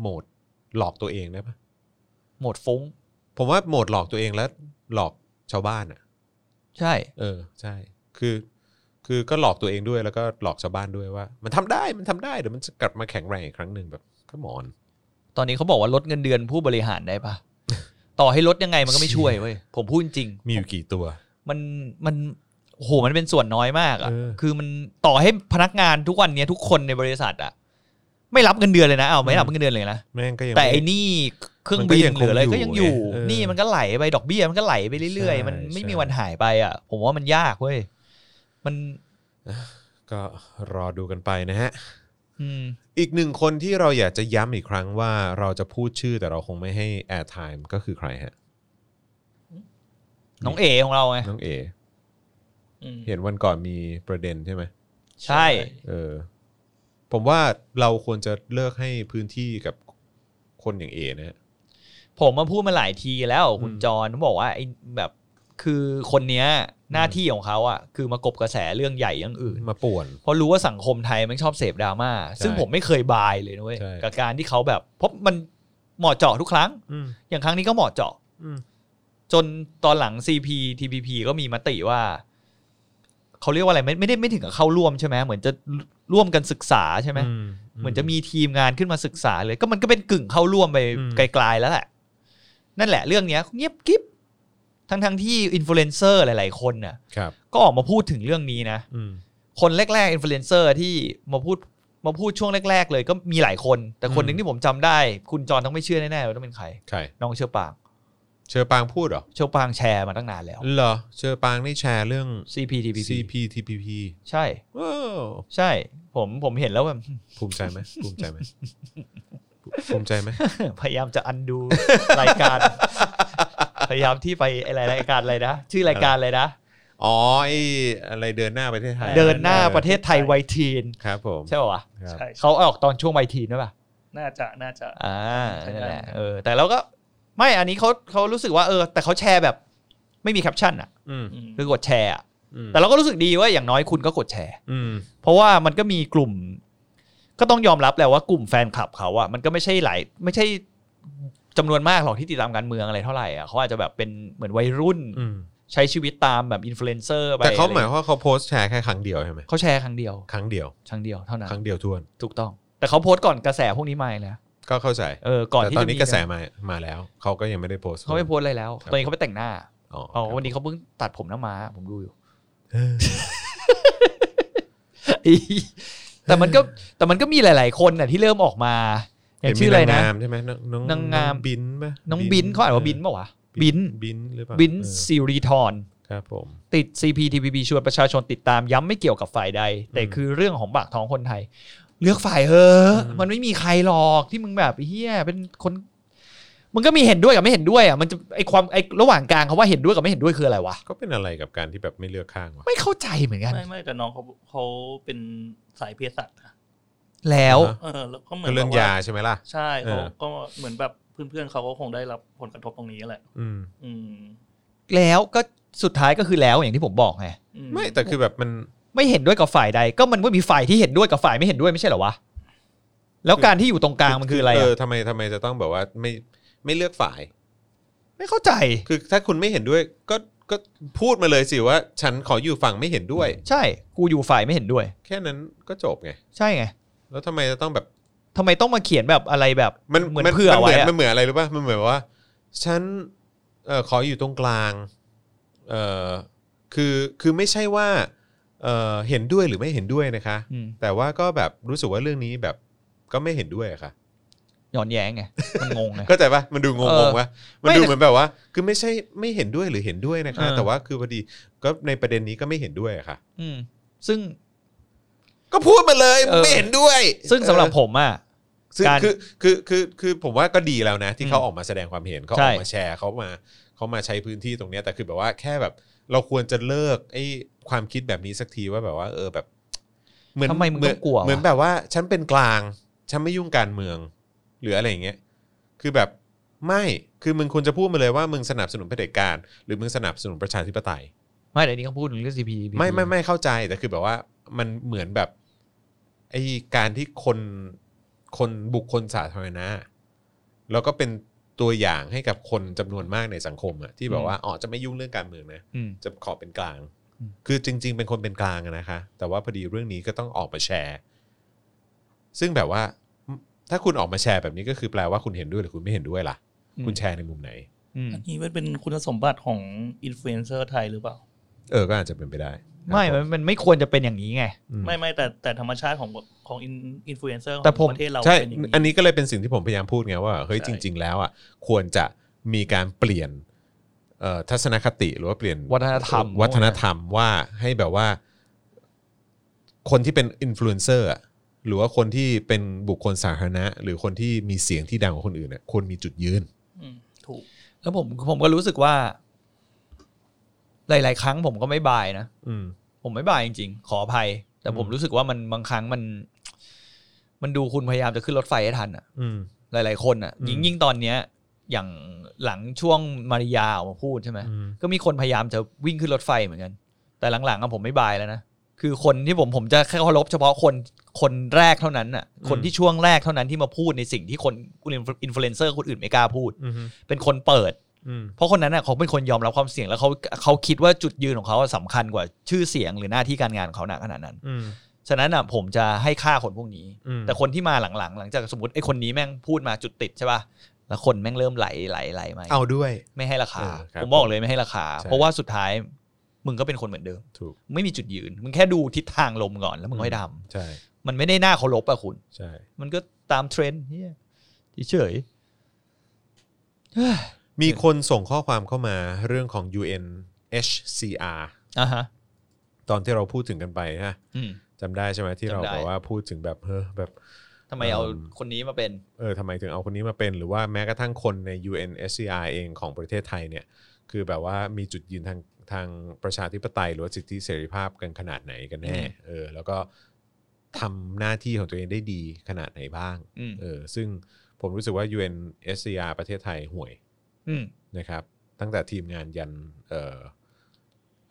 Speaker 1: โหมดหลอกตัวเองได้ปะ
Speaker 3: หมดฟุ้ง
Speaker 1: ผมว่าโหมดหลอกตัวเองและหลอกชาวบ้านอ่ะ
Speaker 3: ใช่
Speaker 1: เออใช่ คือ คือก็หลอกตัวเองด้วยแล้วก็หลอกชาวบ้านด้วยว่า มันทำได้มันทำได้เดี๋ยวมันจะกลับมาแข็งแรงอีกครั้งหนึ่งแบบขมอน
Speaker 3: ตอนนี้เขาบอกว่าลดเงินเดือนผู้บริหารได้
Speaker 1: (laughs)
Speaker 3: ปะ ต่อให้ลดยังไงมันก็ไม่ช่วยเว้ยผมพูดจริง
Speaker 1: มีอยู่กี่ตัว
Speaker 3: มันมันโอ้โหมันเป็นส่วนน้อยมากอะ
Speaker 1: เออ
Speaker 3: คือมันต่อให้พนักงานทุกวันเนี้ยทุกคนในบริษัทอะไม่รับเงินเดือนเลยนะเอาไม่รับ
Speaker 1: อืม
Speaker 3: เงินเดือนเลยนะ
Speaker 1: แม่งก็ยัง
Speaker 3: แต่ไอ้
Speaker 1: ม่
Speaker 3: หนี่เครื่องบิน
Speaker 1: มันก็ยังคง
Speaker 3: หรืออะไรก็ยังอ
Speaker 1: อยู่
Speaker 3: ยู่
Speaker 1: ไงเออ
Speaker 3: หนี่มันก็ไหลไปดอกเบี้ยมันก็ไหลไปเรื่อย
Speaker 1: ใช่
Speaker 3: ๆ มันไม่
Speaker 1: ใช่
Speaker 3: มีวันหายไปอะผมว่ามันยากเว้ยมัน
Speaker 1: ก็รอดูกันไปนะฮะ
Speaker 3: อืม
Speaker 1: อีกหนึ่งคนที่เราอยากจะย้ำอีกครั้งว่าเราจะพูดชื่อแต่เราคงไม่ให้ air time ก็คือใครฮะ
Speaker 3: น้องเอของเราไง
Speaker 1: น้องเอ
Speaker 2: อืม
Speaker 1: เห็นวันก่อนมีประเด็นใช่ไหม
Speaker 3: ใช่
Speaker 1: เออ ผมว่าเราควรจะเลิกให้พื้นที่กับคนอย่างเอนะฮะ
Speaker 3: ผมมาพูดมาหลายทีแล้วคุณ
Speaker 1: อืม
Speaker 3: จรผมบอกว่าไอ้แบบ คือคนเนี้ยหน้าที่ของเขาอ่ะคือมากบกระแสเรื่องใหญ่เรื่องอื่น
Speaker 1: มาป่วน
Speaker 3: เพราะรู้ว่าสังคมไทยมันชอบเสพดราม่าซึ่งผมไม่เคยบายเลยนะเว้ย
Speaker 1: ใช่
Speaker 3: กับการที่เขาแบบเพราะมันเหมาะเจาะทุกครั้ง
Speaker 1: อืม
Speaker 3: อย่างครั้งนี้ก็เหมาะเจาะ
Speaker 1: อืม
Speaker 3: จนตอนหลัง CP TPP ก็มีมติว่าเขาเรียกว่าอะไรไม่ไม่ได้ไม่ถึงกับเข้าร่วมใช่ไหมเหมือนจะร่วมกันศึกษาใช่ไหมเหมือนจะมีทีมงานขึ้นมาศึกษาเลย ก็มันก็เป็นกึ่งเข้าร่วมไปไกลๆแล้วแหละ นั่นแหละเรื่องเนี้ยเงียบกริบทั้งทั้งๆที่อินฟลูเอนเซอร์หลายๆคนน่ะ
Speaker 1: ครับ
Speaker 3: ก็ออกมาพูดถึงเรื่องนี้นะ
Speaker 1: อืม
Speaker 3: คนแรกๆอินฟลูเอนเซอร์ที่มาพูดมาพูดช่วงแรก ๆ เลยก็มีหลายคน แต่คนหนึ่งที่ผมจำได้ คุณจอนต้องไม่เชื่อแน่ๆว่าต้องเป็นใคร
Speaker 1: ใคร
Speaker 3: น้องเชอปาง
Speaker 1: เชอปางพูดเหรอ
Speaker 3: เชอปางแชร์มาตั้งนานแล้ว
Speaker 1: เหรอเชอปางนี่แชร์เรื่อง
Speaker 3: CPTPP
Speaker 1: CPTPP
Speaker 3: ใช่
Speaker 1: ว้าว
Speaker 3: ใช่ ผมผมเห็นแล้วแบบ (laughs)
Speaker 1: ภูมิใจไหมภูมิใจไหมภูมิใจไหม
Speaker 3: พยายามจะอัน
Speaker 2: (laughs)
Speaker 3: ดู รายการ พยายามที่ไปอะไรรายการอะไรนะ ชื่อรายการอะไรนะ
Speaker 1: อ๋อไออะไรเดินหน้าประเทศไทย
Speaker 3: เดินหน้าประเทศไทยวัยทีน
Speaker 1: ครับผม
Speaker 3: ใช่ป่าววะ
Speaker 1: ครับ
Speaker 2: ใช่
Speaker 3: เขาออกตอนช่วงวัยทีนด้วยป่ะ
Speaker 2: น่าจะน่าจะ
Speaker 3: อ่า
Speaker 2: ใช่
Speaker 3: นั่นแหละ
Speaker 2: ใช่
Speaker 3: เออแต่เราก็ไม่อันนี้เขาเขารู้สึกว่าเออ แต่เขาแชร์แบบ ไม่มีแคปชั่นอ่ะ
Speaker 1: อืม
Speaker 2: อืม
Speaker 3: คือกดแชร์อะ
Speaker 1: อืม
Speaker 3: แต่เราก็รู้สึกดีว่าอย่างน้อยคุณก็กดแชร์
Speaker 1: อืม
Speaker 3: เพราะว่ามันก็มีกลุ่ม ก็ต้องยอมรับแหล้วว่ากลุ่มแฟนคลับเขาอะมันก็ไม่ใช่หลายไม่ใช่จำนวนมากหรอกที่ติดตามการเมืองอะไรเท่าไหร่อะเขาอาจจะแบบเป็นเหมือนวัยรุ่น
Speaker 1: อืม
Speaker 3: ใช้ชีวิตตามแบบอินฟลูเอนเซอร์ไป
Speaker 1: แต่เขาหมาย
Speaker 3: อะ
Speaker 1: ค
Speaker 3: ไร
Speaker 1: วามว่าเขาโพสต์แชร์แค่ครั้งเดียวใช่ไหม
Speaker 3: เขาแชร์ครั้งเดียว
Speaker 1: ครั้งเดียว
Speaker 3: ครั้งเดียวเท่านั้น
Speaker 1: ครั้งเดียวทวน
Speaker 3: ถูกต้อง แต่เขาโพสต์ก่อนกระแสพวกนี้มาแล้ว
Speaker 1: ก็เข้าใจ
Speaker 3: เออก่อน
Speaker 1: แต่
Speaker 3: ที่
Speaker 1: ตอน
Speaker 3: จะ
Speaker 1: นี้
Speaker 3: มี
Speaker 1: กระแสมามาแล้วเขาก็ยังไม่ได้โพสต์
Speaker 3: เขาไม่โพสต์อะไรแล้วตอนนี้เขาไปแต่งหน้า
Speaker 1: อ๋อ
Speaker 3: อ๋อวันนี้เขาเพิ่งตัดผมหน้าม้าผมดูอยู่ (laughs)
Speaker 1: เออ
Speaker 3: แต่มันก็แต่มันก็มีหลาย ๆ คนน่ะที่เริ่มออกมาอย่าง
Speaker 1: เห็มี
Speaker 3: ชื่ออะไรนะ
Speaker 1: างงามใช่ไหมน้องน้อง
Speaker 3: นางงาม
Speaker 1: บินปะ
Speaker 3: น้องบินเขาอ่านว่าบินเปล่าวะบิน
Speaker 1: บินหรือเปล่า
Speaker 3: บิน
Speaker 1: เออ
Speaker 3: ซีรีทอน
Speaker 1: ครับผม
Speaker 3: ติด CPTPP ชวนประชาชนติดตามย้ำไม่เกี่ยวกับฝ่ายใด แต่
Speaker 1: อืม
Speaker 3: คือเรื่องของปากท้องคนไทย เลือกฝ่ายเออ
Speaker 1: อืม
Speaker 3: มันไม่มีใครหรอกที่มึงแบบเฮียเป็นคนมันก็มีเห็นด้วยกับไม่เห็นด้วยอ่ะมันจะไอความไอระหว่างกลางเขาว่าเห็นด้วยกับไม่เห็นด้วยคืออะไรวะ
Speaker 1: ก็เป็นอะไรกับการที่แบบไม่เลือกข้างวะ
Speaker 3: ไม่เข้าใจเหมือนกัน
Speaker 2: ไม่ไม่แต่น้องเขาเขาเป็นสายเภสัชนะ (laughs)
Speaker 3: แล้ว
Speaker 2: เออแล้วก็เหมือ
Speaker 1: ก็
Speaker 2: น
Speaker 1: เรื่อง
Speaker 2: แบบว่
Speaker 1: ยาใช่ไหมล่ะ
Speaker 2: ใช่เขา
Speaker 1: เออ
Speaker 2: ก็เหมือนแบบเพื่อนๆเขาก็คงได้รับผลกระทบตรงนี้แหละ
Speaker 1: อืม
Speaker 2: อืม
Speaker 3: แล้วก็สุดท้ายก็คือแล้วอย่างที่ผมบอกไง
Speaker 2: อื
Speaker 1: ไม่แต่คือแบบมัน
Speaker 3: ไม่เห็นด้วยกับฝ่ายใด ก็มันก็มีฝ่ายที่เห็นด้วยกับฝ่ายไม่เห็นด้วยไม่ใช่เหรอวะ แล้วการที่อยู่ตรงกลางมันคืออะไร
Speaker 1: เออ
Speaker 3: อะ
Speaker 1: ทำไมทำไมจะต้องแบบว่าไม่ไม่เลือกฝ่าย
Speaker 3: ไม่เข้าใจ
Speaker 1: คือถ้าคุณไม่เห็นด้วยก็ก็พูดมาเลยสิว่า ฉันขออยู่ฝั่งไม่เห็นด้วย
Speaker 3: ใช่ กูอยู่ฝ่ายไม่เห็นด้วย
Speaker 1: แค่นั้นก็จบไง
Speaker 3: ใช่ไง
Speaker 1: แล้วทำไมจะต้องแบบ
Speaker 3: ทำไมต้องมาเขียนแบบอะไรแบบ
Speaker 1: มัน
Speaker 3: เหมือนเผื่อ
Speaker 1: มัน
Speaker 3: ไว้
Speaker 1: เหมืน
Speaker 3: อะ
Speaker 1: มันเหมือนอะไรรู้ป่ะมันเหมือนว่า ฉันเอ่อขออยู่ตรงกลางเอ่อคือคือไม่ใช่ว่าเอ่อเห็นด้วยหรือไม่เห็นด้วยนะคะ
Speaker 3: อืม
Speaker 1: แต่ว่าก็แบบรู้สึกว่าเรื่องนี้แบบก็ไม่เห็นด้วย
Speaker 3: (laughs)
Speaker 1: อะค่ะ
Speaker 3: ย้อนแย้งไงมันงงไง
Speaker 1: เข้าใจปะมันดูง
Speaker 3: เออง
Speaker 1: ๆวะมัน
Speaker 3: ไม่
Speaker 1: ดู
Speaker 3: แต่
Speaker 1: เหมือนแบบว่า คือไม่ใช่ไม่เห็นด้วยหรือเห็นด้วยนะคะ
Speaker 3: เออ
Speaker 1: แต่ว่าคือพอดีก็ในประเด็นนี้ก็ไม่เห็นด้วยอะค่ะ
Speaker 3: อืมซึ่ง
Speaker 1: ก็พูดมาเลย
Speaker 3: เออ
Speaker 1: ไม่เห็นด้วย
Speaker 3: ซึ่งสำหรับผมอ่ะ
Speaker 1: ซึ่ง
Speaker 3: การ
Speaker 1: คือคือคือคือผมว่าก็ดีแล้วนะ ที่
Speaker 3: อืม
Speaker 1: เขาออกมาแสดงความเห็นเขา
Speaker 3: ใช่
Speaker 1: ออกมาแชร์เขามาเขามาใช้พื้นที่ตรงเนี้ยแต่คือแบบว่าแค่แบบ เราควรจะเลิกไอ้ความคิดแบบนี้สักทีว่าแบบว่า เออแบบ เหมือน
Speaker 3: ทำไมมึง
Speaker 1: เห
Speaker 3: ต้องกลัววะ
Speaker 1: เหมือนแบบว่าฉันเป็นกลาง ฉันไม่ยุ่งการเมือง หรืออะไรอย่างเงี้ยคือแบบไม่คือมึงควรจะพูดมาเลยว่ามึงสนับสนุนเผด็จการ หรือมึงสนับสนุนประชาธิปไตย
Speaker 3: ไม่แต่นี้เขาพูดถึงเรื่องซีพี
Speaker 1: ไม่ไม่ไม่เข้าใจแต่คือแบบว่ามันเหมือนแบบไอ้การที่คนคนบุคคลสาธารณะแล้วก็เป็นตัวอย่างให้กับคนจำนวนมากในสังคมอะที่แบบว่าอ๋อจะไม่ยุ่งเรื่องการเมืองนะ
Speaker 3: อืม
Speaker 1: จะขอเป็นกลาง
Speaker 3: อืม
Speaker 1: คือจริง ๆ เป็นคนเป็นกลางอะนะคะ แต่ว่าพอดีเรื่องนี้ก็ต้องออกมาแชร์ ซึ่งแบบว่า ถ้าคุณออกมาแชร์แบบนี้ก็คือแปลว่าคุณเห็นด้วยหรือคุณไม่เห็นด้วยล่ะ คุณแชร์ในมุมไหน
Speaker 3: อืม
Speaker 2: อันนี้มันเป็นคุณสมบัติของอินฟลูเอนเซอร์ไทยหรือเปล่า
Speaker 1: เออก็อาจจะเป็นไปได้นะครับ
Speaker 3: ไม่มันมันไม่ควรจะเป็นอย่างนี้ไง
Speaker 1: อืม
Speaker 2: ไม่ไม่แต่แต่ธรรมชาติของของอินฟลูเอนเซอร์
Speaker 3: แต่ผม
Speaker 2: ประเทศเรา
Speaker 1: ใช่
Speaker 2: เป็นอย่างนี้
Speaker 1: อันนี้ก็เลยเป็นสิ่งที่ผมพยายามพูดไงว่า เฮ้ย
Speaker 2: ใช่
Speaker 1: จริง ๆ แล้วอ่ะควรจะมีการเปลี่ยนเอ่อทัศนคติหรือว่าเปลี่ยน
Speaker 3: วัฒนธรรม
Speaker 1: วัฒนธรรมว่าให้แบบว่า คนที่เป็นอินฟลูเอนเซอร์อะหรือว่าคนที่เป็นบุคคลสาธารณะ หรือคนที่มีเสียงที่ดังกว่าคนอื่นน่ะควรมีจุดยืน
Speaker 2: อืมถูก
Speaker 3: แล้วผมผมก็รู้สึกว่า หลาย ๆ ครั้งผมก็ไม่บายนะ
Speaker 1: อืม
Speaker 3: ผมไม่บ่ายจริงๆ ขออภัย แต่ผม
Speaker 1: อืม
Speaker 3: รู้สึกว่ามันบางครั้งมัน มันดูคุณพยายามจะขึ้นรถไฟให้ทันอะ
Speaker 1: อืม
Speaker 3: หลาย ๆ คนอะ
Speaker 1: อืม
Speaker 3: ยิ่งยิ่งตอนเนี้ย อย่างหลังช่วงมาริยาออกมาพูดใช่ไหม
Speaker 1: อืม
Speaker 3: ก็มีคนพยายามจะวิ่งขึ้นรถไฟเหมือนกัน แต่หลังๆอะผมไม่บายแล้วนะ คือคนที่ผมผมจะแค่เคารพเฉพาะคนคนแรกเท่านั้นน่ะ คนที่ช่วงแรกเท่านั้นที่มาพูดในสิ่งที่คนอินฟลูเอนเซอร์คนอื่นไม่กล้าพูด
Speaker 1: อืม
Speaker 3: เป็นคนเปิด
Speaker 1: อืม
Speaker 3: เพราะคนนั้นน่ะเขาเป็นคนยอมรับความเสี่ยงแล้วเขาเขาคิดว่าจุดยืนของเขาอะสำคัญกว่าชื่อเสียงหรือหน้าที่การงานของเขาหนักขนาดนั้น
Speaker 1: อืม
Speaker 3: ฉะนั้นน่ะผมจะให้ค่าคนพวกนี้
Speaker 1: อืม
Speaker 3: แต่คนที่มาหลังๆ หลังจากสมมติไอ้คนนี้แม่งพูดมาจุดติดใช่ป่ะ แล้วคนแม่งเริ่มไหลไหลไหลไหม
Speaker 1: เอาด้วย
Speaker 3: ไม่ให้ราคา
Speaker 1: เออครับ
Speaker 3: ผมบอกเลยไม่ให้ราคา
Speaker 1: ใช่
Speaker 3: เพราะว่าสุดท้ายมึงก็เป็นคนเหมือนเดิม
Speaker 1: ถูก
Speaker 3: ไม่มีจุดยืน มึงแค่ดูทิศทางลมก่อนแล้วมึงค่อยท
Speaker 1: ใช่
Speaker 3: ำมันไม่ได้น่าเคารพอะคุณ
Speaker 1: ใช่
Speaker 3: มันก็ตามเทรนด์เหี้ยเฉย
Speaker 1: มีคนส่งข้อความเข้ามาเรื่องของ UNHCR
Speaker 3: ๆอ่ะฮะ
Speaker 1: ตอนที่เราพูดถึงกันไปนะ
Speaker 3: อืม
Speaker 1: จำได้ใช่ไหมที่เรา
Speaker 3: จำได้
Speaker 1: บอกว่าพูดถึงแบบเออแบบ
Speaker 3: ทำไมเอา
Speaker 1: อืม
Speaker 3: คนนี้มาเป็น
Speaker 1: เออทำไมถึงเอาคนนี้มาเป็นหรือว่าแม้กระทั่งคนใน UNSCR เองของประเทศไทยเนี่ย คือแบบว่ามีจุดยืนทางทางประชาธิปไตย หรือว่าสิทธิเสรีภาพกันขนาดไหนกันแน่
Speaker 3: อืม
Speaker 1: เออแล้วก็ทำหน้าที่ของตัวเองได้ดีขนาดไหนบ้าง
Speaker 3: อืม
Speaker 1: เออซึ่งผมรู้สึกว่า UNSCR ประเทศไทยห่วย
Speaker 3: อืม
Speaker 1: นะครับ ตั้งแต่ทีมงานยันเอ่อ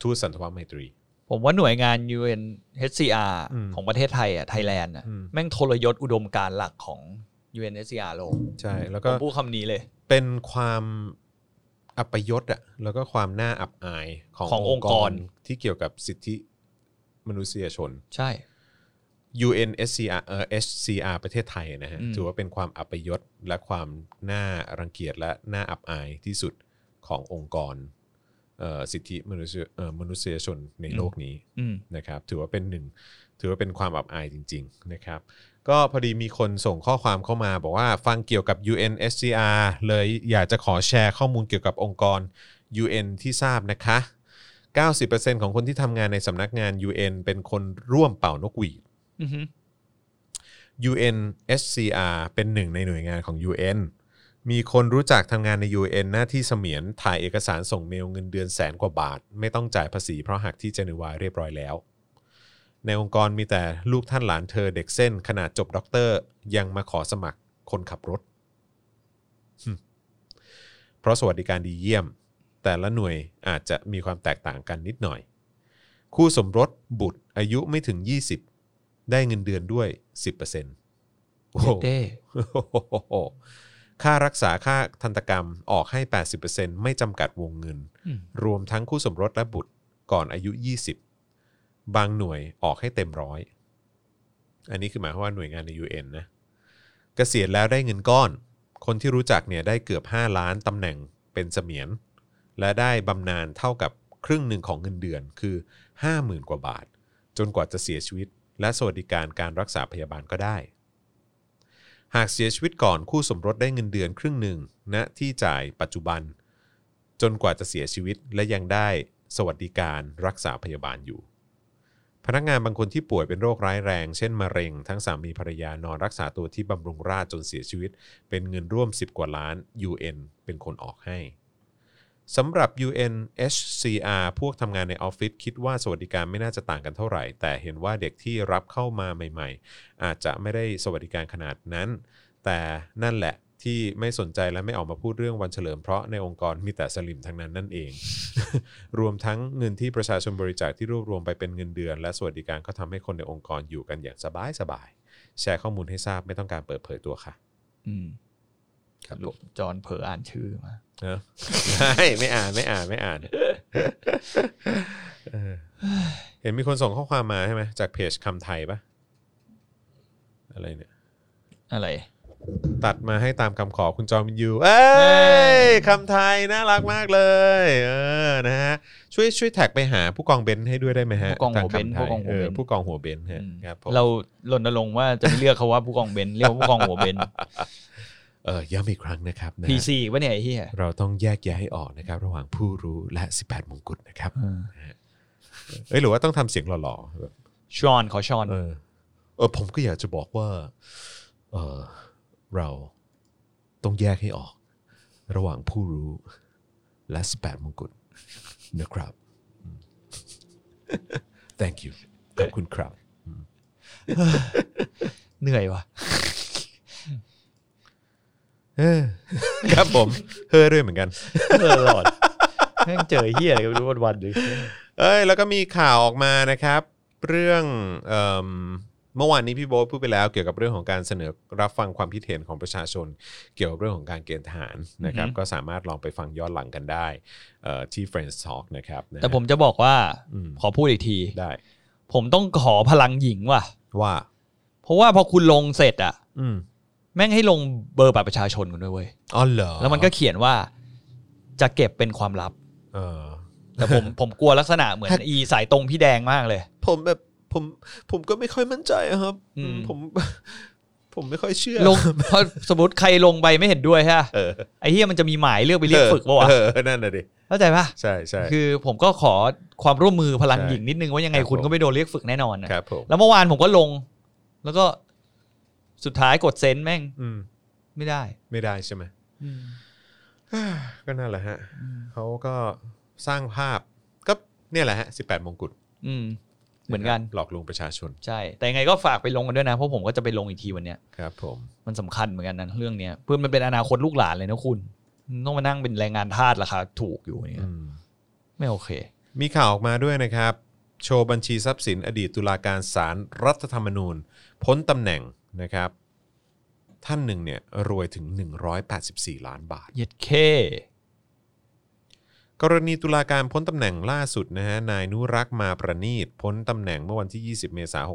Speaker 1: ทูตสันทวไมตรี
Speaker 3: ผมว่าหน่วยงาน UNHCR
Speaker 1: อืม
Speaker 3: ของประเทศไทยอะไทยแลนด์อะ
Speaker 1: อืม
Speaker 3: แม่งทรยศอุดมการณ์หลักของ UNHCR โลก
Speaker 1: ใช่ แล้ว
Speaker 3: ผ
Speaker 1: ก็
Speaker 3: มพูดคำนี้เลย
Speaker 1: เป็นความอัปยศอะแล้วก็ความน่าอับอายของ
Speaker 3: ขององค์กร
Speaker 1: ที่เกี่ยวกับสิทธิมนุษยชน
Speaker 3: ใช่
Speaker 1: UNSCR เอ่อ HCR ประเทศไทยนะฮะ
Speaker 3: อืม
Speaker 1: ถือว่าเป็นความอัปยศและความน่ารังเกียจและน่าอับอายที่สุดขององค์กรเอ่อสิทธิมนุษยเอ่อมนุษยชนในโลกนี้
Speaker 3: อืม
Speaker 1: นะครับถือว่าเป็นหนึ่งถือว่าเป็นความอับอายจริง ๆ นะครับ ก็พอดีมีคนส่งข้อความเข้ามา บอกว่าฟังเกี่ยวกับ UNSCR เลยอยากจะขอแชร์ข้อมูลเกี่ยวกับองค์กร UN ที่ทราบนะคะ 90%ของคนที่ทำงานในสำนักงาน UN เป็นคนร่วมเป่านกหวีด
Speaker 3: อือฮึ
Speaker 1: UNSCR เป็นหนึ่งในหน่วยงานของ UN มีคนรู้จักทำงานใน UN หน้าที่เสมียนถ่ายเอกสารส่งเมลเงินเดือนแสนกว่าบาท ไม่ต้องจ่ายภาษีเพราะหักที่เจนีวาเรียบร้อยแล้ว ในองค์กรมีแต่ลูกท่านหลานเธอเด็กเส้น ขนาดจบด็อกเตอร์ ยังมาขอสมัครคนขับรถหึเพราะสวัสดิการดีเยี่ยม แต่ละหน่วยอาจจะมีความแตกต่างกันนิดหน่อย คู่สมรสบุตรอายุไม่ถึง 20 ได้เงินเดือนด้วย 10%โอ้โห
Speaker 3: เด้
Speaker 1: (laughs) ค่ารักษาค่าทันตกรรมออกให้ 80%ไม่จำกัดวงเงิน
Speaker 3: อืม
Speaker 1: รวมทั้งคู่สมรสและบุตรก่อนอายุ 20 บางหน่วยออกให้เต็มร้อย อันนี้คือหมายความว่าหน่วยงานใน UN นะกะเกษียณแล้วได้เงินก้อน คนที่รู้จักเนี่ยได้เกือบ 5 ล้านตำแหน่งเป็นเสมียน และได้บำนาญเท่ากับครึ่งหนึ่งของเงินเดือนคือ 50,000 กว่าบาท จนกว่าจะเสียชีวิต และสวัสดิการการรักษาพยาบาลก็ได้ หากเสียชีวิตก่อนคู่สมรสได้เงินเดือนครึ่งหนึ่งณนะที่จ่ายปัจจุบัน จนกว่าจะเสียชีวิตและยังได้สวัสดิการรักษาพยาบาลอยู่ พนักงานบางคนที่ป่วยเป็นโรคร้ายแรง เช่นมะเร็ง ทั้งสามีภรรยานอนรักษาตัวที่บำรุงราษฎร์จนเสียชีวิต เป็นเงินร่วม 10 กว่าล้าน UN เป็นคนออกให้สำหรับ UNHCR พวกทำงานในออฟฟิศคิดว่าสวัสดิการไม่น่าจะต่างกันเท่าไหร่ แต่เห็นว่าเด็กที่รับเข้ามาใหม่ ๆ อาจจะไม่ได้สวัสดิการขนาดนั้น แต่นั่นแหละที่ไม่สนใจและไม่ออกมาพูดเรื่องวันเฉลิมเพราะในองค์กรมีแต่สลิมทั้งนั้นนั่นเอง (laughs) รวมทั้งเงินที่ประชาชนบริจาคที่รวบรวมไปเป็นเงินเดือน และสวัสดิการก็ทำให้คนในองค์กรอยู่กันอย่างสบายสบายๆแชร์ข้อมูลให้ทราบไม่ต้องการเปิดเผยตัวค่ะ
Speaker 3: อืม
Speaker 1: ครับ
Speaker 3: หลวงจอนเผลออ่านชื่อมา
Speaker 1: เนอะ ไม่ไม่อ่านไม่อ่านไม่อ่าน (laughs) เออเห็นมีคนส่งข้อความมาใช่ไหมจากเพจคำไทยปะอะไรเนี่ย
Speaker 3: อะไร
Speaker 1: ตัดมาให้ตามคำขอคุณจอมยูเอ้ยคำไทยน่ารักมากเลย เออนะฮะช่วยช่วยแท็กไปหาผู้กองเบนซ์ให้ด้วยได้ไหมฮะ
Speaker 3: ผู้กองหัวเบนซ์
Speaker 1: ทาคำไทย
Speaker 3: ผู้กองหัวเบนซ์
Speaker 1: เออผู้กองหัวเบนซ์ฮะ
Speaker 3: อืม
Speaker 1: ครับผม
Speaker 3: เรารณรงค์ว่าจะไม่เรียกเขาว่าผู้กองเบนซ์ (laughs) เรียกว่าผู้กองหัวเบนซ์
Speaker 1: เออย้ำอีกครั้งนะครับนะ
Speaker 3: PC วะเนี่ยไอ้เหี้ย
Speaker 1: เราต้องแยกแยะให้ออกนะครับ ระหว่างผู้รู้และ 18 มงกุฎนะครับเอ้ยหรือว่าต้องทำเสียงหล่อๆแบบ
Speaker 3: ชอนขอชอน
Speaker 1: เออเออผมก็อยากจะบอกว่าเออเราต้องแยกให้ออก ระหว่างผู้รู้และ 18 มงกุฎนะครับ (laughs) thank you ขอบคุณครับ
Speaker 3: เหนื่อยว่ะ
Speaker 1: ครับผมเฮ้อด้วยเหมือนกัน
Speaker 3: เออหลอด (laughs) แม่งเจอเฮียอะไรก็ไม่รู้วันวันๆเลย
Speaker 1: เอ้ยแล้วก็มีข่าวออกมานะครับ เรื่องเอิ่มเมื่อวานนี้พี่โบ๊ทพูดไปแล้วเกี่ยวกับเรื่องของการเสนอรับฟังความคิดเห็นของประชาชน เกี่ยวกับเรื่องของการเกณฑ์ทหารนะครับ
Speaker 2: อือฮึ
Speaker 1: ก็สามารถลองไปฟังย้อนหลังกันได้เอ่อที่ Friends Talk นะครับนะฮะ
Speaker 3: แต่ผมจะบอกว่า
Speaker 1: อืม
Speaker 3: ขอพูดอีกที
Speaker 1: ได้
Speaker 3: ผมต้องขอพลังหญิงว่ะ
Speaker 1: ว่า
Speaker 3: เพราะว่าพอคุณลงเสร็จอ่ะ
Speaker 1: อืม
Speaker 3: แม่งให้ลงเบอร์บัตรประชาชนกันด้วยเว้ย
Speaker 1: อ๋อเหรอ
Speaker 3: แล้วมันก็เขียนว่าจะเก็บเป็นความลับ
Speaker 1: เออ
Speaker 3: แต่ (laughs) ผม ผมกลัวลักษณะเหมือนอีสายตรงพี่แดงมากเลย
Speaker 1: ผมแบบผมผมก็ไม่ค่อยมั่นใจอะครับ
Speaker 3: อืม
Speaker 1: ผม (laughs) ผมไม่ค่อยเชื่อ
Speaker 3: ลง (laughs) เพราะสมมติใครลงไปไม่เห็นด้วยฮะ
Speaker 1: เออ
Speaker 3: ไอ้เฮียมันจะมีหมายเลือกไปเรียกฝึกปะวะ
Speaker 1: เออนั่นน่ะดิ
Speaker 3: เข้าใจปะ
Speaker 1: ใช่ใช่
Speaker 3: คือผมก็ขอความร่วมมือพลัง
Speaker 1: ใช่
Speaker 3: หญิงนิดนึงว่ายังไง
Speaker 1: ครับ
Speaker 3: คุณ
Speaker 1: ผม
Speaker 3: ก็ไม่โดนเรียกฝึกแน่นอนนะครับ
Speaker 1: ผม
Speaker 3: แล้วเมื่อวานผมก็ลง แล้วก็สุดท้ายกดเซ็นแม่ง
Speaker 1: อืม
Speaker 3: ไม่ได้
Speaker 1: ไม่ได้ใช่ไหม
Speaker 3: อืม
Speaker 1: ก็นั่นแหละฮะ
Speaker 3: อืม
Speaker 1: เขาก็สร้างภาพก็เนี่ยแหละฮะ 18 มงกุฎ
Speaker 3: อืมเหมือนกั
Speaker 1: ค
Speaker 3: นะ
Speaker 1: รับหลอกลวงประชาชน
Speaker 3: ใช่ แต่ยังไงก็ฝากไปลงกันด้วยนะเพราะผมก็จะไปลงอีกทีวันเนี้ย
Speaker 1: ครับผม
Speaker 3: มันสำคัญเหมือนกันนะเรื่องเนี้ยเพื่อมันเป็นอนาคตลูกหลานเลยนะคุณมันต้องมานั่งเป็นแรงงานทาสราคาถูกอยู่เนี่ย
Speaker 1: อืม
Speaker 3: ไม่โอเค
Speaker 1: มีข่าวออกมาด้วยนะครับ โชว์บัญชีทรัพย์สินอดีตตุลาการศาลรรัฐธรรมนูญ พ้นตำแหน่งนะครับ ท่านหนึ่งเนี่ยรวยถึง 184 ล้านบาท
Speaker 3: เย็ดเค
Speaker 1: กรณีตุลาการพ้นตำแหน่งล่าสุดนะฮะนายนุรักษ์มาประนีตพ้นตำแหน่งเมื่อวันที่ 20 เมษายน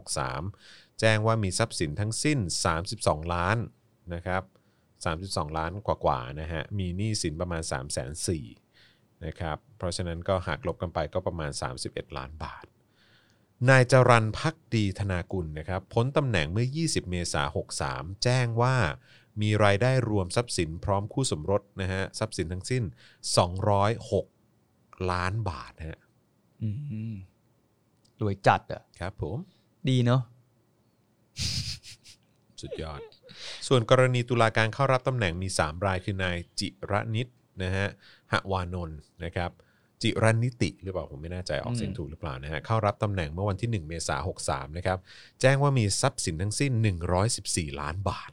Speaker 1: 63 แจ้งว่ามีทรัพย์สินทั้งสิ้น 32 ล้านนะครับ32 ล้านกว่าๆนะฮะมีหนี้สินประมาณ 3 4 0 0 0นะครับเพราะฉะนั้นก็หักลบกันไปก็ประมาณ 31 ล้านบาท นายจรันพักดีธนากุลนะครับพ้นตำแหน่งเมื่อ 20 เมษายน63 แจ้งว่ามีรายได้รวมทรัพย์สินพร้อมคู่สมรสนะฮะทรัพย์สินทั้งสิ้น 206 ล้านบาทนะฮะ
Speaker 3: อืมรวยจัดอ่ะ
Speaker 1: ครับผม
Speaker 3: ดีเนาะ
Speaker 1: สุดยอด ส่วนกรณีตุลาการเข้ารับตำแหน่งมี 3 รายคือนายจิระนิตนะฮะหวานนท์นะครับจิรนิติหรือเปล่าผมไม่แน่ใจออกเสียงถูกหรือเปล่านะฮะเข้ารับตำแหน่งเมื่อวันที่ 1 เมษายน63นะครับแจ้งว่ามีทรัพย์สินทั้งสิ้น 114 ล้านบาท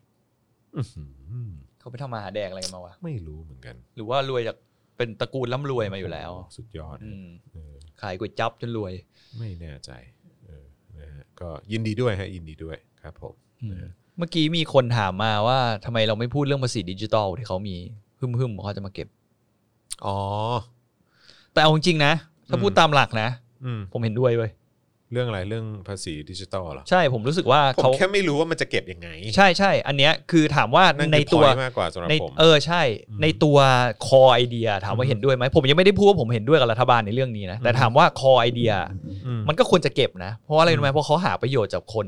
Speaker 1: อื้อหือ
Speaker 3: เขาไปทำมาหาแดกอะไรกันมาวะ
Speaker 1: ไม่รู้เหมือนกัน
Speaker 3: หรือว่ารวยจากเป็นตระกูลร่ำรวยมาอยู่แล้ว
Speaker 1: สุดยอด
Speaker 3: อืม
Speaker 1: เออ
Speaker 3: ขายก๋วยจั๊บจนรวย
Speaker 1: ไม่แน่ใจเออนะฮะก็ยินดีด้วยฮะยินดีด้วยครับผม
Speaker 3: เมื่อกี้มีคนถามมาว่าทำไมเราไม่พูดเรื่องภาษีดิจิทัลที่เขามีหึ่มๆึมเขาจะมาเก็บ
Speaker 1: อ๋อ
Speaker 3: แต่เอาจริงๆนะถ้า
Speaker 1: อืม
Speaker 3: พูดตามหลักนะ
Speaker 1: อืม
Speaker 3: ผมเห็นด้วยเว้ย
Speaker 1: เรื่องอะไรเรื่องภาษีดิจิตอลเหรอ
Speaker 3: ใช่ผมรู้สึกว่า
Speaker 1: ผม
Speaker 3: เขา
Speaker 1: แค่ไม่รู้ว่ามันจะเก็บยังไง
Speaker 3: ใช่ใช่อันเนี้ยคือถามว่า
Speaker 1: นั่น
Speaker 3: ใน
Speaker 1: คือ
Speaker 3: ตัว
Speaker 1: point มากกว่าสำหรับ
Speaker 3: ใน
Speaker 1: ผม
Speaker 3: เออใช่
Speaker 1: อืม
Speaker 3: ในตัวคอไอเดียถามว่าเห็นด้วยไหมผมยังไม่ได้พูดว่าผมเห็นด้วยกับรัฐบาลในเรื่องนี้นะแต่
Speaker 1: อืม
Speaker 3: ถามว่าคอไอเดีย
Speaker 1: ม
Speaker 3: มันก็ควรจะเก็บนะ เพราะอะไร
Speaker 1: อืม
Speaker 3: รู้ไหมเพราะเขาหาประโยชน์จากคน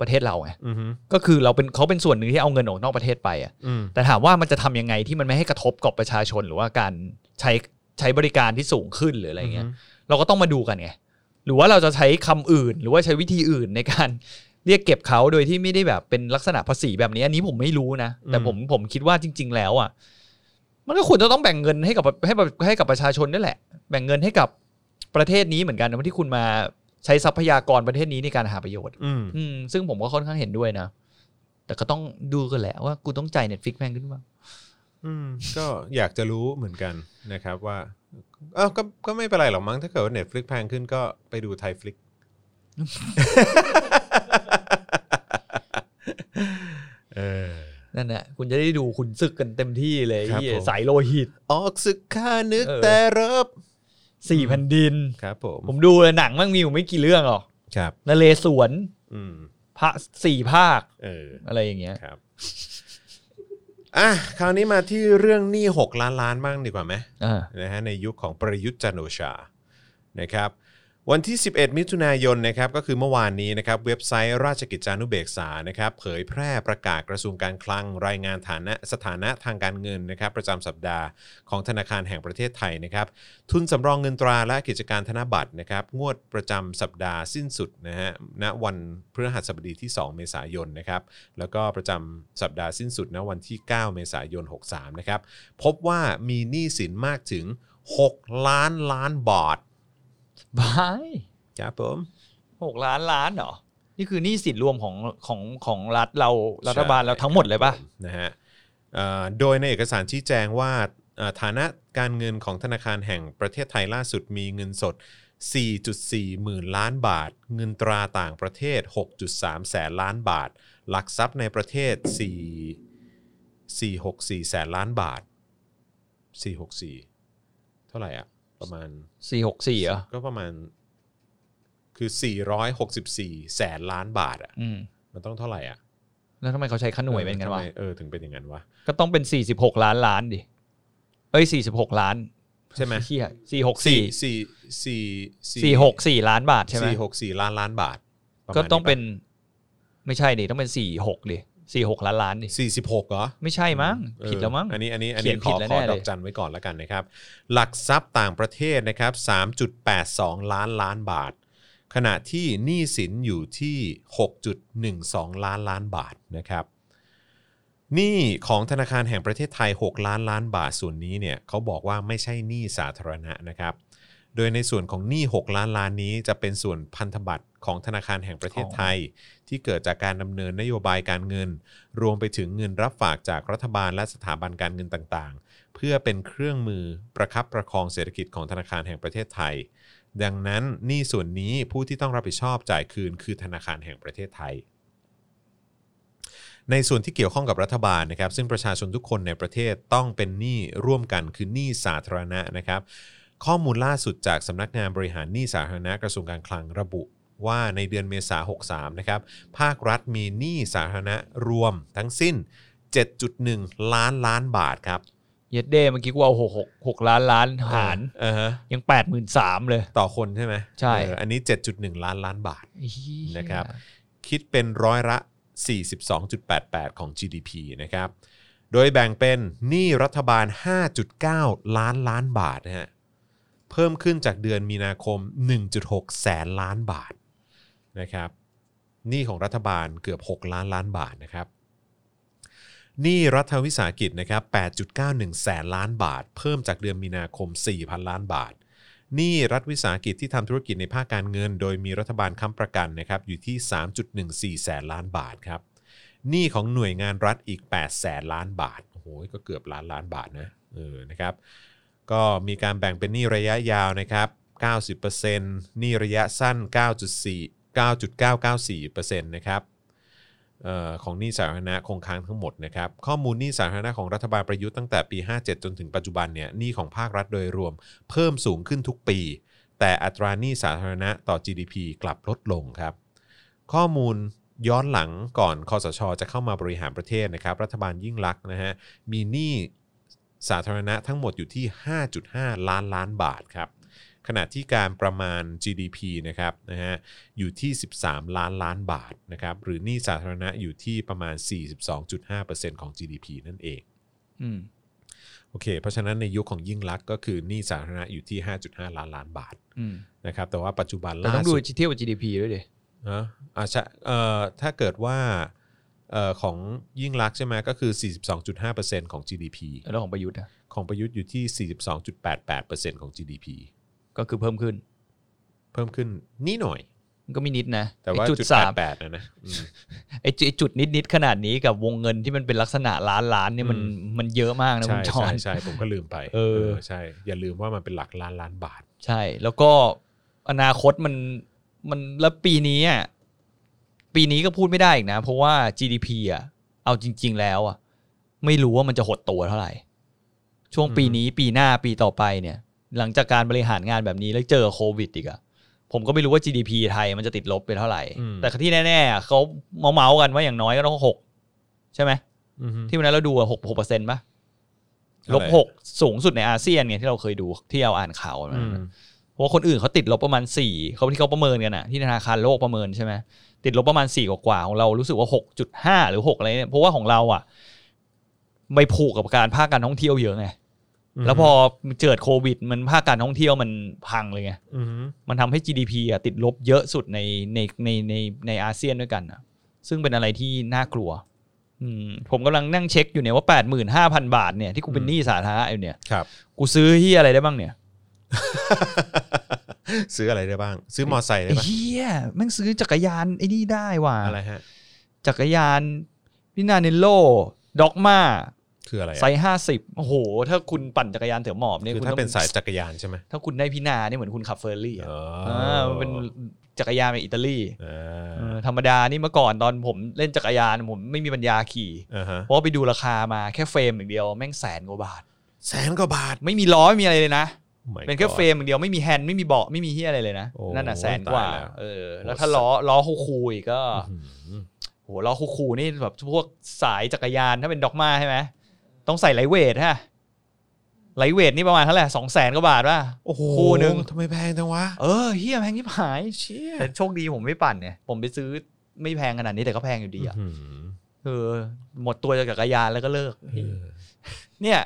Speaker 3: ประเทศเราไง
Speaker 1: อืม
Speaker 3: ก็คือเราเป็นเขาเป็นส่วนหนึ่งที่เอาเงินออกนอกประเทศไปอะ
Speaker 1: อืม
Speaker 3: แต่ถามว่ามันจะทำยังไงที่มันไม่ให้กระทบกับประชาชนหรือว่าการใช้ใช้บริการที่สูงขึ้นหรืออะไรเงี้ยเราก็ต้องมาดูกันไงหรือว่าเราจะใช้คำอื่น หรือว่าใช้วิธีอื่นในการ เรียกเก็บเขาโดยที่ไม่ได้แบบเป็นลักษณะภาษีแบบนี้ อันนี้ผมไม่รู้นะ แต่ผมผมคิดว่าจริง ๆ แล้วอ่ะมันก็ควรจะต้องแบ่งเงินให้กับให้กับให้กับประชาชนด้วยแหละ แบ่งเงินให้กับประเทศนี้เหมือนกันนะที่คุณมาใช้ทรัพยากรประเทศนี้ในการหาประโยชน์
Speaker 1: อืม
Speaker 3: อืมซึ่งผมก็ค่อนข้างเห็นด้วยนะ แต่ก็ต้องดูกันแหละว่ากูต้องจ่ายเน็ตฟิกแพงขึ้นบ้าง
Speaker 1: อืมก็อยากจะรู้เหมือนกันนะครับว่าเอ้าก็ก็ไม่เป็นไรหรอกมั้งถ้าเกิดว่าเน็ตฟลิกแพงขึ้นก็ไปดูไทยฟลิก เออ
Speaker 3: นั่นแหละคุณจะได้ดูขุนศึกกันเต็มที่เลย
Speaker 1: ครับ
Speaker 3: เหี้ย
Speaker 1: ผม
Speaker 3: สายโลหิต
Speaker 1: ออกศึกข้านึก
Speaker 3: เออ
Speaker 1: แต่เริบ
Speaker 3: สี่แผ่นดิน
Speaker 1: ครับผม
Speaker 3: ผมดูหนังมั่งมีอยู่ไม่กี่เรื่องหรอก
Speaker 1: ครับ
Speaker 3: นเรศวร
Speaker 1: อืม
Speaker 3: พระสี่ภาค
Speaker 1: เออ
Speaker 3: อะไรอย่างเงี้ย
Speaker 1: ครับ อ่ะ คราวนี้มาที่เรื่องหนี้ 6 ล้านล้านบ้างดีกว่าไหม
Speaker 3: อ่า
Speaker 1: นะฮะในยุคของประยุทธ์จันทร์โอชา นะครับ วันที่ 11 มิถุนายนนะครับก็คือเมื่อวานนี้นะครับเว็บไซต์ราชกิจจานุเบกษานะครับเผยแพร่ประกาศกระทรวงการคลัง รายงานฐานะสถานะทางการเงินนะครับประจำสัปดาห์ของธนาคารแห่งประเทศไทยนะครับทุนสำรองเงินตราและกิจการธนบัตรนะครับงวดประจำสัปดาห์สิ้นสุดนะฮะณวันพฤหัสบดีที่ 2 เมษายนนะครับแล้วก็ประจำสัปดาห์สิ้นสุดณวันที่ 9 เมษายน 63นะครับพบว่ามีหนี้สินมากถึง 6 ล้านล้านบาท
Speaker 3: บาย
Speaker 1: ครับผม
Speaker 3: หกล้านล้านเหรอ นี่คือหนี้สินรวมของของของรัฐเรารัฐบาลเราทั้งหมดเลยปะ
Speaker 1: นะฮะ เอ่อโดยในเอกสารชี้แจงว่าเอ่อฐานะการเงินของธนาคารแห่งประเทศไทยล่าสุดมีเงินสด 4.4 หมื่นล้านบาท เงินตราต่างประเทศ 6.3 แสนล้านบาท หลักทรัพย์ในประเทศ 4 464 แสนล้านบาท 464 เท่าไหร่อ่ะ ประมาณ
Speaker 3: สี่หกสี่เหรอ
Speaker 1: ก็ประมาณคือ 464 แสนล้านบาทอ่ะ
Speaker 3: อืม
Speaker 1: มันต้องเท่าไหร่อ่ะ
Speaker 3: แล้วทำไมเขาใช้ขนวยเป็นกันวะ
Speaker 1: ทำไมเออถึงเป็นอย่างนั้นวะ
Speaker 3: ก็ต้องเป็นสี่สิบหกล้านล้านดิเอ้ยสี่สิบหกล้าน
Speaker 1: ใช่ไหม
Speaker 3: เฮียสี่หก
Speaker 1: สี่
Speaker 3: สี่
Speaker 1: สี่สี่
Speaker 3: สี่หกสี่ล้านบาทใช่ไหม
Speaker 1: สี่หกสี่ล้านล้านบาทระมาณ
Speaker 3: ก็ต้องเป็นไม่ใช่ดิต้องเป็นสี่หกดิสี่หกล้านล้านดิ
Speaker 1: สี่สิบหกเหรอ
Speaker 3: ไม่ใช่มั้ง
Speaker 1: เออ
Speaker 3: ผิดแล้วมั้ง
Speaker 1: อันนี้อันนี้อัน
Speaker 3: เขี
Speaker 1: นี้
Speaker 3: ยน
Speaker 1: ข
Speaker 3: ผิด
Speaker 1: อ
Speaker 3: แล้ว
Speaker 1: ขอ
Speaker 3: แน่เลย
Speaker 1: ดอกจันไว้ก่อนแล้วกันนะครับ หลักทรัพย์ต่างประเทศนะครับสามจุดแปดสองล้านล้านบาท ขณะที่หนี้สินอยู่ที่หกจุดหนึ่งสองล้านล้านบาทนะครับหนี้ของธนาคารแห่งประเทศไทย 6 ล้านล้านบาทส่วนนี้เนี่ยเขาบอกว่าไม่ใช่หนี้สาธารณะนะครับ โดยในส่วนของหนี้ 6 ล้านล้านนี้จะเป็นส่วนพันธบัตรของธนาคารแห่งประเทศไทย ที่เกิดจากการดำเนินนโยบายการเงิน รวมไปถึงเงินรับฝากจากรัฐบาลและสถาบันการเงินต่างๆ เพื่อเป็นเครื่องมือประคับประคองเศรษฐกิจของธนาคารแห่งประเทศไทย ดังนั้นหนี้ส่วนนี้ผู้ที่ต้องรับผิดชอบจ่ายคืนคือธนาคารแห่งประเทศไทย ในส่วนที่เกี่ยวข้องกับรัฐบาลนะครับ ซึ่งประชาชนทุกคนในประเทศต้องเป็นหนี้ร่วมกันคือหนี้สาธารณะนะครับ ข้อมูลล่าสุดจากสำนักงานบริหารหนี้สาธารณะกระทรวงการคลังระบุว่าในเดือนเมษา63นะครับภาครัฐมีหนี้สาธารณะรวมทั้งสิ้น 7.1 ล้านล้านบาทครับ
Speaker 3: เยดเด้เมื่อกี้กูเอาหกหกหกล้านล้านหาร
Speaker 1: เออฮะ
Speaker 3: ยังแปดหมื่นสามเลย
Speaker 1: ต่อคนใช่ไหม
Speaker 3: ใช่
Speaker 1: เอออันนี้ 7.1 ล้านล้านบาท
Speaker 3: เหี้ย
Speaker 1: นะครับ คิดเป็นร้อยละ 42.88 ของ GDP นะครับ โดยแบ่งเป็นหนี้รัฐบาล 5.9 ล้านล้านบาทนะฮะ เพิ่มขึ้นจากเดือนมีนาคม 1.6 แสนล้านบาทนะครับ หนี้ของรัฐบาลเกือบ 6 ล้านล้านบาทนะครับ หนี้รัฐวิสาหกิจนะครับ 8.91 แสนล้านบาท เพิ่มจากเดือนมีนาคม 4,000 ล้านบาท หนี้รัฐวิสาหกิจที่ทำธุรกิจในภาคการเงิน โดยมีรัฐบาลค้ำประกันนะครับอยู่ที่ 3.14 แสนล้านบาทครับหนี้ของหน่วยงานรัฐอีก 8 แสนล้านบาทโอ้โหก็เกือบล้านล้านบาทนะเออนะครับ ก็มีการแบ่งเป็นหนี้ระยะยาวนะครับ 90%หนี้ระยะสั้น 9.4 9.994%นะครับ เออของหนี้สาธารณะคงค้างทั้งหมดนะครับข้อมูลหนี้สาธารณะของรัฐบาลประยุทธ์ตั้งแต่ปี 57 จนถึงปัจจุบันเนี่ยหนี้ของภาครัฐโดยรวม เพิ่มสูงขึ้นทุกปี แต่อัตราหนี้สาธารณะต่อ GDP กลับลดลงครับ ข้อมูลย้อนหลังก่อนคอสช จะเข้ามาบริหารประเทศนะครับ รัฐบาลยิ่งลักษณ์นะฮะมีหนี้สาธารณะทั้งหมดอยู่ที่ 5.5 ล้านล้านบาทครับขณะที่การประมาณ GDP นะครับนะฮะ อยู่ที่ 13 ล้านล้านบาทนะครับ หรือหนี้สาธารณะอยู่ที่ประมาณ 42.5%ของ GDP นั่นเอง
Speaker 3: อืม
Speaker 1: โอเค เพราะฉะนั้นในยุคของยิ่งลักษณ์ก็คือหนี้สาธารณะอยู่ที่ 5.5 ล้านล้านบาท
Speaker 3: อืม
Speaker 1: นะครับ แต่ว่าปัจจุบัน
Speaker 3: แต่
Speaker 1: ล่า
Speaker 3: ต้องดู
Speaker 1: สุด
Speaker 3: เทียบกับ GDP ด้วยดิ
Speaker 1: นะอ่าใช่เอ่อถ้าเกิดว่าเอ่อของยิ่งลักษณ์ใช่ไหมก็คือ 42.5%ของ GDP
Speaker 3: แล้วของประยุทธ์อะ
Speaker 1: ของประยุทธ์อยู่ที่ 42.88%ของ GDP
Speaker 3: ก็คือเพิ่มขึ้น
Speaker 1: เพิ่มขึ้นนี่หน่อย
Speaker 3: มันก็ไม่นิดนะ
Speaker 1: แต่ว่า
Speaker 3: ไอ้
Speaker 1: จุด
Speaker 3: สาม
Speaker 1: แปดนะนะอืม
Speaker 3: ไอ้จุไอ้จุดนิดนิดๆขนาดนี้กับวงเงินที่มันเป็นลักษณะล้านล้านๆเนี่ยมัน
Speaker 1: อืม
Speaker 3: มันเยอะมากนะ
Speaker 1: ใช่
Speaker 3: คุณจอ
Speaker 1: ใช่
Speaker 3: น
Speaker 1: ใช่ผมก็ลืมไป
Speaker 3: เออ
Speaker 1: ใช่ อย่าลืมว่ามันเป็นหลักล้านล้านบาท
Speaker 3: ใช่ แล้วก็อนาคตมันมันแล้วปีนี้อ่ะปีนี้ก็พูดไม่ได้อีกนะ เพราะว่า GDP อ่ะเอาจริง ๆ แล้วอ่ะไม่รู้ว่ามันจะหดตัวเท่าไหร่ ช่วงปีนี้ปีหน้าปีต่อไปเนี่ย หลังจากการบริหารงานแบบนี้แล้วเจอโควิดอีกอ่ะผมก็ไม่รู้ว่า GDP ไทยมันจะติดลบไปเท่าไหร่
Speaker 1: อืม
Speaker 3: แต่ที่แน่ๆอ่ะเขาเมาส์ๆกันว่าอย่างน้อยก็ต้องหกใช่ไหม
Speaker 1: อือฮึ
Speaker 3: ที่วันนั้นเราดูหกหกเปอร์เซ็นต์ป่ะ
Speaker 1: เท่าไหร่
Speaker 3: ลบหกสูงสุดในอาเซียนไงที่เราเคยดูที่เราอ่านข่าวมา
Speaker 1: อืม
Speaker 3: เพราะว่าคนอื่นเขาติดลบประมาณสี่เขาที่เขาประเมินกันอะที่ธนาคารโลกประเมินใช่ไหมติดลบประมาณสี่กว่าๆของเรารู้สึกว่าหกจุดห้าหรือหกอะไรเนี่ยเพราะว่าของเราอะไปผูกกับการภาคการท่องเที่ยวเยอะไงแล้วพอเจิดโควิด มันภาคการท่องเที่ยวมันพังเลยไงมันทำให้ GDP อะติดลบเยอะสุดในในในในในอาเซียนด้วยกันอะซึ่งเป็นอะไรที่น่ากลัว อืมผมกำลังนั่งเช็คอยู่เนี่ยว่า 8 5 0 0 0 บาทเนี่ยที่กูเป็น
Speaker 1: อืม
Speaker 3: หนี้สาธารณะอยู่เนี่ย
Speaker 1: ครับ
Speaker 3: กูซื้อที่อะไรได้บ้างเนี่ย
Speaker 1: (laughs) ซื้ออะไรได้บ้าง ซื้อมอไซค์ได้
Speaker 3: ไอ้
Speaker 1: ปะ
Speaker 3: เหี้ยแม่งซื้อจักรยานไอ้นี่ได้ว่ะ
Speaker 1: อะไรฮะ
Speaker 3: จักรยานพินาเนโลด็อกมา
Speaker 1: คืออะไรอะ
Speaker 3: ไซส์ห้าสิบโอ้โห ถ้าคุณปั่นจักรยานเถื่อหมอบเนี่ย
Speaker 1: คือ
Speaker 3: คุณ
Speaker 1: ถ้า
Speaker 3: ต้อง
Speaker 1: เป็นสายจักรยานใช่ไหม
Speaker 3: ถ้าคุณได้พินาเนี่ยเหมือนคุณขับเฟอร์รี่อะ
Speaker 1: อ๋อ
Speaker 3: อ่ามันเป็นจักรยานในอิตาลี
Speaker 1: อ่า
Speaker 3: เออธรรมดานี่เมื่อก่อนตอนผมเล่นจักรยานผมไม่มีปัญญาขี่
Speaker 1: อ่าฮะ
Speaker 3: เพราะว่าไปดูราคามาแค่เฟรมอย่างเดียวแม่งแสนกว่าบาท
Speaker 1: แสนกว่าบาท
Speaker 3: ไม่มีล้อไม่มีอะไรเลยนะ
Speaker 1: My
Speaker 3: เป็นแค่
Speaker 1: God
Speaker 3: เฟรมอย่างเดียวไม่มีแฮนด์ไม่มีเบาะไม่มีเฮียอะไรเลยนะ
Speaker 1: โอ้
Speaker 3: นั่นน่ะแสนกว่า
Speaker 1: ตายแล้ว
Speaker 3: เออ
Speaker 1: โอ้
Speaker 3: แล้วถ้าล้อล้อคู่คูอีกก็
Speaker 1: อื้อหือ
Speaker 3: โหล้อคู่คูนี่แบบพวกสายจักรยานถ้าเป็นด็อกมาใช่ไหมต้องใส่ไลท์เวทฮะไลท์เวทนี่ประมาณเท่าไหร่สองแสนกว่าบาทป่ะ
Speaker 1: โอ้โห
Speaker 3: คู่หนึ่ง
Speaker 1: ทำไมแพงจังวะ
Speaker 3: เออเฮียแพงที่หาย
Speaker 1: เชี่ย
Speaker 3: แต่โชคดีผมไม่ปั่นเนี่ยผมไปซื้อไม่แพงขนาดนี้แต่ก็แพงอยู่ดีอ่ะ
Speaker 1: อื้อหือ
Speaker 3: เออหมดตัวจากจักรยานแล้วก็เลิก
Speaker 1: เออ
Speaker 3: เนี่ย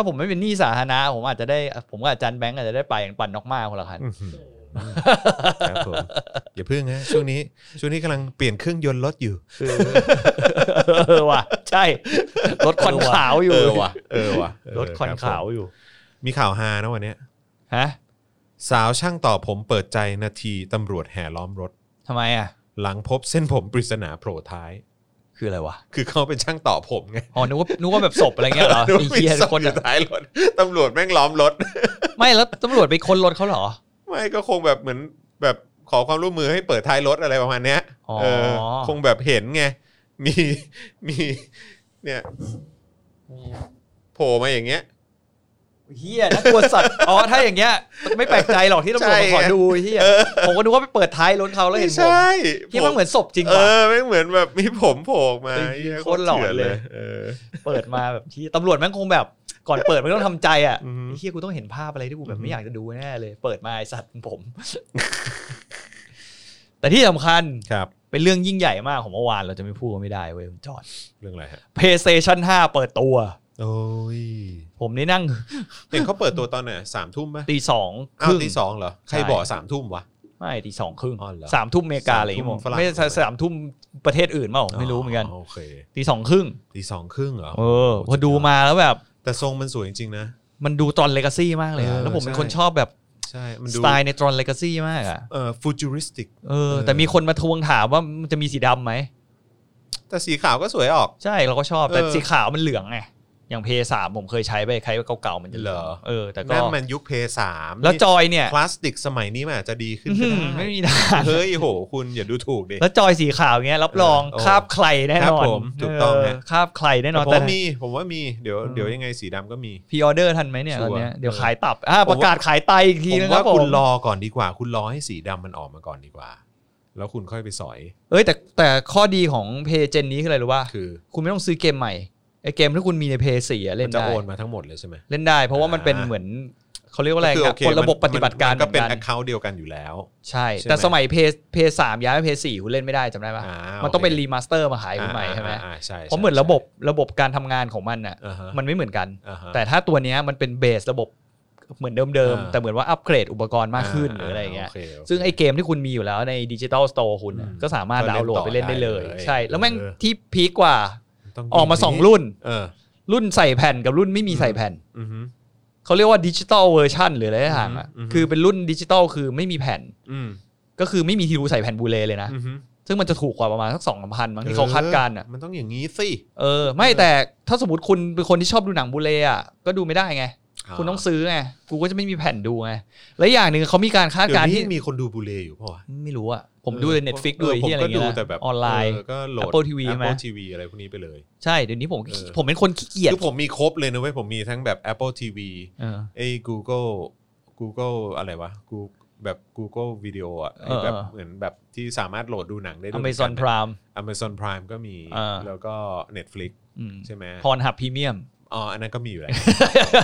Speaker 3: ถ้าผมไม่เป็นหนี้สาธารณะผมอาจจะได้ ผมกับอาจารย์แบงค์อาจจะได้ไปปั่นนอกมาคนละคัน
Speaker 1: อื้อหือครับผมอย่าพึ่งฮะช่วงนี้ช่วงนี้กำลังเปลี่ยนเครื่องยนต์รถอยู่
Speaker 3: เออว่ะ ใช่ รถควันขาวอยู่
Speaker 1: เออว่ะเออว่ะเออ
Speaker 3: รถควัน
Speaker 1: รับผม
Speaker 3: ขาวอยู่
Speaker 1: มีข่าวฮานะวันเนี้ย
Speaker 3: ฮะ
Speaker 1: สาวช่างต่อผมเปิดใจนาทีตำรวจแห่ล้อมรถ
Speaker 3: ทำไมอ่ะ
Speaker 1: หลังพบเส้นผมปริศนาโผล่ท้าย
Speaker 3: คืออะไรวะ
Speaker 1: คือเขาเป็นช่างต่อผมไง
Speaker 3: อ๋อนึกว่านึกว่าแบบศพอะไรเงี้
Speaker 1: (laughs)
Speaker 3: ยเหรอ
Speaker 1: ดู
Speaker 3: ไอ้
Speaker 1: มี
Speaker 3: เหี้ย
Speaker 1: ศพ
Speaker 3: คน
Speaker 1: อยู่ท้ายรถตำรวจแม่งล้อมรถ
Speaker 3: ไม่แล้วตำรวจไปค้นรถเขาเหรอ
Speaker 1: ไม่ก็คงแบบเหมือนแบบขอความร่วมมือให้เปิดท้ายรถอะไรประมาณเนี้ย
Speaker 3: อ๋อ
Speaker 1: เออ คงแบบเห็นไง มีมีเนี่ยโผล่มาอย่างเงี้ย
Speaker 3: เฮียน่ากลัวสัตว์อ๋อถ้าอย่างเงี้ยไม่แปลกใจหรอกที่ตำรวจ
Speaker 1: ใช่
Speaker 3: มาขอดูไอ้เฮียผมก็นึกว่าไปเปิดท้ายรถเขาแล้วเห็
Speaker 1: ไม่
Speaker 3: นผม
Speaker 1: ใช่
Speaker 3: เฮียมันเหมือนศพจริง
Speaker 1: เอ
Speaker 3: ว่ะ
Speaker 1: อไม่งเหมือนแบบมีผมโผล่ออกมา
Speaker 3: เออ
Speaker 1: เหี้ย
Speaker 3: โคตรหลอนเลย
Speaker 1: เออ
Speaker 3: เปิดมาแบบที่ตำรวจแม่งคงแบบ ก่อนเปิดมันต้องทำใจอ่ะ
Speaker 1: อือฮึ
Speaker 3: ไอ้เฮียกูต้องเห็นภาพอะไรที่กูแบ
Speaker 1: อือ
Speaker 3: บ
Speaker 1: ฮึ
Speaker 3: ไม่อยากจะดูแน่เลย เปิดมาไอสัตว์ผม (laughs) แต่ที่สำคัญ
Speaker 1: ครับ
Speaker 3: เป็นเรื่องยิ่งใหญ่มากของเมื่อวานเราจะไม่พูดก็ไม่ได้เว้ยคุณจอด
Speaker 1: เรื่องอะไรฮะ
Speaker 3: PlayStation 5 เปิดตัว
Speaker 1: โอ้ย
Speaker 3: ผมนี่นั่ง
Speaker 1: เห็นเขาเปิดตัวตอนไหนสามทุ่มไหม
Speaker 3: ตีสองค
Speaker 1: อ้าว
Speaker 3: รึ่ง
Speaker 1: ตีสองเหรอ ใคร
Speaker 3: ใช่
Speaker 1: บอกสามทุ่มวะ
Speaker 3: ไม่ตีสองครึ่ง
Speaker 1: อ๋อเหรอ
Speaker 3: สามทุ่มอเมริกาอะไรอย่าง
Speaker 1: สามทุ่ม
Speaker 3: เงี้ย
Speaker 1: ฝรั่ง
Speaker 3: ไม่ใช่สามทุ่มประเทศอื่นเปล่าไม่รู้เหมือนกัน
Speaker 1: โอเค
Speaker 3: ตีสองครึ่ง
Speaker 1: ตีสองครึ่งเหรอ
Speaker 3: เออพอดูมาแล้วแบบ
Speaker 1: แต่ทรงมันสวยจริงๆนะ
Speaker 3: มันดูตอนเลกาซี่มากเลย
Speaker 1: เอ
Speaker 3: อะ
Speaker 1: อ
Speaker 3: แล้วผมเป็น
Speaker 1: ใช่
Speaker 3: คนชอบแบบ
Speaker 1: ใช่มัน
Speaker 3: ส
Speaker 1: ดู
Speaker 3: ไตล์ในตอนเลกาซี่มากอะ
Speaker 1: เอ่อฟูจูริสติก
Speaker 3: เออ
Speaker 1: เออ
Speaker 3: แต่มีคนมาทวงถามว่ามันจะมีสีดำไหม
Speaker 1: แต่สีขาวก็สวยออก
Speaker 3: ใช่เราก็ชอบแต่
Speaker 1: เออ
Speaker 3: สีขาวมันเหลืองไงอย่างเพสามผมเคยใช้ไปใครเก่าๆมันจะลืง
Speaker 1: เหรอ
Speaker 3: เออ แต่ก็
Speaker 1: นั่นมันยุคเพย์สาม
Speaker 3: แล้วจอยเนี่ย
Speaker 1: พลาสติกสมัยนี้มันอาจจะดีขึ้นก็
Speaker 3: อื้อหือ
Speaker 1: ได้
Speaker 3: ไม่มีทาง
Speaker 1: เฮ้ยโห คุณอย่าดูถูกดิ
Speaker 3: แล้วจอยสีขาวเงี้ยรับรอง
Speaker 1: เออ
Speaker 3: คราบใครแน่นอ
Speaker 1: ค
Speaker 3: น
Speaker 1: รับผมถูกต้องฮะ
Speaker 3: เคราบใครแน่น
Speaker 1: แต่
Speaker 3: อน
Speaker 1: ผม
Speaker 3: แต่
Speaker 1: ว่ามีผมว่ามีเดี๋ยวเดี๋ยวยังไงสีดำก็มี
Speaker 3: พรีออเดอร์ทันไหมเนี่ย
Speaker 1: ชั
Speaker 3: ต
Speaker 1: วร์
Speaker 3: อนเนี้ยเดี๋ยว
Speaker 1: เออ
Speaker 3: ขายตับอ่ะ
Speaker 1: ผมว่า
Speaker 3: ประกาศขายไตอีกที
Speaker 1: ผม
Speaker 3: นะครั
Speaker 1: ว่า
Speaker 3: บผ
Speaker 1: คุณ
Speaker 3: ม
Speaker 1: รอก่อนดีกว่า คุณรอให้สีดำมันออกมาก่อนดีกว่า แล้วคุณค่อยไปสอย
Speaker 3: เอ้ยแต่แต่ข้อดีของเพเจนนี้คืออะไรรู้ป่ะ
Speaker 1: คือ
Speaker 3: คุณไม่ต้องซื้อเกมใหม่ไอเกมที่คุณมีในเพสี่อะ
Speaker 1: มั
Speaker 3: เล่
Speaker 1: น
Speaker 3: น
Speaker 1: จะ
Speaker 3: ได้
Speaker 1: โอนมาทั้งหมดเลยใช่ไหม
Speaker 3: เล่นได้ เพราะว่ามันเป็น
Speaker 1: อ่า
Speaker 3: เหมือนเขาเรียกว่าอะไร
Speaker 1: ก็
Speaker 3: อะ
Speaker 1: โเ
Speaker 3: คนระบบปฏิบัติการ
Speaker 1: มันก็เป็น
Speaker 3: หมือ
Speaker 1: account เดียวกันอยู่แล้ว
Speaker 3: ใช่
Speaker 1: ใช่ไหม
Speaker 3: แต่สมัยเพย์เพย์สามย้ายไปเพย์สี่คุณเล่นไม่ได้จำได้ปะ
Speaker 1: อ่า
Speaker 3: มันต้องเป็น
Speaker 1: โค
Speaker 3: รีมาสเตอร์มาขายคุณใหม่
Speaker 1: อ่า
Speaker 3: ใช่ไหม
Speaker 1: อ่าใช่
Speaker 3: เพราะเหมือน
Speaker 1: ใช่
Speaker 3: ระบบระบบการทำงานของมันอ่ะ
Speaker 1: อ่าฮะ
Speaker 3: มันไม่เหมือนกัน
Speaker 1: อ่าฮะ
Speaker 3: แต่ถ้าตัวเนี้ยมันเป็นเบสระบบเหมือนเดิม
Speaker 1: อ่า
Speaker 3: ๆ แต่เหมือนว่าอัปเกรดอุปกรณ์มากขึ้นหรืออะไรอย่างเงี้ย
Speaker 1: โคโค
Speaker 3: ซึ่งไอเกมที่คุณมีอยู่แล้วในดิจิตอลสโตร์คุณอะ
Speaker 1: อืม
Speaker 3: ก็สามารถดาวน์โหลดไปเล่นได้เลย
Speaker 1: ก็เล่นต่อได้เลย
Speaker 3: ใช่ แล้วแม่ง
Speaker 1: เออ
Speaker 3: ที่พีคกว่า
Speaker 1: ต้
Speaker 3: ออกมาสองรุ่น
Speaker 1: เออ
Speaker 3: รุ่นใส่แผ่นกับรุ่นไม่มีใส่แผ่น
Speaker 1: อือฮึ
Speaker 3: เขาเรียกว่าดิจิตอลเวอร์ชันหรืออะไรต่างๆอะ
Speaker 1: อืมอืม
Speaker 3: คือเป็นรุ่นดิจิตอลคือไม่มีแผ่น
Speaker 1: อืม
Speaker 3: ก็คือไม่มีทีรูใส่แผ่นบูเลเลยนะ
Speaker 1: อือฮึ
Speaker 3: ซึ่งมันจะถูกกว่าประมาณสักสองพันมั้งที่เขาคาดการณ์อ่ะ
Speaker 1: เมันต้องอย่างนี้สิ
Speaker 3: เออ ไม่แต่ถ้าสมมติคุณเป็นคนที่ชอบดูหนังบูเลอ่ะ ก็ดูไม่ได้ไง คุณต้องซื้อไง กูก็จะไม่มีแผ่นดูไง และอย่างหนึ่งเขามีการคาด
Speaker 1: เดี๋ย
Speaker 3: การ
Speaker 1: ว
Speaker 3: ณ์
Speaker 1: นี้
Speaker 3: ที่
Speaker 1: มีคนดูบูเลอยู่เปล่าวะ
Speaker 3: ไม่รู้อ่ะ ผมดูใน Netflix ดู
Speaker 1: เออ
Speaker 3: ไอ้ที่อะไร
Speaker 1: ผมก็ดู
Speaker 3: เงี้ย
Speaker 1: แต่แบบ
Speaker 3: ออนไลน์
Speaker 1: เก็โหลด
Speaker 3: Apple TV ไหม
Speaker 1: Apple TV อะไรพวกนี้ไปเลย
Speaker 3: ใช่ เดี๋ยวนี้ผม
Speaker 1: เออ
Speaker 3: ผมเป็นคนขี้เกียจ
Speaker 1: คือผมมีครบเลยนะเว้ยผมมีทั้งแบบ Apple TV
Speaker 3: เออ
Speaker 1: ไอ้ Google Google อะไรวะกูแบบ Google วิดีโออ่ะไอ้แบบ
Speaker 3: เออเออ
Speaker 1: เหมือนแบบที่สามารถโหลดดูหนังได้ด้วย
Speaker 3: Amazon Prime
Speaker 1: Amazon Prime ก็มี
Speaker 3: อ่า
Speaker 1: แล้วก็ Netflix ใช่ไหม
Speaker 3: พรหับพรีเมียม
Speaker 1: อ๋อ อันนั้นก็มีอยู่แล้ว (laughs)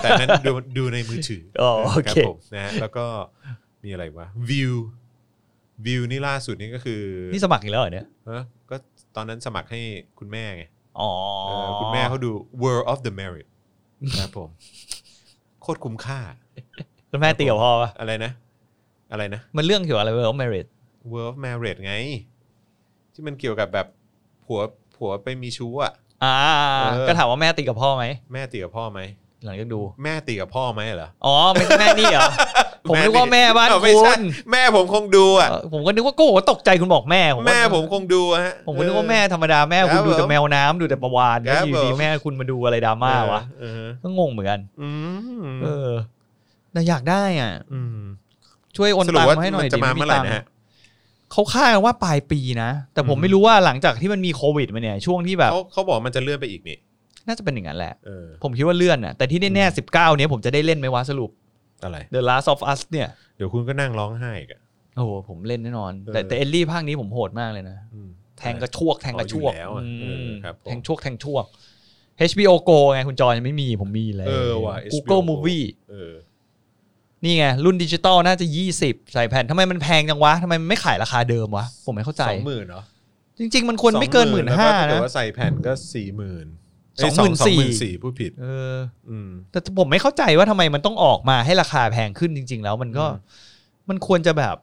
Speaker 1: แต่อันนั้นดูดูในมือถือ
Speaker 3: อ๋อโอเค
Speaker 1: รับผมนะฮะแล้วก็มีอะไรวะวิววิวนี่ล่าสุดนี่ก็คือ
Speaker 3: นี่สมัครอีกแล้วเหรอเนี่ย
Speaker 1: เอ้อก็ตอนนั้นสมัครให้คุณแม่ไง
Speaker 3: อ๋อ
Speaker 1: เออคุณแม่เขาดู World of the Married ครับผม โคตรคุ้มค่า
Speaker 3: คุณแม่ตีกับพ่อปะ
Speaker 1: อะไรนะ อะไรนะ
Speaker 3: มันเรื่องเกี่ยวกับอะไรเวอร์แมริด
Speaker 1: World of Married ไง ที่มันเกี่ยวกับแบบผัวผัวไปมีชู้อ่ะ
Speaker 3: อ่า
Speaker 1: เออ
Speaker 3: ก็ถามว่าแม่ตีกับพ่อไหม
Speaker 1: แม่ตีกับพ่อไหม
Speaker 3: หลังจากดู
Speaker 1: แม่ตีกับพ่อไหมเหรอ
Speaker 3: อ๋อไม่แม่นี่เหรอ ผมนึกว่าแม่บ้าน
Speaker 1: เอ้
Speaker 3: คุ
Speaker 1: ไม่ใช่
Speaker 3: ณ
Speaker 1: แม่ผมคงดูอ่ะ
Speaker 3: เออผมก็นึกว่าโก้ตกใจคุณบอกแม่
Speaker 1: แม่ผม
Speaker 3: ก็
Speaker 1: คงดูฮะ
Speaker 3: ผมก็นึกว่าแม่ธรรมดาแม่คุณ
Speaker 1: ครับ
Speaker 3: ดูแต่
Speaker 1: ผม
Speaker 3: แมวน้ำดูแต่ประวาน
Speaker 1: ครั
Speaker 3: แล้ว
Speaker 1: บ
Speaker 3: อยู่ดี
Speaker 1: ผม
Speaker 3: แม่คุณมาดูอะไรดราม่าวะ
Speaker 1: เออ
Speaker 3: ก็งงเหมือนกัน
Speaker 1: อืม
Speaker 3: เออแต่อยากได้อ่ะ
Speaker 1: อืม
Speaker 3: ช่วยโอน
Speaker 1: สรุป
Speaker 3: ตังค์
Speaker 1: ว่า
Speaker 3: มาให้หน่
Speaker 1: มั
Speaker 3: อย
Speaker 1: นจะ
Speaker 3: ดิ
Speaker 1: มา
Speaker 3: ไ
Speaker 1: เมื่อไหร่
Speaker 3: ตังค์
Speaker 1: นะฮะ
Speaker 3: เขาคาดกันว่าปลายปีนะ แต่ผม
Speaker 1: อืม
Speaker 3: ไม่รู้ว่าหลังจากที่มันมีโควิดมาเนี่ยช่วงที่แบบ
Speaker 1: เขาเขาบอกมันจะเลื่อนไปอีกนี่
Speaker 3: น่าจะเป็นอย่างนั้นแหละ
Speaker 1: เออ
Speaker 3: ผมคิดว่าเลื่อนอ่ะแต่ที่แน่ๆสิบเก้าเนี้ยผมจะได้เล่นไหมวะสรุป
Speaker 1: อะไร
Speaker 3: The Last of Us เนี่ย
Speaker 1: เดี๋ยวคุณก็นั่งร้องไห้อีกอะ
Speaker 3: โอ้โหผมเล่นแน่นอน
Speaker 1: เออ
Speaker 3: แต่แต่เอลลี่ภาคนี้ผมโหดมากเลยนะ
Speaker 1: อืม
Speaker 3: แทงกระชวกแทงกระชวก
Speaker 1: อ๋ออยู่แล้วอะ
Speaker 3: อืม
Speaker 1: เออครับผม
Speaker 3: แทงชวกแทงชวก HBO Go ไงคุณจอยยังไม่มีผมมีเลย
Speaker 1: เออว่ะ
Speaker 3: กูเกิล
Speaker 1: HBO
Speaker 3: มูฟวี่
Speaker 1: เออ
Speaker 3: นี่ไง รุ่นดิจิตอลน่าจะ 20 ใส่แผ่นทำไมมันแพงจังวะทำไมมันไม่ขายราคาเดิมวะ ผมไม่เข้าใจ
Speaker 1: สองหมื่นเนาะ
Speaker 3: จริง ๆ มันควรไม่เกินหมื่นห้า
Speaker 1: แต่
Speaker 3: นะ
Speaker 1: ว่าใส่แผ่นก็สี่หมื่น
Speaker 3: 24,000
Speaker 1: สี่พูดผิด
Speaker 3: เออ
Speaker 1: อืม
Speaker 3: แต่ผมไม่เข้าใจว่าทำไมมันต้องออกมาให้ราคาแพงขึ้นจริง ๆ แล้วมันก็
Speaker 1: อืม
Speaker 3: มันควรจะแบบ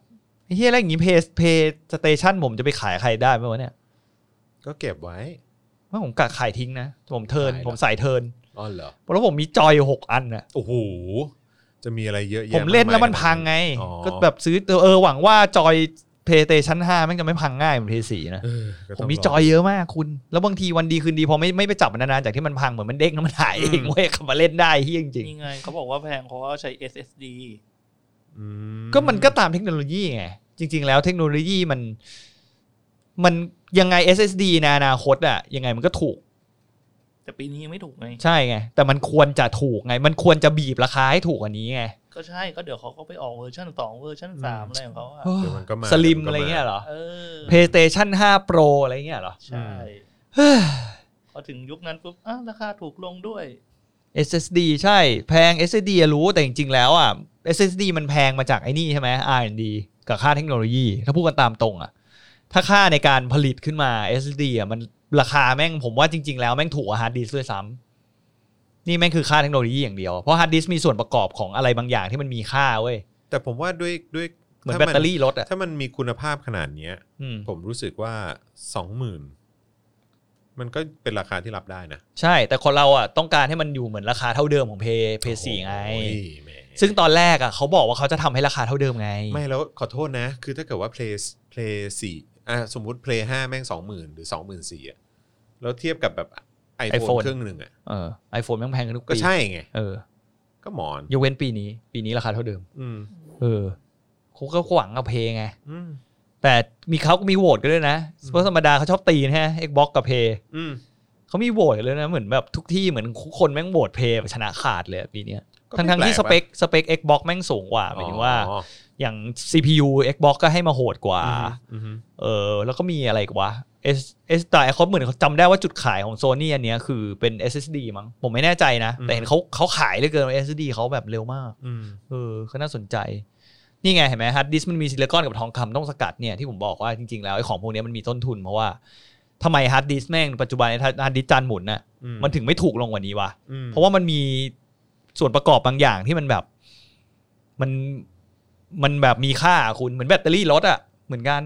Speaker 3: ไอ้เฮียอะไรอย่างงี้เพย์เพย์สเตชันผมจะไปขายใครได้ไหมวะเนี่ย
Speaker 1: ก็เก็บไว้
Speaker 3: ว่าผมกะขายทิ้งนะผมเทิร์น
Speaker 1: ขายเหรอ
Speaker 3: ผมใส่เทิร์น
Speaker 1: อ๋อเหรอ
Speaker 3: แล้วผมมีจอยหกอันน่ะ
Speaker 1: โอ้โหจะมีอะไรเยอะแยะ
Speaker 3: ผมเล่นแล้วมัน
Speaker 1: ากาย
Speaker 3: พังไง
Speaker 1: อ๋อ
Speaker 3: ก็แบบซื้อเออหวังว่าจอย PlayStation 5แม่งจะไม่พังง่ายเหมือน PS4 นะ
Speaker 1: เออก็
Speaker 3: ผ
Speaker 1: ต้
Speaker 3: ม
Speaker 1: ง
Speaker 3: มีจอยเยอะมากคุณ แล้วบางทีวันดีคืนดีพอไม่ไม่ไปจับมันนานๆจากที่มันพังเหมือนมันเด้งแล้วมันหายเองเว้ยกลับมาเล่นได้เฮี้ยจริง
Speaker 2: นี่ไงเขาบอกว่าแพงเพราะว่าใช้ SSD
Speaker 1: อื
Speaker 3: ๆก็มันก็ตามเทคโนโลยีไง จริง ๆ แล้วเทคโนโลยีมัน มันยังไง SSD ในอนาคตอะยังไงมันก็ถูก
Speaker 2: แต่ปีนี้ยังไม่ถูกไง
Speaker 3: ใช่ไง แต่มันควรจะถูกไง มันควรจะบีบราคาให้ถูกกว่านี้ไง
Speaker 2: ก็ใช่ก็เดี๋ยวเขาก็ไปออกเวอร์ชันสองเวอร์ชันสามอะไรของเขาอะ
Speaker 1: เดี๋ยวมันก็มา
Speaker 3: สลิม
Speaker 1: ดี๋ยว
Speaker 3: อะไรเงี้ยเหรอ
Speaker 2: เออ
Speaker 3: PlayStation 5 Pro อะไรเงี้ยเหรอ
Speaker 2: ใช่พอถึงยุคนั้นปุ๊บอ่ะราคาถูกลงด้วย
Speaker 3: SSD ใช่แพง SSD อะรู้แต่จริงๆแล้วอ่ะ SSD มันแพงมาจากไอ้นี่ใช่ไหม R&D กับค่าเทคโนโลยี ถ้าพูดกันตามตรงอ่ะ ถ้าค่าในการผลิตขึ้นมา SSD อ่ะมันราคาแม่งผมว่าจริง ๆ แล้วแม่งถูกกว่าฮาร์ดดิสก์ด้วยซ้ำนี่แม่งคือค่าเทคโนโลยีอย่างเดียว เพราะฮาร์ดดิสก์มีส่วนประกอบของอะไรบางอย่างที่มันมีค่าเว้ย
Speaker 1: แต่ผมว่าด้วยด้วย
Speaker 3: เหมือน
Speaker 1: ถ้า
Speaker 3: แบตเตอรี่รถอ่ะ
Speaker 1: ถ้ามันมีคุณภาพขนาดเนี้ย
Speaker 3: อืม
Speaker 1: ผมรู้สึกว่าสองหมื่นมันก็เป็นราคาที่รับได้นะ
Speaker 3: ใช่ แต่คนเราอ่ะต้องการให้มันอยู่เหมือนราคาเท่าเดิมของเพย์เพย์สี่ไง
Speaker 1: โอ้ยแหม
Speaker 3: ซึ่งตอนแรกอ่ะเขาบอกว่าเขาจะทำให้ราคาเท่าเดิมไง
Speaker 1: ไม่แล้วขอโทษนะ คือถ้าเกิดว่า play play สี่อ่ะสมมุติ play ห้าแม่งสองหมื่นหรือสองหมื่นสี่อ่ะแล้วเทียบกับแบบ iPhone
Speaker 3: iPhone
Speaker 1: เครื่องหนึ่งอ่ะ
Speaker 3: เออไอโฟนแม่งแพงขึ้นทุก
Speaker 1: ก็
Speaker 3: ปี
Speaker 1: ใช่ไง
Speaker 3: เออ
Speaker 1: ก็หมอน
Speaker 3: ยกเว้นปีนี้ ปีนี้ราคาเท่าเดิม
Speaker 1: อืม
Speaker 3: เออเขาก็หวังกับเพย์ไง
Speaker 1: อืม
Speaker 3: แต่มีเขาก็มีโหวตกันด้วยนะ
Speaker 1: อืม
Speaker 3: เพราะธรรมดาเขาชอบตีนะฮะ Xbox กับเพย์
Speaker 1: อืม
Speaker 3: เขามีโหวตกันเลยนะ เหมือนแบบทุกที่เหมือนทุกคนแม่งโหวตเพย์ชนะขาดเลยอะปีเนี้ย
Speaker 1: ก็
Speaker 3: ทั้ง
Speaker 1: ไม่
Speaker 3: ทั้งๆที่ส
Speaker 1: แลก
Speaker 3: เป
Speaker 1: ปะ
Speaker 3: คสเปค Xbox แม่งสูงกว่าหมายถึงว่า อย่าง CPU Xbox ก็ให้มาโหดกว่า
Speaker 1: อืมอืม
Speaker 3: เออ แล้วก็มีอะไรอีกว่า S S แต่เขาเหมือนเขาจำได้ว่าจุดขายของโซนี่อันเนี้ยคือเป็น SSD มั้งผมไม่แน่ใจนะ แต่เห็นเขาเขาขายเหลยเกินว่า SSD เขาแบบเร็วมาก
Speaker 1: อืม
Speaker 3: เออก็น่าสนใจ นี่ไงเห็นไหมฮาร์ดดิสก์มันมีซิลิคอนกับทองคำต้องสกัดเนี่ยที่ผมบอกว่าจริงๆแล้วไอ้ของพวกเนี้ยมันมีต้นทุนเพราะว่าทำไมฮาร์ดดิสก์แม่งปัจจุบันฮาร์ดดิสก์จานหมุนน่ะ
Speaker 1: อื
Speaker 3: มันถึงไม่ถูกลงกว่านี้วะ
Speaker 1: อืม
Speaker 3: เพราะว่ามันมีส่วนประกอบบางอย่างที่มันแบบ มันมันแบบมีค่าคุณเหมือนแบตเตอรี่รถอะเหมือนกัน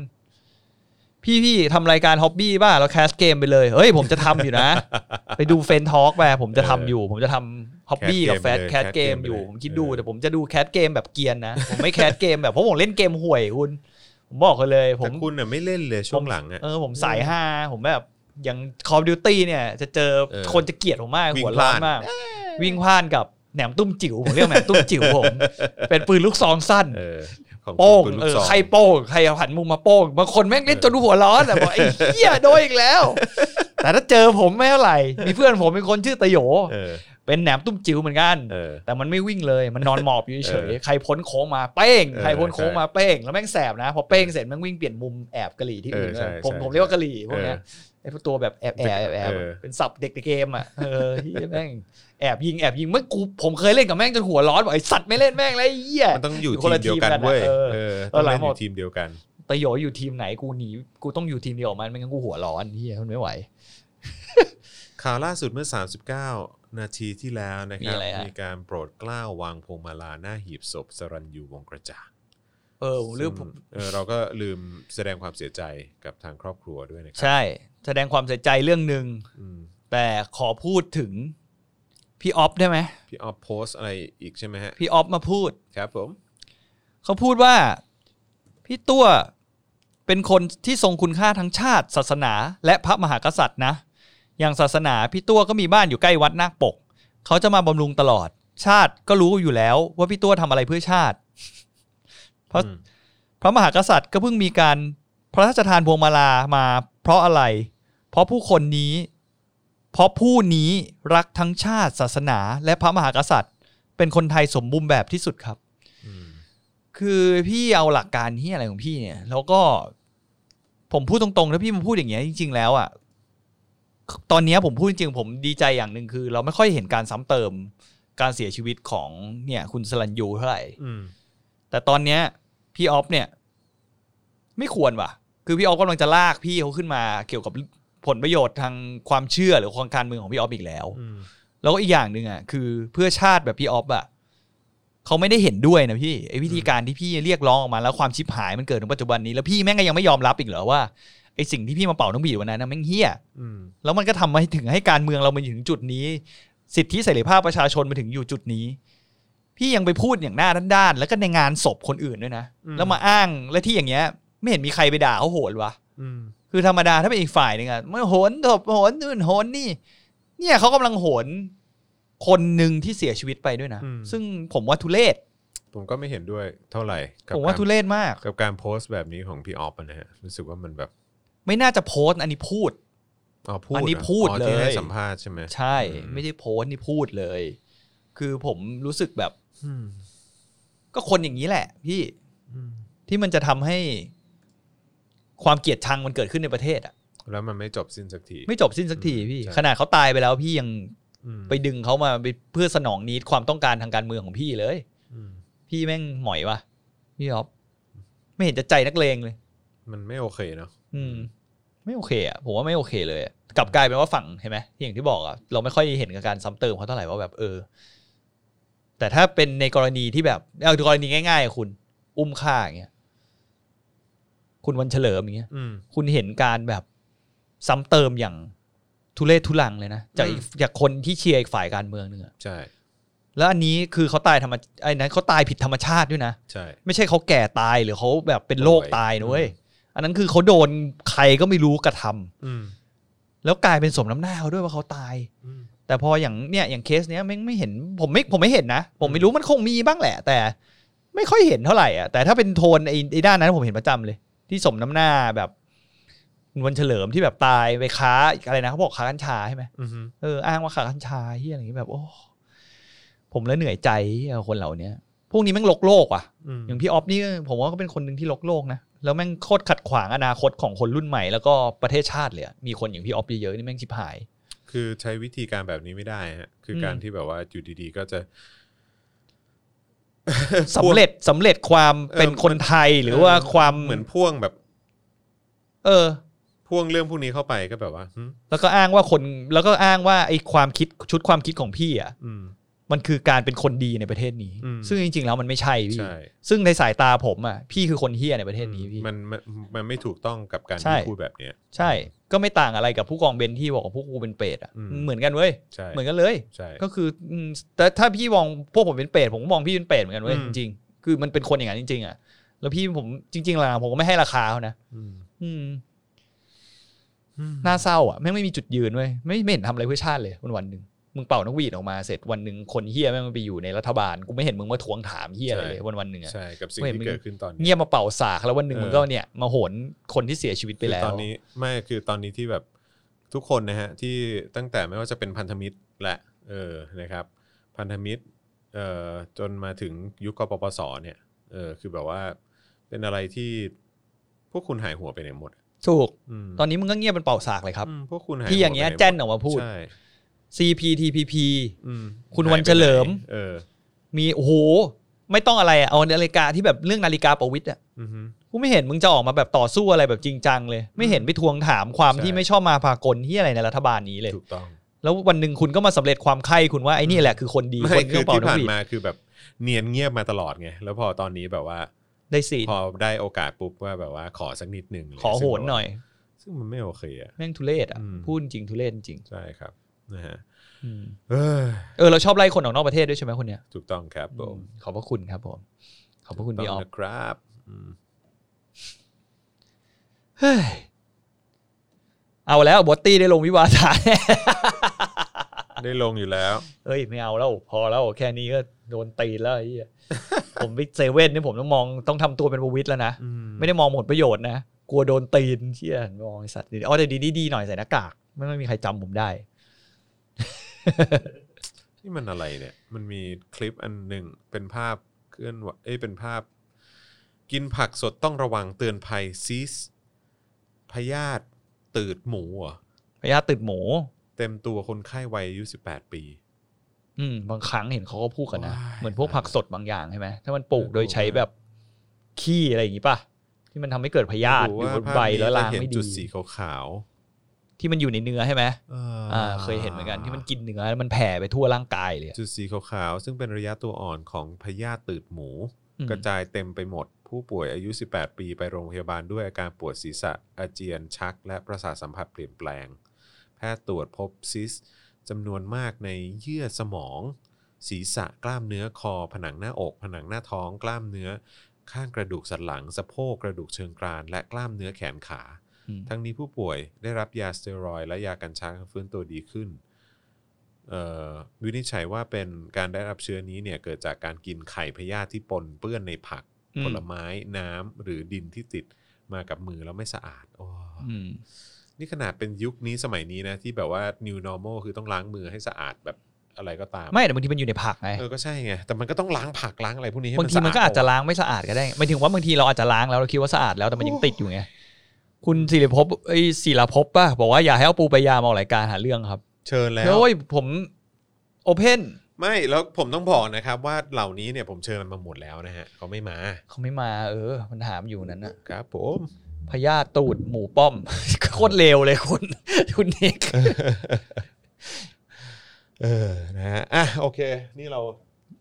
Speaker 3: พี่พี่ทำรายการฮ็อบบี้บ้าเราแคสเกมไปเลยเฮ้ยผมจะทำอยู่นะ (laughs) ไปดูเฟนทอล์กไปผมจะทำอยู่ ผมจะทำฮ็อบบี้กับแฟชแคสเกมอยู่ ผมคิดดูแต่ผมจะดูแคสเกมแบบเกรียนนะ ผมไม่แคสเกมแบบเพราะผมเล่นเกมห่วยคุณ ผมบอกเลย ผ
Speaker 1: แต่
Speaker 3: ม
Speaker 1: คุณน่ะไม่เล่นเลยช่วงหลังอ่ะ
Speaker 3: เออผมสายห้าผมแบบอย่างคอมดิวตี้เนี่ย จะเจอ
Speaker 1: เออ
Speaker 3: คนจะเกลียดผมมาก
Speaker 1: วิ่ง
Speaker 3: หัวร้อน
Speaker 1: พลาด
Speaker 3: มาก วิ่งพลานกับแหนมตุ้มจิ๋วผมเรียกแหนม (laughs) ตุ้มจิ๋วผม เป็นปืนลูกซองสั้น
Speaker 1: เออของคุณ
Speaker 3: โป้ง
Speaker 1: คุณลูก
Speaker 3: เออ
Speaker 1: ศ
Speaker 3: ใครโป้งใครหันมุมมาโป้งบางคนแม่งเล่นจนหัวร้อนแต่บอกไอ้เหี้ยโดนอีกแล้ว
Speaker 1: (laughs)
Speaker 3: แต่ถ้าเจอผมไม่เท่าไหร่มีเพื่อนผมเป็นคนชื่อตะโหย
Speaker 1: เออ
Speaker 3: เป็นแหนมตุ้มจิ๋วเหมือนกัน
Speaker 1: เออ
Speaker 3: แต่มันไม่วิ่งเลยมันนอนหมอบอยู่เฉย
Speaker 1: เออ
Speaker 3: ๆใครพ้นโค้งมาเป้ง
Speaker 1: เออ
Speaker 3: ใครพ้นโค้งมาเป้งแล้วแม่งแสบนะพอเป้งเสร็จแม่งวิ่งเปลี่ยนมุมแอบกะหรี่ที่อื่น
Speaker 1: เออใช่
Speaker 3: เลยผม
Speaker 1: ใช่
Speaker 3: ผมเรียกว่ากะหรี่พวกเนี้ย
Speaker 1: เอ
Speaker 3: ไอ้พวกตัวแบบแอบแอบแอบแอบ
Speaker 1: เออ
Speaker 3: เป็นสับเด็กในเกมอ่ะเออที่แม่งแอบยิงแอบยิงเมื่อกูผมเคยเล่นกับแม่งจนหัวร้อนบอกไอ้สัตว์ไม่เล่นแม่งแล้วไอ้เหี้ย
Speaker 1: มันต้องอยู่
Speaker 3: คน
Speaker 1: ที
Speaker 3: ละ
Speaker 1: มเดียวกันเว้ย
Speaker 3: ทีม
Speaker 1: เอ
Speaker 3: กันอะเอ
Speaker 1: อ
Speaker 3: อ
Speaker 1: ต้องเล่น
Speaker 3: เออหลัง
Speaker 1: อ
Speaker 3: หมด
Speaker 1: ยู่ทีมเดียวกัน
Speaker 3: ตะโยอยู่ทีมไหนกูหนีกูต้องอยู่ทีมเดียวกับมันไม่งั้นกูหัวร้อนเฮียมันไม่ไหว
Speaker 1: ข่าวล่าสุดเมื่อ 39 นาทีที่แล้วนะครับ
Speaker 3: มีอะไรฮะ
Speaker 1: มีการโปรดเกล้าวางพวงมาลาหน้าหีบศพสรัญยูวงศ์กระจ่าง
Speaker 3: เออผมลืม
Speaker 1: ซึ่งเออเราก็ลืมแสดงความเสียใจกับทางครอบครัวด้วยนะครั
Speaker 3: ใช่ แสดงความเสียใจเรื่องหนึ่ง
Speaker 1: อืม
Speaker 3: แต่ขอพูดถึง พี่ออฟได้ไหม
Speaker 1: พี่ออฟโพสต์อะไรอีกใช่ไหมฮะ
Speaker 3: พี่ออฟมาพูด
Speaker 1: ครับผม
Speaker 3: เขาพูดว่าพี่ตัวเป็นคนที่ทรงคุณค่าทั้งชาติ ศาสนา และพระมหากษัตริย์นะ อย่างศาสนาพี่ตัวก็มีบ้านอยู่ใกล้วัดนาคปก เขาจะมาบำรุงตลอด ชาติก็รู้อยู่แล้วว่าพี่ตัวทำอะไรเพื่อชาติ เพราะ
Speaker 1: อืม
Speaker 3: พระมหากษัตริย์ก็เพิ่งมีการพระราชทานพวงมาลามา เพราะอะไร เพราะผู้คนนี้ เพราะผู้นี้รักทั้งชาติ ศาสนา และพระมหากษัตริย์ เป็นคนไทยสมบูรณ์แบบที่สุดครับ
Speaker 1: อืม
Speaker 3: คือพี่เอาหลักการที่อะไรของพี่เนี่ย แล้วก็ผมพูดตรงๆถ้าพี่มาพูดอย่างเงี้ยจริง ๆ แล้วอะ่ะตอนเนี้ยผมพูดจริงๆผมดีใจอย่างหนึ่งคือ เราไม่ค่อยเห็นการซ้ำเติมการเสียชีวิตของเนี่ย คุณสลันยูเท่าไหร่
Speaker 1: อืม
Speaker 3: แต่ตอนเนี้ยพี่ออฟเนี่ย ไม่ควรว่ะ คือพี่ออฟกำลังจะลากพี่เขาขึ้นมา เกี่ยวกับผลประโยชน์ทางความเชื่อหรือความการเมืองของพี่ออฟอีกแล้ว
Speaker 1: อืม
Speaker 3: แล้วก็อีกอย่างหนึ่งอ่ะคือเพื่อชาติแบบพี่ออฟอ่ะเขาไม่ได้เห็นด้วยนะพี่ไอ้วิธีการที่พี่เรียกร้องออกมาแล้วความชิบหายมันเกิดถึงปัจจุบันนี้แล้วพี่แม่งก็ยังไม่ยอมรับอีกเหรอว่าไอ้สิ่งที่พี่มาเป่านกบีดวันนั้นนะแม่งเฮี้ย
Speaker 1: อืม
Speaker 3: แล้วมันก็ทำให้ถึงให้การเมืองเรามาถึงจุดนี้ สิทธิเสรีภาพประชาชนมาถึงอยู่จุดนี้ พี่ยังไปพูดอย่างหน้าด้านๆแล้วก็ในงานศพคนอื่นด้วยนะแล้วมาอ้างและที่อย่างเงี้ย ไม่เห็นมีใครไปด่าเขาโหดวะ
Speaker 1: อืม
Speaker 3: คือธรรมดาถ้าเป็นอีกฝ่ายหนึงอะเมื่อโหนถบโหนนู่นโหนนี่ เนี่ยเขากำลังโหนคนหนึ่งที่เสียชีวิตไปด้วยนะ ซึ่งผมว่าทุเลศ
Speaker 1: ผมก็ไม่เห็นด้วยเท่าไหร่กับ
Speaker 3: ผมว่า
Speaker 1: การ
Speaker 3: ทุเลศมาก
Speaker 1: กับการโพสต์แบบนี้ของพี่ออฟอะนะฮะรู้สึกว่ามันแบบ
Speaker 3: ไม่น่าจะโพสต์อันนี้พูด
Speaker 1: อ๋อพูด
Speaker 3: อันนี้
Speaker 1: หร
Speaker 3: พูด
Speaker 1: อ๋อที่ให้
Speaker 3: เลย
Speaker 1: สัมภาษณ์ใช่ไหม
Speaker 3: ใช่ ไม่ได้โพสต์นี่พูดเลย คือผมรู้สึกแบบ
Speaker 1: อืม
Speaker 3: ก็คนอย่างนี้แหละ พี่
Speaker 1: อืม
Speaker 3: ที่มันจะทำให้ความเกลียดชังมันเกิดขึ้นในประเทศอะ
Speaker 1: แล้วมันไม่จบสิ้นสักที
Speaker 3: ไม่จบสิ้นสักทีพี่
Speaker 1: ใช่
Speaker 3: ขนาดเขาตายไปแล้วพี่ยัง
Speaker 1: อืม
Speaker 3: ไปดึงเขามาไปเพื่อสนองนิดความต้องการทางการเมืองของพี่เลย
Speaker 1: อืม
Speaker 3: พี่แม่งหมอยวะพี่อ๊อฟไม่เห็นจะใจนักเลงเลย
Speaker 1: มันไม่โอเคเนาะ
Speaker 3: อืม ไม่โอเคอ่ะผมว่าไม่โอเคเลยอะกลับกลายเป็นว่าฝั่งเห็นไหมอย่างที่บอกอ่ะเราไม่ค่อยเห็นกับการซ้ำเติมเขาเท่าไหร่ว่าแบบเออ แต่ถ้าเป็นในกรณีที่แบบเอากรณีง่ายๆอะคุณ อุ้มฆ่าอย่างเงี้ยคุณวันเฉลิมอย่างเงี้ย
Speaker 1: อืม
Speaker 3: คุณเห็นการแบบซ้ำเติมอย่างทุเรศทุลังเลยนะจากอีกจากคนที่เชียร์อีกฝ่ายการเมืองหนึงอะ
Speaker 1: ใช่
Speaker 3: แล้วอันนี้คือเขาตายธรรมไอ้นั้นเขาตายผิดธรรมชาติด้วยนะ
Speaker 1: ใช่
Speaker 3: ไม่ใช่เขาแก่ตายหรือเขาแบบเป็นโรคตายนะเว้ย อันนั้นคือเขาโดนใครก็ไม่รู้กระทำ
Speaker 1: อืม
Speaker 3: แล้วกลายเป็นสมน้ำหน้าเขาด้วยว่าเขาตาย
Speaker 1: อืม
Speaker 3: แต่พออย่างเนี่ยอย่างเคสเนี้ยไม่งไม่เห็นผมไม่ผมไม่เห็นนะ ผมไม่รู้มันคงมีบ้างแหละ แต่ไม่ค่อยเห็นเท่าไหร่อ่ะแต่ถ้าเป็นโทนไอ้ไอ้ด้านนั้นผมเห็นประจำเลย ที่สมน้ำหน้าแบบวันเฉลิมที่แบบตายไปค้าอะไรนะเขาบอกค้ากัญชาใช่ไหม
Speaker 1: อืมฮึ
Speaker 3: เอออ้างว่าค้ากัญชาที่อะไรอย่างงี้แบบ โอ้ผมแล้วเหนื่อยใจเอาคนเหล่าเนี้ยพวกนี้แม่งลกโลกว่ะ
Speaker 1: อืม
Speaker 3: อย่างพี่ออฟนี่ผมว่าก็เป็นคนหนึ่งที่ลกโลกนะ แล้วแม่งโคตรขัดขวางอนาคตของคนรุ่นใหม่แล้วก็ประเทศชาติเลยอะมีคนอย่างพี่ออฟเยอะๆนี่แม่งชิบหาย
Speaker 1: (laughs) คือใช้วิธีการแบบนี้ไม่ได้ฮะ คือการ
Speaker 3: อืม
Speaker 1: ที่แบบว่าอยู่ดีๆ ก็จะ
Speaker 3: สำเร็จสำเร็จความ
Speaker 1: เออ
Speaker 3: เป็นคนไทยหรือ
Speaker 1: เออ
Speaker 3: ว่าความ
Speaker 1: เหมือนพ่วงแบบ
Speaker 3: เออ
Speaker 1: พ่วงเรื่องพวกนี้เข้าไปก็แบบว่าหึ
Speaker 3: แล้วก็อ้างว่าคนแล้วก็อ้างว่าไอ้ความคิดชุดความคิดของพี่อ่ะ
Speaker 1: อืม
Speaker 3: มันคือการเป็นคนดีในประเทศนี้
Speaker 1: อืม
Speaker 3: ซึ่งจริง ๆ แล้วมันไม่ใช่พี่
Speaker 1: ใช่
Speaker 3: ซึ่งในสายตาผมอ่ะพี่คือคนเฮี้ยในประเทศนี้พี่
Speaker 1: มันมันมันไม่ถูกต้องกับการ
Speaker 3: ใช่
Speaker 1: ที่พูดแบบเนี้ย
Speaker 3: ใช่ ก็ไม่ต่างอะไรกับผู้กองเบนที่บอกกับพวกกูเป็นเปรตอ่ะ
Speaker 1: อืม
Speaker 3: เหมือนกันเว้ย
Speaker 1: ใช่
Speaker 3: เหมือนกันเลย
Speaker 1: ใช่
Speaker 3: ก็คืออืมแต่ถ้าพี่มองพวกผมเป็นเปรตผมก็มองพี่เป็นเปรตเหมือนกันเว้ย
Speaker 1: อืม
Speaker 3: จริงๆคือมันเป็นคนอย่างนั้นจริง ๆอ่ะแล้วพี่ผมจริงๆหลังๆผมก็ไม่ให้ราคาเขานะ
Speaker 1: อืม
Speaker 3: อืม
Speaker 1: อืม
Speaker 3: น่าเศร้าอ่ะแม่งไม่มีจุดยืนเว้ยไม่ไม่เห็นทำอะไรเพื่อชาติเลยวันวันๆหนึ่งมึงเป่านกหวีดออกมาเสร็จวันหนึ่งคนเฮียแม่งมันไปอยู่ในรัฐบาลกูไม่เห็นมึงมาทวงถามเฮียอะไรเลยวันวันๆหนึ่งอ่ะ
Speaker 1: ใช่กับสิ่ง
Speaker 3: เว้ย
Speaker 1: ที่
Speaker 3: มึง
Speaker 1: เกิดขึ้นตอนนี้
Speaker 3: เงียบมาเป่าสากแล้ววันหนึ่ง
Speaker 1: เออ
Speaker 3: มึงก็เนี่ยมาโหนคนที่เสียชีวิตไป
Speaker 1: คือ
Speaker 3: แล้ว
Speaker 1: ตอนนี้ไม่คือตอนนี้ที่แบบทุกคนนะฮะที่ตั้งแต่ไม่ว่าจะเป็นพันธมิตรและเออนะครับ พันธมิตรเอ่อจนมาถึงยุคกปปสเนี่ยเออคือแบบว่าเป็นอะไรที่พวกคุณหายหัวไปไหนหมด
Speaker 3: ถูก
Speaker 1: อืม
Speaker 3: ตอนนี้มึงก็เงียบเป็นเป่าสากเลยครับ
Speaker 1: อืมพวกคุณหาย
Speaker 3: พี่อย่างเงี้ย
Speaker 1: หัวไปไหหม
Speaker 3: แจ้นออกมาพูด
Speaker 1: ใช่
Speaker 3: CPTPP
Speaker 1: อืม
Speaker 3: คุณวันเฉลิม
Speaker 1: หายไปไหนเออ
Speaker 3: มีโอ้โหไม่ต้องอะไรอะเอานาฬิกาที่แบบเรื่องนาฬิกาประวิตรอะ
Speaker 1: อือฮึ
Speaker 3: กูไม่เห็นมึงจะออกมาแบบต่อสู้อะไรแบบจริงจังเลย ไม่เห็นไปทวงถามความ
Speaker 1: ใช่
Speaker 3: ที่ไม่ชอบมาพากลที่อะไรในรัฐบาลนี้เลย
Speaker 1: ถูกต้อง
Speaker 3: แล้ววันหนึ่งคุณก็มาสำเร็จความใคร่คุณว่าไอ้นี่แหละคือคนดี
Speaker 1: ไม่
Speaker 3: คน
Speaker 1: คือ
Speaker 3: เเป่า
Speaker 1: ที่
Speaker 3: นก
Speaker 1: ผ่าน
Speaker 3: หวีด
Speaker 1: มาคือแบบเนียนเงียบมาตลอดไงแล้วพอตอนนี้แบบว่า
Speaker 3: ได้สีน
Speaker 1: พอได้โอกาสปุ๊บว่าแบบว่าขอสักนิดหนึ่งะไร
Speaker 3: ขอโหนหน่อย
Speaker 1: ซึ่งแบบว่าซึ่งมันไม่โอเคอะ
Speaker 3: แม่งทุเรศอ่ะ
Speaker 1: อืม
Speaker 3: พูดจริงทุเรศจริง
Speaker 1: ใช่ครับ นะฮะ
Speaker 3: อืม
Speaker 1: เอ้ย
Speaker 3: เออเราชอบไล่คนออกนอกประเทศด้วยใช่ไหมคนเนี้ย
Speaker 1: ถูกต้องครับผม
Speaker 3: ขอบพระคุณครับผม ขอบพระคุณ
Speaker 1: ต้
Speaker 3: พี่อ
Speaker 1: อง
Speaker 3: อฟ
Speaker 1: นะครับอืม
Speaker 3: เฮ้ยเอาแล้วบอตตี้ได้ลงวิวาทา
Speaker 1: ได้ลงอยู่แล้ว
Speaker 3: เอ้ยไม่เอาแล้วพอแล้วแค่นี้ก็โดนตีนแล้วไอ้เหี้ย (laughs) ผมไปเซเว่นนี่ผมต้องมองต้องทำตัวเป็นประวิทย์แล้วนะ
Speaker 1: อื
Speaker 3: ไม่ได้มองผลประโยชน์นะ กลัวโดนตีนเชี่ยมองไอ้สัตว์ดิอ๋อแต่ดีๆดีหน่อยใส่หน้ากากไม่ไม่มีใครจำผมได้
Speaker 1: นี่มันอะไรเนี่ย มันมีคลิปอันหนึ่งเป็นภาพเคลื่อนไหวเอ้ยเป็นภาพ กินผักสดต้องระวังเตือนภัยซีสพยาธิตืดหมูเหรอ
Speaker 3: พยาธิติดหมู
Speaker 1: เต็มตัวคนไข้วัยอายุ18 ปี
Speaker 3: อืมบางครั้งเห็นเขาก็พูดกันนะ
Speaker 1: ว้าย
Speaker 3: เหมือนพวกผักสดบางอย่างใช่ไหมถ้ามันปลูกโดยใช้แบบขี้อะไรอย่างงี้ป่ะ ที่มันทำให้เกิดพยาธิอยู่บนใบแล้วล้าง
Speaker 1: เห็น
Speaker 3: ไม่
Speaker 1: จุ
Speaker 3: ดี
Speaker 1: ดสีขาว
Speaker 3: ที่มันอยู่ในเนื้อใช่ไหม
Speaker 1: ๆอ่า
Speaker 3: อ่า เคยเห็นเหมือนกันที่มันกินเนื้อแล้วมันแผ่ไปทั่วร่างกายเลยอะ
Speaker 1: จุดสีขาวๆซึ่งเป็นระยะตัวอ่อนของพยาธิตืดหมู
Speaker 3: อืม
Speaker 1: กระจายเต็มไปหมด ผู้ป่วยอายุ 18 ปีไปโรงพยาบาลด้วยอาการปวดศีรษะอาเจียนชัก และประสาทสัมผัสเปลี่ยนแปลง แพทย์ตรวจพบซิสต์จำนวนมากในเยื่อสมอง ศีรษะกล้ามเนื้อคอ ผนังหน้าอก ผนังหน้าท้อง กล้ามเนื้อ ข้างกระดูกสันหลัง สะโพกกระดูกเชิงกราน และกล้ามเนื้อแขนขา
Speaker 3: อืม
Speaker 1: ทั้งนี้ผู้ป่วยได้รับยาสเตียรอยด์และยากันช้างฟื้นตัวดีขึ้นเอ่อวินิจฉัยว่าเป็นการได้รับเชื้อนี้เนี่ยเกิดจากการกินไข่พยาธิที่ปนเปื้อนในผัก
Speaker 3: อืม
Speaker 1: ผลไม้น้ำหรือดินที่ติดมากับมือแล้วไม่สะอาดโอ้
Speaker 3: อืม
Speaker 1: นี่ขนาดเป็นยุคนี้สมัยนี้นะ ที่แบบว่า new normal คือต้องล้างมือให้สะอาดแบบอะไรก็ตาม
Speaker 3: ไม่แต่บางทีมันอยู่ในผักไง
Speaker 1: เออก็ใช่ไง แต่มันก็ต้องล้างผักล้างอะไรพวกนี้ให้
Speaker 3: บางทีมันก็อาจจะ
Speaker 1: สด
Speaker 3: ล้างไม่สะอาดก็ได้ไม่ถึงว่าบางทีเราอาจจะล้างแล้วเราคิดว่าสะอาดแล้วแต่มันยังติดอยู่ไง คุณศิริภพไอ้ยศิรภพป่ะบอกว่าอย่าให้เอาปูไปยามาออกรายการหาเรื่องครับ
Speaker 1: เชิญแล้ว
Speaker 3: โอ้ยผมโอเพน
Speaker 1: ไม่แล้วผมต้องบอกนะครับว่าเหล่านี้เนี่ยผมเชิญมันมาหมดแล้วนะฮะเขาไม่มา
Speaker 3: เขาไม่มา เออ มันถามอยู่นั้นนะครับ
Speaker 1: ผม
Speaker 3: พญาตูดหมูป้อม (laughs) โคตรเลวเลยคุณ (laughs) คุณเอก
Speaker 1: เออนะฮะอ่ะโอเค นี่เรา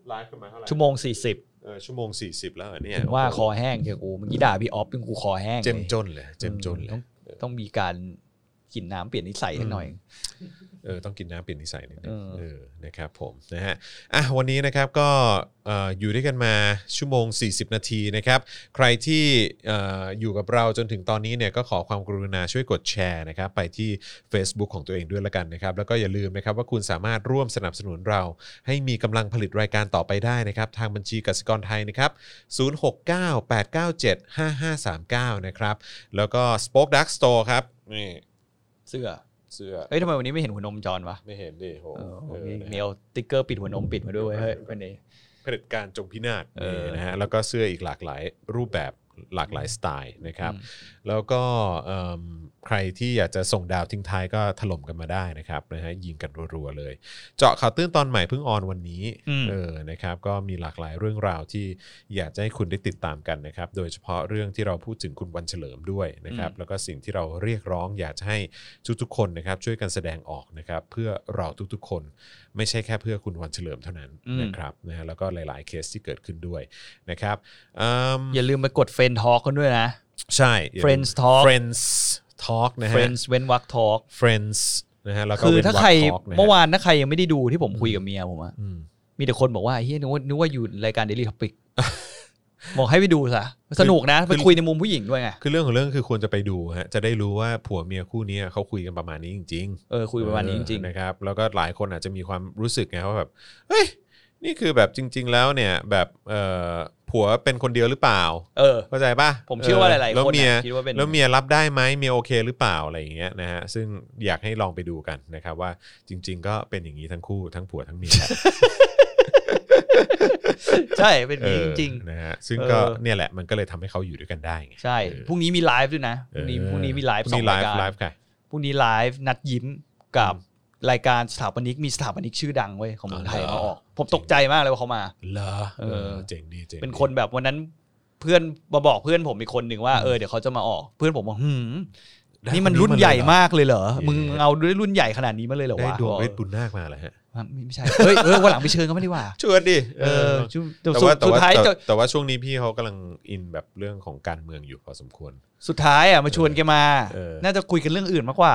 Speaker 1: ไลฟ์กันมาเท่าไหร่
Speaker 3: ชั่วโมงสี่สิบ
Speaker 1: เออชั่วโมง 40 แล้วเหรอเนี่ย
Speaker 3: ถึงว่า
Speaker 1: โโห
Speaker 3: คอแห้งเชียวกูเมื่อกี้ด่าพี่ออฟเป็นกูคอแห้ง
Speaker 1: เจ็มจ
Speaker 3: ลย
Speaker 1: นเลยเจ็มจนเลย
Speaker 3: ต้องต้องมีการกินน้ำเปลี่ยนนิสัยให้หน่อย
Speaker 1: เออต้องกินน้ำเปลี่ยนนิสัยนิดนึ
Speaker 3: เอง อ
Speaker 1: เออนะครับผมนะฮะอ่ะวันนี้นะครับก็เอ่ออยู่ด้วยกันมาชั่วโมง 40 นาทีนะครับ ใครที่เอ่ออยู่กับเราจนถึงตอนนี้เนี่ยก็ขอความกรุณาช่วยกดแชร์นะครับ ไปที่ Facebook ของตัวเองด้วยละกันนะครับ แล้วก็อย่าลืมนะครับว่าคุณสามารถร่วมสนับสนุนเรา ให้มีกำลังผลิตรายการต่อไปได้นะครับ ทางบัญชีกสิกรไทยนะครับ 0698975539 นะครับ แล้วก็ Spoke Dark Store ครับนี่
Speaker 3: เสื้อ
Speaker 1: เสื้อ
Speaker 3: เฮ้ยทำไมวันนี้ไม่เห็นหัวนมจอนวะ
Speaker 1: ไม่เห็นดิโห
Speaker 3: เออ
Speaker 1: เออ
Speaker 3: มี
Speaker 1: นะ
Speaker 3: เม
Speaker 1: ฮะ
Speaker 3: ลติ๊กเกอร์ปิดหัวนมปิดมาด้วยเว้ยเฮ้ยคนนี้
Speaker 1: เผด็จการจงพินาศ
Speaker 3: เออ
Speaker 1: นี่นะฮะแล้วก็เสื้ออีกหลากหลายรูปแบบหลากหลายสไตล์นะครับ
Speaker 3: อืม
Speaker 1: แล้วก็เอิ่มใครที่อยากจะส่งดาวทิ้งท้ายก็ถล่มกันมาได้นะครับนะฮะยิงกันรัวๆเลย เจาะข่าวตื้นตอนใหม่เพิ่งออนวันนี้
Speaker 3: อืม
Speaker 1: เออนะครับก็มีหลากหลายเรื่องราวที่อยากจะให้คุณได้ติดตามกันนะครับ โดยเฉพาะเรื่องที่เราพูดถึงคุณวันเฉลิมด้วยนะครับ แล้วก็สิ่งที่เราเรียกร้องอยากจะให้ทุกๆคนนะครับช่วยกันแสดงออกนะครับเพื่อเราทุกๆคน ไม่ใช่แค่เพื่อคุณวันเฉลิมเท่านั้น
Speaker 3: อืม
Speaker 1: นะครับนะฮะแล้วก็หลาย ๆ เคสที่เกิดขึ้นด้วยนะครับอืม
Speaker 3: อย่าลืมไปกดเฟรนทอล์กกันด้วยนะ
Speaker 1: ใช่
Speaker 3: Friends Talk
Speaker 1: Friends Talk นะฮะ
Speaker 3: Friends เว้นวักทอล์ก
Speaker 1: Friends นะฮะแล้วก็
Speaker 3: คือ
Speaker 1: Windward
Speaker 3: ถ้าใคร
Speaker 1: Talk ะฮะ
Speaker 3: เมื่อวานถ้าใครยังไม่ได้ดูที่ผมคุยกับเมียผมอะ
Speaker 1: อืม
Speaker 3: มีแต่คนบอกว่าเฮียนึกว่านึกว่าอยู่รายการ Daily Topic บอกให้ไปดูซะสนุกนะไปคุยในมุมผู้หญิงด้วยไง
Speaker 1: คือเรื่องของเรื่องคือควรจะไปดูฮะจะได้รู้ว่าผัวเมียคู่เนี้ยเขาคุยกันประมาณนี้จริง ๆ
Speaker 3: เออคุยประมาณนี้จริง
Speaker 1: ๆนะครับแล้วก็หลายคนอาจจะมีความรู้สึกไงว่าแบบเฮ้ยนี่คือแบบจริง ๆ แล้วเนี่ยแบบเอ่อผัวเป็นคนเดียวหรือเปล่า
Speaker 3: ๆ เออ
Speaker 1: เข้าใจป่ะ
Speaker 3: ผมเชื่อว่าหลายๆ
Speaker 1: แล้ว
Speaker 3: คน
Speaker 1: เมีย
Speaker 3: น่ะคิดว่าเป็น
Speaker 1: แล้วเมียรับได้ไหมเมียโอเคหรือเปล่าอะไรอย่างเงี้ยนะฮะซึ่งอยากให้ลองไปดูกันนะครับว่าจริง ๆ ก็เป็นอย่างนี้ทั้งคู่ทั้งผัวทั้งเมีย
Speaker 3: ใช่เป็นอย่างนี้จริง
Speaker 1: เออนะฮะซึ่งก็
Speaker 3: เออ
Speaker 1: เนี่ยแหละมันก็เลยทำให้เขาอยู่ด้วยกันได้ไง
Speaker 3: ๆ ใช่
Speaker 1: เออ
Speaker 3: พรุ่งนี้มีไลฟ์ด้วยนะพรุ่งนี้
Speaker 1: เออ
Speaker 3: พรุ่งนี้มีไลฟ์
Speaker 1: พรุ่
Speaker 3: สอง ง
Speaker 1: นี้
Speaker 3: ราย
Speaker 1: ไลฟ์ไล
Speaker 3: การ
Speaker 1: ฟ์ค่ะ
Speaker 3: พรุ่งนี้ไลฟ์นัดยิ้มกับรายการสถาปนิกมีสถาปนิกชื่อดังเว้ยของเมืองไทย
Speaker 1: อ๋อเหรอ
Speaker 3: มาออก ผมตกใจมากเลยว่าเขามา
Speaker 1: เหรอ
Speaker 3: เออ
Speaker 1: เออเจ๋งดีเจ๋งดี
Speaker 3: เป็นคนแบบวันนั้นเพื่อนมาบอกเพื่อนผมอีกคนหนึ่งว่าเออเดี๋ยวเขาจะมาออก เพื่อนผมบอกหืม
Speaker 1: ได้
Speaker 3: นี่มัน
Speaker 1: คนนี้
Speaker 3: รุ่น
Speaker 1: มาเลย
Speaker 3: ใหญ่
Speaker 1: เหรอ
Speaker 3: มากเลยเหรอ
Speaker 1: เย้
Speaker 3: มึงเอาด้วยรุ่นใหญ่ขนาดนี้มาเลยเหรอ
Speaker 1: ได้
Speaker 3: วะ
Speaker 1: ดวง
Speaker 3: บอก
Speaker 1: เวทบุญนาคมาเหรอฮะ
Speaker 3: ไม่ไม่ใช่เฮ้ยเออวันหลังไปเชิญเขาไม่ได้ว่า
Speaker 1: ชวนดิ
Speaker 3: เออชุ
Speaker 1: แต่
Speaker 3: สุด
Speaker 1: ว่าแต่
Speaker 3: สุด
Speaker 1: ว่า
Speaker 3: ท้าย
Speaker 1: แต่
Speaker 3: จะ
Speaker 1: แต่ว่าช่วงนี้พี่เขากำลังอินแบบเรื่องของการเมืองอยู่พอสมควร
Speaker 3: สุดท้ายอ่ะมาชวนแกมา
Speaker 1: เออ
Speaker 3: น่าจะคุยกันเรื่องอื่นมากกว่า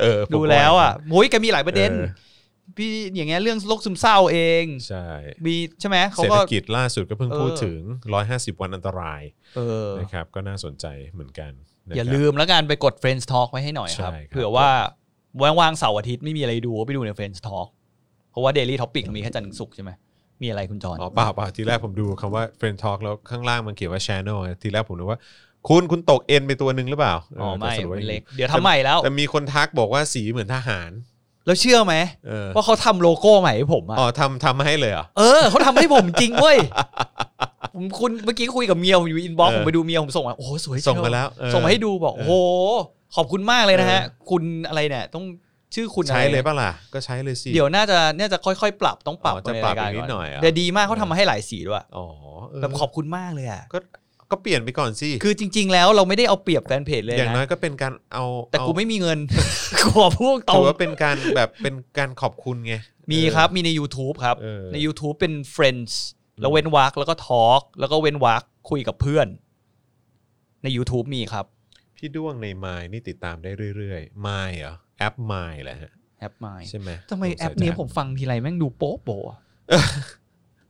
Speaker 1: เออผม
Speaker 3: ดูแล้วอ่ะโอ้ยแกมีหลายป
Speaker 1: ว่า
Speaker 3: ระเด็น
Speaker 1: ออ
Speaker 3: พี่อย่างเงี้ยเรื่องโรคซึมเศร้าเอง
Speaker 1: ใช่
Speaker 3: มีใช่ไหมเขา
Speaker 1: เศรษ
Speaker 3: ก็
Speaker 1: ฐกิจล่าสุดก็เพิ่ง
Speaker 3: เออ
Speaker 1: พูดถึง 150 วันอันตราย
Speaker 3: เออ
Speaker 1: นะครับ ก็น่าสนใจเหมือนกันนะครับ
Speaker 3: อย่าลืมแล้วกันไปกด Friends Talk ไว้ให้หน่อยครับ
Speaker 1: ใช่ครับ
Speaker 3: เผื่อว่าว่างๆเสาร์อาทิตย์ไม่มีอะไรดูก็ไปดูใน Friends Talk เพราะว่า Daily Topic มันมีแค่จันทร์ถึงศุกร์ใช่ไหมมีอะไรคุณจอน
Speaker 1: อ๋อเปล่าเปล่าทีแรกผมดูคำว่า Friend Talk แล้วข้างล่างมันเขียนว่า Channel ไงทีแรกผมนึกว่า คุณคุณตกเอ็นไปตัวหนึ่งหรือเปล่า
Speaker 3: อ๋อไม่
Speaker 1: แต่สรุปว่า
Speaker 3: เป็นเล็ก
Speaker 1: อย่าง
Speaker 3: เดี๋ยวทำใหม่แล้ว
Speaker 1: นี้แต่มีคนทักบอกว่าสีเหมือนทหาร
Speaker 3: แล้วเชื่อไหม
Speaker 1: เออ
Speaker 3: ว่าเขาทำโลโก้ใหม่ให้ผมอะ
Speaker 1: อ๋อทำทำมาให้เลยเหรอ่ะ
Speaker 3: เออเขาทำให้ผมจริงเว้
Speaker 1: (laughs)
Speaker 3: ยผมคุณเมื่อกี้คุยกับเมียผมอยู่อินบ็อก
Speaker 1: เออ
Speaker 3: ผมไปดูเมียผมส่งมาโอ้โหสวยจั
Speaker 1: ส่งมาแล้วเออ
Speaker 3: ส่งมาให้ดูบอก
Speaker 1: เออ
Speaker 3: โอ้โหขอบคุณมากเลยนะฮะ คุณอะไรเนี่ยต้องชื่อคุณอะไร
Speaker 1: ใช้
Speaker 3: นะ
Speaker 1: เลยปะล่ะ ก็ใช้เลยสิ
Speaker 3: เดี๋ยวน่าจะน่าจะค่อยๆ ปรับต้องปรับ
Speaker 1: อ๋อจะ
Speaker 3: ใน
Speaker 1: ปรับ
Speaker 3: รายการ
Speaker 1: อีกนิดหน่อย
Speaker 3: ก่
Speaker 1: อะ
Speaker 3: แต่ดีมากเขาทำมาให้หลายสีด้วย
Speaker 1: อ๋อเ
Speaker 3: แบบขอบคุณมากเลยอ่ะ
Speaker 1: ก็ก็เปลี่ยนไปก่อนสิ
Speaker 3: คือจริง ๆ แล้วเราไม่ได้เอาเปรียบแฟนเพจเลย
Speaker 1: อย่างน้อย
Speaker 3: นะ
Speaker 1: ก็เป็นการเอา
Speaker 3: แต่กู
Speaker 1: เอา
Speaker 3: ไม่มีเงิน กู (laughs) ขอพูดตร
Speaker 1: ถื
Speaker 3: ง
Speaker 1: อว่าเป็นการแบบเป็นการขอบคุณไง
Speaker 3: มีครับมีใน YouTube ครับ
Speaker 1: เออ
Speaker 3: ใน YouTube เป็น Friends แล้วเว้นวักแล้วก็ Talk แล้วก็เว้นวักคุยกับเพื่อน ใน YouTube มีครับ
Speaker 1: พี่ด้วงในไมล์นี่ติดตามได้เรื่อยๆไมล์เหรอแอปไมล์แหละฮะ
Speaker 3: แอปไม่
Speaker 1: ใช่ไหม
Speaker 3: ทำไม
Speaker 1: สงสัย
Speaker 3: แอปนี้
Speaker 1: จะ
Speaker 3: ผมฟังทีไรแม่งดูโป๊ะโป๊ะอะ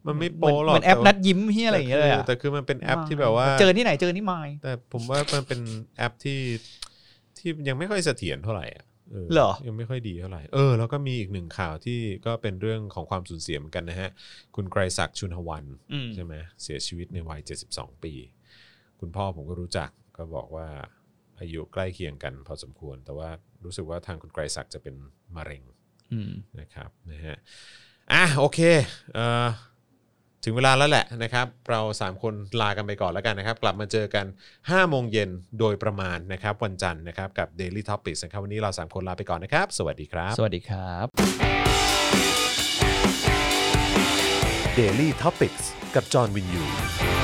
Speaker 1: มันไม่โป๊หรอก
Speaker 3: เหมือนแอป
Speaker 1: ต่ว่า
Speaker 3: นัดยิ้มเฮียอะไรอย่างเงี้ยเลยอะ
Speaker 1: แต่คือมันเป็นแอปที่แบบว่า
Speaker 3: เจอที่ไหนเจอที่ไม่
Speaker 1: แต่ผมว่ามันเป็นแอปที่ที่ยังไม่ค่อยเสถียรเท่าไหร่อ่ะเออ
Speaker 3: เหรอ
Speaker 1: ยังไม่ค่อยดีเท่าไหร่เออแล้วก็มีอีกหนึ่งข่าวที่ก็เป็นเรื่องของความสูญเสียเหมือนกันนะฮะ คุณไกรศักดิ์ชุนหวัน
Speaker 3: อืม
Speaker 1: ใช่ไหมเสียชีวิตในวัย 72 ปี คุณพ่อผมก็รู้จักก็บอกว่าอายุใกล้เคียงกันพอสมควร แต่ว่ารู้สึกว่าทางคุณไกรศักดิ์จะเป็นมะเร็ง
Speaker 3: อืม
Speaker 1: นะครับนะฮะอ่ะโอเคเอ่อถึงเวลาแล้วแหละนะครับ เรา 3 คนลากันไปก่อนแล้วกันนะครับ กลับมาเจอกัน 5 โมงเย็นโดยประมาณนะครับ วันจันทร์นะครับ กับ Daily Topics นะครับวันนี้เรา 3 คนลาไปก่อนนะครับ สวัสดีครับ
Speaker 3: สวัสดีครับ
Speaker 1: Daily Topics กับจอห์นวินยู